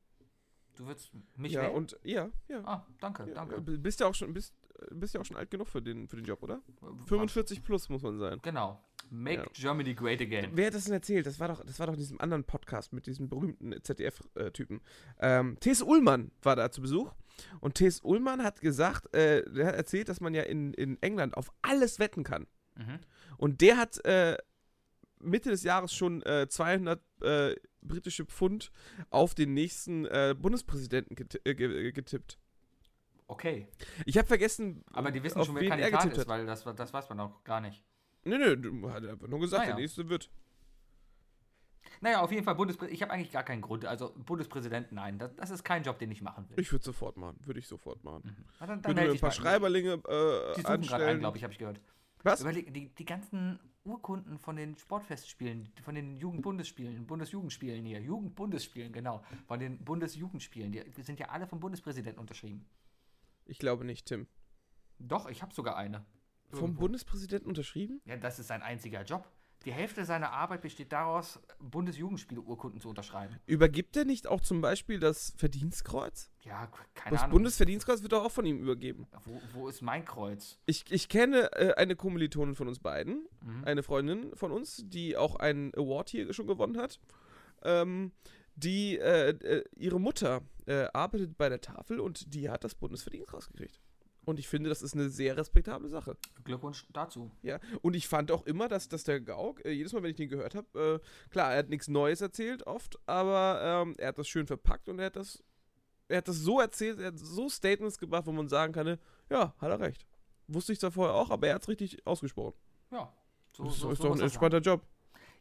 Speaker 1: du würdest mich
Speaker 2: ja,
Speaker 1: wählen?
Speaker 2: und ja, ja.
Speaker 1: ah, danke,
Speaker 2: ja,
Speaker 1: danke.
Speaker 2: ja, Bist ja auch schon, bist, äh, bist ja auch schon alt genug für den, für den Job, oder?
Speaker 1: Äh,
Speaker 2: 45 plus muss man sein.
Speaker 1: Genau. Make
Speaker 2: Ja.
Speaker 1: Germany great again.
Speaker 2: Wer hat das denn erzählt? Das war doch, das war doch in diesem anderen Podcast mit diesem berühmten ZDF-Typen. Ähm, T.S. Ullmann war da zu Besuch. Und T.S. Ullmann hat gesagt, äh, der hat erzählt, dass man ja in, in England auf alles wetten kann.
Speaker 1: Mhm.
Speaker 2: Und der hat äh, Mitte des Jahres schon äh, 200 äh, britische Pfund auf den nächsten äh, Bundespräsidenten geti- äh, ge- getippt.
Speaker 1: Okay.
Speaker 2: Ich habe vergessen,
Speaker 1: Aber die wissen
Speaker 2: auf
Speaker 1: schon, wer
Speaker 2: wen er
Speaker 1: Kandidat
Speaker 2: getippt
Speaker 1: ist,
Speaker 2: hat.
Speaker 1: weil das, das weiß man auch gar nicht.
Speaker 2: Nö, nö, du- hat er einfach nur gesagt,
Speaker 1: Ah, ja.
Speaker 2: der nächste wird.
Speaker 1: Naja, auf jeden Fall Bundespräsident. Ich habe eigentlich gar keinen Grund. Also Bundespräsident, nein. Das, das ist kein Job, den ich machen will.
Speaker 2: Ich würde sofort machen, würde ich sofort machen.
Speaker 1: Na, dann,
Speaker 2: Würde mir
Speaker 1: melde
Speaker 2: ein
Speaker 1: ich
Speaker 2: paar
Speaker 1: mal.
Speaker 2: Schreiberlinge äh,
Speaker 1: Die suchen gerade einen,
Speaker 2: anstellen.
Speaker 1: glaube ich, habe ich gehört.
Speaker 2: Was?
Speaker 1: Überleg, die, die ganzen Urkunden von den Sportfestspielen, von den Jugendbundesspielen, Bundesjugendspielen hier, Jugendbundesspielen, genau, von den Bundesjugendspielen, die sind ja alle vom Bundespräsidenten unterschrieben.
Speaker 2: Ich glaube nicht, Tim.
Speaker 1: Doch, ich habe sogar eine.
Speaker 2: Vom Bundespräsidenten unterschrieben?
Speaker 1: Ja, das ist sein einziger Job. Die Hälfte seiner Arbeit besteht daraus, Bundesjugendspiele-Urkunden zu unterschreiben.
Speaker 2: Übergibt er nicht auch zum Beispiel das Verdienstkreuz?
Speaker 1: Ja, k- keine
Speaker 2: Das
Speaker 1: Ahnung.
Speaker 2: Bundesverdienstkreuz wird doch auch von ihm übergeben.
Speaker 1: wo, wo ist mein Kreuz?
Speaker 2: Ich, ich kenne äh, eine Kommilitonin von uns beiden,
Speaker 1: Mhm.
Speaker 2: eine Freundin von uns, die auch einen Award hier schon gewonnen hat. Ähm, die, äh, äh, ihre Mutter äh, arbeitet bei der Tafel und die hat das Bundesverdienstkreuz gekriegt. Und ich finde, das ist eine sehr respektable Sache.
Speaker 1: Glückwunsch dazu.
Speaker 2: Ja, und ich fand auch immer, dass, dass der Gauck, äh, jedes Mal, wenn ich den gehört habe, äh, klar, er hat nichts Neues erzählt oft, aber ähm, er hat das schön verpackt und er hat das, er hat das so erzählt, er hat so Statements gebracht, wo man sagen kann, äh, ja, hat er recht. Wusste ich zwar vorher auch, aber er hat es richtig ausgesprochen.
Speaker 1: Ja. So,
Speaker 2: das ist,
Speaker 1: so-
Speaker 2: ist
Speaker 1: so
Speaker 2: doch
Speaker 1: muss
Speaker 2: ein
Speaker 1: das sein.
Speaker 2: entspannter Job.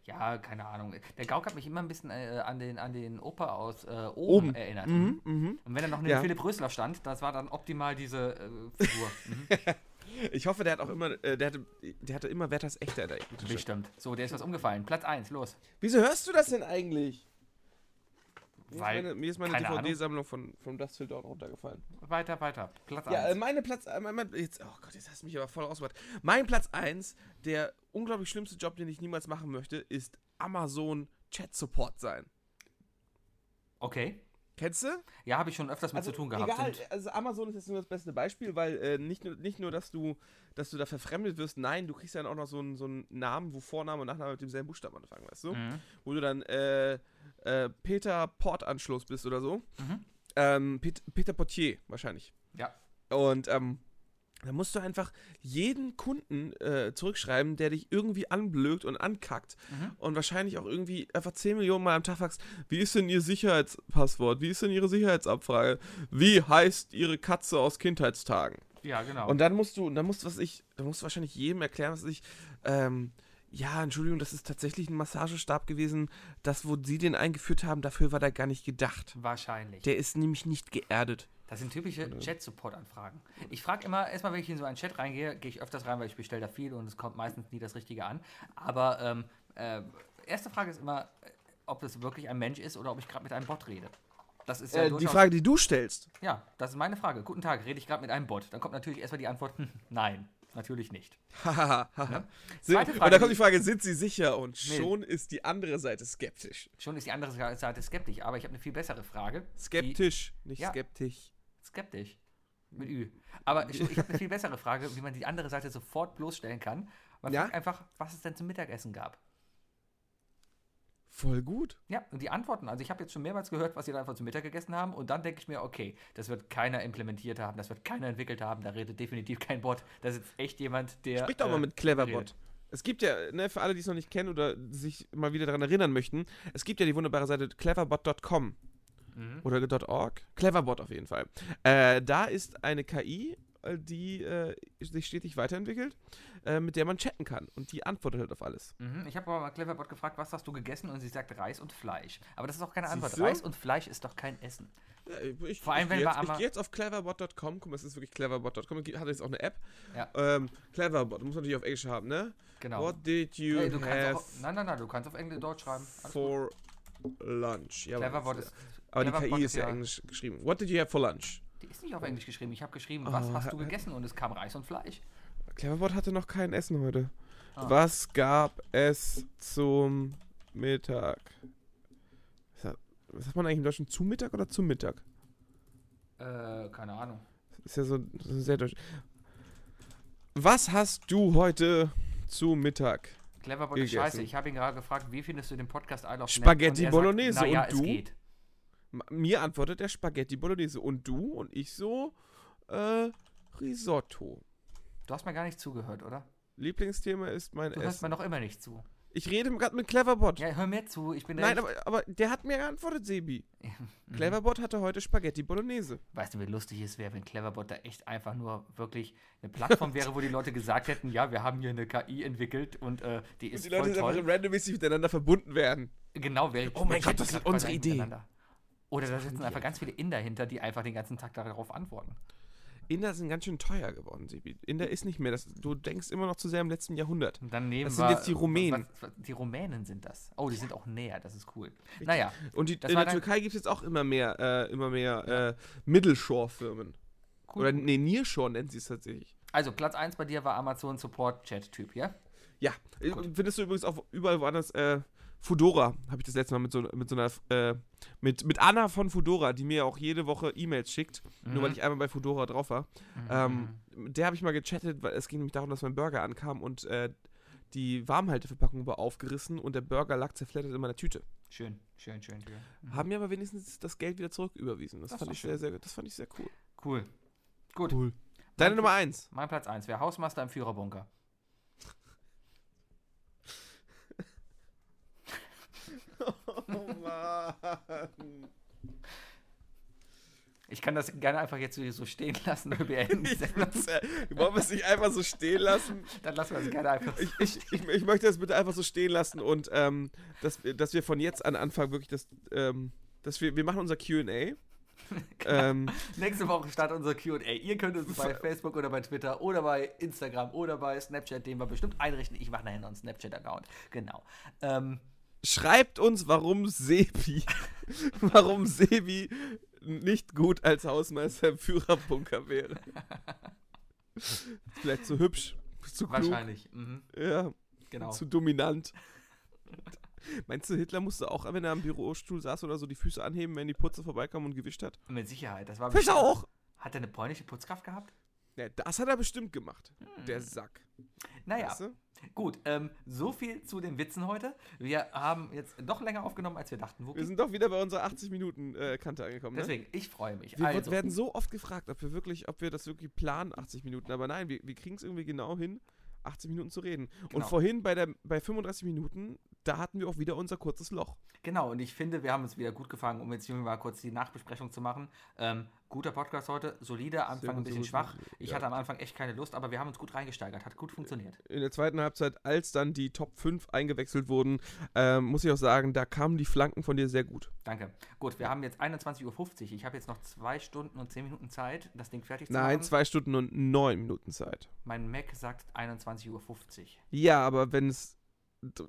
Speaker 1: Ja, keine Ahnung. Der Gauk hat mich immer ein bisschen äh, an, den, an den Opa aus äh, oben,
Speaker 2: Oben.
Speaker 1: erinnert.
Speaker 2: Mhm, mhm.
Speaker 1: Und wenn er noch neben
Speaker 2: Ja.
Speaker 1: Philipp Rösler stand, das war dann optimal diese äh, Figur. Mhm,
Speaker 2: Ich hoffe, der hat auch immer, äh, der, hatte, der hatte immer Wetters Echter da.
Speaker 1: bestimmt. So, der ist was umgefallen. Platz 1, los.
Speaker 2: Wieso hörst du das denn eigentlich? Mir
Speaker 1: Weil-
Speaker 2: ist meine, mir ist meine
Speaker 1: keine
Speaker 2: DVD-Sammlung von, von Dust Till Dawn runtergefallen.
Speaker 1: Weiter, weiter. Platz 1.
Speaker 2: Ja, äh, meine Platz, äh, mein, mein, jetzt, oh Gott, jetzt hast du mich aber voll ausgebracht. Mein Platz 1, der unglaublich schlimmste Job, den ich niemals machen möchte, ist Amazon Chat Support sein.
Speaker 1: okay.
Speaker 2: Kennst du? Also
Speaker 1: Ja, habe ich schon öfters mit zu tun gehabt.
Speaker 2: Egal,
Speaker 1: Und,
Speaker 2: also Amazon ist jetzt nur das beste Beispiel, weil äh, nicht, nur, nicht nur, dass du, dass du da verfremdet wirst, nein, du kriegst dann auch noch so einen, so einen Namen, wo Vorname und Nachname mit demselben Buchstaben anfangen, weißt du?
Speaker 1: Mhm.
Speaker 2: Wo du dann äh, äh, Peter Port-Anschluss bist oder so.
Speaker 1: Mhm.
Speaker 2: Ähm, Pet Peter Portier wahrscheinlich.
Speaker 1: ja.
Speaker 2: Und ähm, da musst du einfach jeden Kunden äh, zurückschreiben, der dich irgendwie anblökt und ankackt.
Speaker 1: Mhm.
Speaker 2: Und wahrscheinlich auch irgendwie einfach 10 Millionen Mal am Tag fragst, wie ist denn ihr Sicherheitspasswort? Wie ist denn ihre Sicherheitsabfrage? Wie heißt ihre Katze aus Kindheitstagen?
Speaker 1: ja, genau.
Speaker 2: Und dann musst du, und dann musst du, was ich, dann musst du wahrscheinlich jedem erklären, was ich, ähm, ja, Entschuldigung, das ist tatsächlich ein Massagestab gewesen. Das, wo sie den eingeführt haben, dafür war der gar nicht gedacht.
Speaker 1: Wahrscheinlich.
Speaker 2: Der ist nämlich nicht geerdet.
Speaker 1: Das sind typische Chat-Support-Anfragen. Ich frage immer, erstmal, wenn ich in so einen Chat reingehe, gehe ich öfters rein, weil ich bestelle da viel und es kommt meistens nie das Richtige an. Aber ähm, äh, erste Frage ist immer, äh, ob das wirklich ein Mensch ist oder ob ich gerade mit einem Bot rede. Das ist ja
Speaker 2: Äh, die
Speaker 1: durchaus-
Speaker 2: Frage, die du stellst.
Speaker 1: Ja, das ist meine Frage. Guten Tag, rede ich gerade mit einem Bot? Dann kommt natürlich erstmal die Antwort, hm, nein. Natürlich nicht.
Speaker 2: Hahaha.
Speaker 1: Zweite
Speaker 2: und
Speaker 1: Frage,
Speaker 2: da kommt
Speaker 1: die-
Speaker 2: die Frage, sind sie sicher? Und
Speaker 1: Nee.
Speaker 2: schon ist die andere Seite skeptisch.
Speaker 1: Schon ist die andere Seite skeptisch, aber ich habe eine viel bessere Frage. die-
Speaker 2: Skeptisch, nicht
Speaker 1: Ja.
Speaker 2: skeptisch.
Speaker 1: Skeptisch. Mit Ü. Aber ich, ich habe eine viel bessere Frage, wie man die andere Seite sofort bloßstellen kann. Man
Speaker 2: Ja?
Speaker 1: fragt einfach, was es denn zum Mittagessen gab.
Speaker 2: Voll gut.
Speaker 1: Ja, und die Antworten. Also ich habe jetzt schon mehrmals gehört, was sie da einfach zum Mittag gegessen haben. Und dann denke ich mir, okay, das wird keiner implementiert haben, das wird keiner entwickelt haben, da redet definitiv kein Bot. Da sitzt echt jemand, der.
Speaker 2: Sprich doch mal
Speaker 1: äh,
Speaker 2: mit Cleverbot.
Speaker 1: redet.
Speaker 2: Es gibt ja, ne, für alle, die es noch nicht kennen oder sich mal wieder daran erinnern möchten, es gibt ja die wunderbare Seite cleverbot.com
Speaker 1: Mhm.
Speaker 2: oder .org. Cleverbot auf jeden Fall. Äh, da ist eine KI, äh, die äh, sich stetig weiterentwickelt, äh, mit der man chatten kann. Und die antwortet halt auf alles.
Speaker 1: Mhm. Ich habe aber mal Cleverbot gefragt, was hast du gegessen? Und sie sagt Reis und Fleisch. Aber das ist auch keine
Speaker 2: Siehst
Speaker 1: Antwort.
Speaker 2: du?
Speaker 1: Reis und Fleisch ist doch kein Essen.
Speaker 2: Ja, Äh, ich,
Speaker 1: Vor allem,
Speaker 2: ich
Speaker 1: wenn
Speaker 2: geh
Speaker 1: wir
Speaker 2: jetzt,
Speaker 1: einmal-
Speaker 2: Ich gehe jetzt auf cleverbot.com, guck mal, es ist wirklich cleverbot.com, es gibt- hat jetzt auch eine App.
Speaker 1: Ja.
Speaker 2: Ähm, cleverbot, muss man natürlich auf Englisch haben, ne?
Speaker 1: Genau.
Speaker 2: What did you
Speaker 1: Ey, du kannst
Speaker 2: have
Speaker 1: auch, nein, nein, nein, du kannst auf Englisch Deutsch schreiben. Alles gut.
Speaker 2: for lunch? Ja, aber
Speaker 1: Cleverbot
Speaker 2: das-
Speaker 1: ist.
Speaker 2: Aber die
Speaker 1: Cleverbot
Speaker 2: KI ist ja englisch geschrieben. What did you have for lunch?
Speaker 1: Die ist nicht auf Englisch geschrieben. Ich habe geschrieben, was
Speaker 2: Oh,
Speaker 1: hast
Speaker 2: ha-
Speaker 1: du gegessen? Und es kam Reis und Fleisch.
Speaker 2: Cleverbot hatte noch kein Essen heute.
Speaker 1: Ah.
Speaker 2: Was gab es zum Mittag? Was hat- Was sagt man eigentlich im Deutschen? Zu Mittag oder zum Mittag?
Speaker 1: Äh, keine Ahnung.
Speaker 2: Ist ja so, so sehr deutsch. Was hast du heute zu Mittag?
Speaker 1: Cleverbot ist
Speaker 2: Gegessen.
Speaker 1: scheiße. Ich habe ihn gerade gefragt, wie findest du den Podcast I Love Lamp?
Speaker 2: Spaghetti
Speaker 1: Und er
Speaker 2: Bolognese.
Speaker 1: naja,
Speaker 2: Und
Speaker 1: Es
Speaker 2: du?
Speaker 1: geht.
Speaker 2: M- Mir antwortet er Spaghetti Bolognese und du und ich so äh, Risotto.
Speaker 1: Du hast mir gar nicht zugehört, oder?
Speaker 2: Lieblingsthema ist mein
Speaker 1: Du hörst mir
Speaker 2: Essen.
Speaker 1: noch immer nicht zu.
Speaker 2: Ich rede gerade mit Cleverbot.
Speaker 1: Ja, hör mir zu. Ich bin
Speaker 2: Nein,
Speaker 1: recht.
Speaker 2: aber, aber der hat mir geantwortet, Sebi.
Speaker 1: mhm.
Speaker 2: Cleverbot hatte heute Spaghetti Bolognese.
Speaker 1: Weißt du, wie lustig es wäre, wenn Cleverbot da echt einfach nur wirklich eine Plattform wäre, wo die Leute gesagt hätten, ja, wir haben hier eine KI entwickelt und äh, die ist
Speaker 2: die Leute sind
Speaker 1: voll toll.
Speaker 2: einfach randommäßig miteinander verbunden werden.
Speaker 1: Genau, wäre
Speaker 2: Oh mein
Speaker 1: wir
Speaker 2: Gott,
Speaker 1: chatten
Speaker 2: das ist
Speaker 1: gerade
Speaker 2: unsere Idee.
Speaker 1: miteinander. Oder da sitzen
Speaker 2: die
Speaker 1: einfach ganz viele Inder hinter, die einfach den ganzen Tag darauf antworten.
Speaker 2: Inder sind ganz schön teuer geworden, Sebi. Inder ist nicht mehr. Das, du denkst immer noch zu sehr im letzten Jahrhundert.
Speaker 1: Und dann nehmen
Speaker 2: Das sind
Speaker 1: wir,
Speaker 2: jetzt die Rumänen.
Speaker 1: Was, was, die Rumänen sind das. Oh, die sind auch näher, das ist cool. Naja,
Speaker 2: Und die, in
Speaker 1: Das war
Speaker 2: der
Speaker 1: dann-
Speaker 2: Türkei gibt es jetzt auch immer mehr, äh, immer mehr äh, Middleshore-Firmen.
Speaker 1: cool.
Speaker 2: Oder nee, Nearshore nennen sie es tatsächlich.
Speaker 1: also Platz 1 bei dir war Amazon Support Chat Typ, ja?
Speaker 2: Ja, äh, findest du übrigens auch überall woanders. Äh, Fudora habe ich das letzte Mal mit so, mit so einer. Äh, mit, mit Anna von Fudora, die mir auch jede Woche E-Mails schickt, nur
Speaker 1: Mhm.
Speaker 2: weil ich einmal bei Fudora drauf war. Ähm, mit der habe ich mal gechattet, weil es ging nämlich darum, dass mein Burger ankam und äh, die Warmhalteverpackung war aufgerissen und der Burger lag zerfleddert in meiner Tüte.
Speaker 1: Schön, schön, schön, schön.
Speaker 2: Haben mir aber wenigstens das Geld wieder zurücküberwiesen. Das,
Speaker 1: Das
Speaker 2: fand
Speaker 1: war
Speaker 2: ich
Speaker 1: Mhm. schön.
Speaker 2: sehr, sehr, das fand ich sehr cool.
Speaker 1: Cool. Gut.
Speaker 2: Cool. Deine
Speaker 1: Mein-
Speaker 2: Nummer 1.
Speaker 1: Mein Platz 1 wäre Hausmeister im Führerbunker.
Speaker 2: Oh Mann.
Speaker 1: Ich kann das gerne einfach jetzt so stehen lassen und beenden. die Sendung.
Speaker 2: äh, Wollen wir es nicht einfach so stehen lassen?
Speaker 1: Dann lassen wir es gerne einfach. so.
Speaker 2: Ich, ich, ich, ich möchte das bitte einfach so stehen lassen und ähm, dass, wir- dass wir von jetzt an anfangen, wirklich das, ähm, dass wir, wir machen unser QA. ähm,
Speaker 1: Nächste Woche startet unser QA. Ihr könnt uns bei Facebook oder bei Twitter oder bei Instagram oder bei Snapchat, den wir bestimmt einrichten. Ich mache nachher noch einen Snapchat-Account. Genau. Ähm,
Speaker 2: schreibt uns, warum Sebi, warum Sebi nicht gut als Hausmeister im Führerbunker wäre. Vielleicht zu hübsch, zu klug,
Speaker 1: wahrscheinlich. Mhm,
Speaker 2: ja,
Speaker 1: genau.
Speaker 2: zu dominant. Meinst du, Hitler musste auch, wenn er am Bürostuhl saß oder so, die Füße anheben, wenn die Putze vorbeikam und gewischt hat?
Speaker 1: Mit Sicherheit. Das war
Speaker 2: Fischer auch!
Speaker 1: Hat er eine polnische Putzkraft gehabt?
Speaker 2: Ja, das hat er bestimmt gemacht.
Speaker 1: Hm.
Speaker 2: Der Sack.
Speaker 1: Naja,
Speaker 2: Weißt du?
Speaker 1: gut. Ähm, so viel zu den Witzen heute. Wir haben jetzt doch länger aufgenommen, als wir dachten.
Speaker 2: Wir
Speaker 1: Wookie.
Speaker 2: sind doch wieder bei unserer 80-Minuten-Kante angekommen. Ne?
Speaker 1: Deswegen, ich freue mich.
Speaker 2: Wir
Speaker 1: also,
Speaker 2: werden so oft gefragt, ob wir wirklich, ob wir das wirklich planen, 80 Minuten. Aber nein, wir, wir kriegen es irgendwie genau hin, 80 Minuten zu reden. Und
Speaker 1: Genau.
Speaker 2: vorhin bei, der, bei 35 Minuten, da hatten wir auch wieder unser kurzes Loch.
Speaker 1: genau. Und ich finde, wir haben uns wieder gut gefangen, um jetzt hier mal kurz die Nachbesprechung zu machen. Ähm, guter Podcast heute. Solider, Anfang ein
Speaker 2: gut,
Speaker 1: bisschen
Speaker 2: sehr gut,
Speaker 1: schwach.
Speaker 2: sehr gut.
Speaker 1: Ich
Speaker 2: Ja.
Speaker 1: hatte am Anfang echt keine Lust, aber wir haben uns gut reingesteigert. Hat gut funktioniert.
Speaker 2: In der zweiten Halbzeit, als dann die Top 5 eingewechselt wurden, ähm, muss ich auch sagen, da kamen die Flanken von dir sehr gut.
Speaker 1: Danke. Gut, wir haben jetzt 21.50 Uhr. Ich habe jetzt noch zwei Stunden und zehn Minuten Zeit, das Ding fertig zu
Speaker 2: Nein,
Speaker 1: machen.
Speaker 2: zwei Stunden und neun Minuten Zeit.
Speaker 1: Mein Mac sagt 21.50 Uhr.
Speaker 2: Ja, aber wenn es.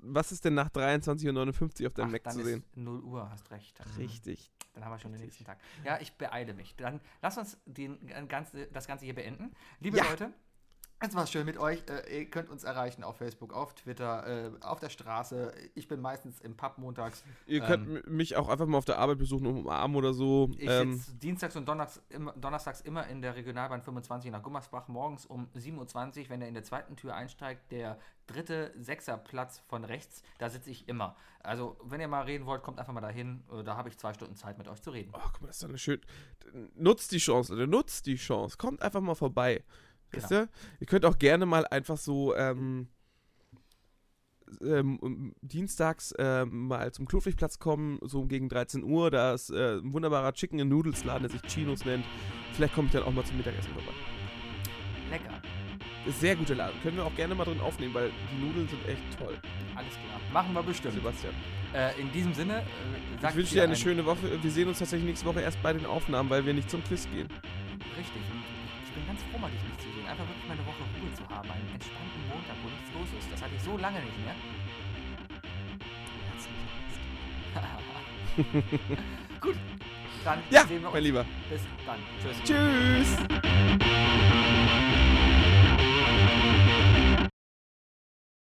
Speaker 2: Was ist denn nach 23.59 Uhr auf deinem Mac
Speaker 1: dann
Speaker 2: zu sehen?
Speaker 1: ist 0 Uhr, hast recht. Mhm.
Speaker 2: Richtig.
Speaker 1: Dann haben wir schon den nächsten
Speaker 2: Richtig.
Speaker 1: Tag. äh, Ja, ich beeile mich. Dann lass uns den, ganzen, das Ganze hier beenden. Liebe
Speaker 2: Ja.
Speaker 1: Leute, Es war schön mit euch. Äh, ihr könnt uns erreichen auf Facebook, auf Twitter, äh, auf der Straße. Ich bin meistens im Pub montags.
Speaker 2: Ihr könnt
Speaker 1: Ähm,
Speaker 2: m- mich auch einfach mal auf der Arbeit besuchen, um umarmen oder so.
Speaker 1: Ich
Speaker 2: Ähm,
Speaker 1: sitze dienstags und donnerstags, immer- donnerstags immer in der Regionalbahn 25 nach Gummersbach, morgens um 7.20 Uhr, wenn er in der zweiten Tür einsteigt, der dritte Sechserplatz von rechts, da sitze ich immer. Also, wenn ihr mal reden wollt, kommt einfach mal dahin. Äh, Da habe ich zwei Stunden Zeit, mit euch zu reden.
Speaker 2: oh, guck mal, das ist doch eine schön. Nutzt die Chance, Leute, nutzt die Chance. Kommt einfach mal vorbei.
Speaker 1: Genau.
Speaker 2: Wisst ihr? Ihr könnt auch gerne mal einfach so ähm, ähm, um- dienstags ähm, mal zum Kloflichtplatz kommen, so gegen 13 Uhr. Da ist äh, ein wunderbarer Chicken and Noodles Laden, der sich Chinos nennt. Vielleicht komme ich dann auch mal zum Mittagessen vorbei.
Speaker 1: Lecker.
Speaker 2: Ist sehr guter Laden. Können wir auch gerne mal drin aufnehmen, weil die Nudeln sind echt toll.
Speaker 1: Alles klar. Machen wir bestimmt.
Speaker 2: Sebastian.
Speaker 1: Äh, in diesem Sinne, äh, sagt
Speaker 2: ich wünsche
Speaker 1: ihr
Speaker 2: dir eine
Speaker 1: ein-
Speaker 2: schöne Woche. Wir sehen uns tatsächlich nächste Woche erst bei den Aufnahmen, weil wir nicht zum Quiz gehen.
Speaker 1: Richtig. Und ich bin ganz froh, mal dich nicht zu sehen. Einfach wirklich mal eine Woche Ruhe zu haben. Einen entspannten Montag, wo nichts los ist. Das hatte ich so lange nicht mehr. Herzlichen Dank. Gut. Dann
Speaker 2: Ja,
Speaker 1: sehen wir uns.
Speaker 2: mein Lieber.
Speaker 1: Bis dann. Tschüss.
Speaker 2: Tschüss.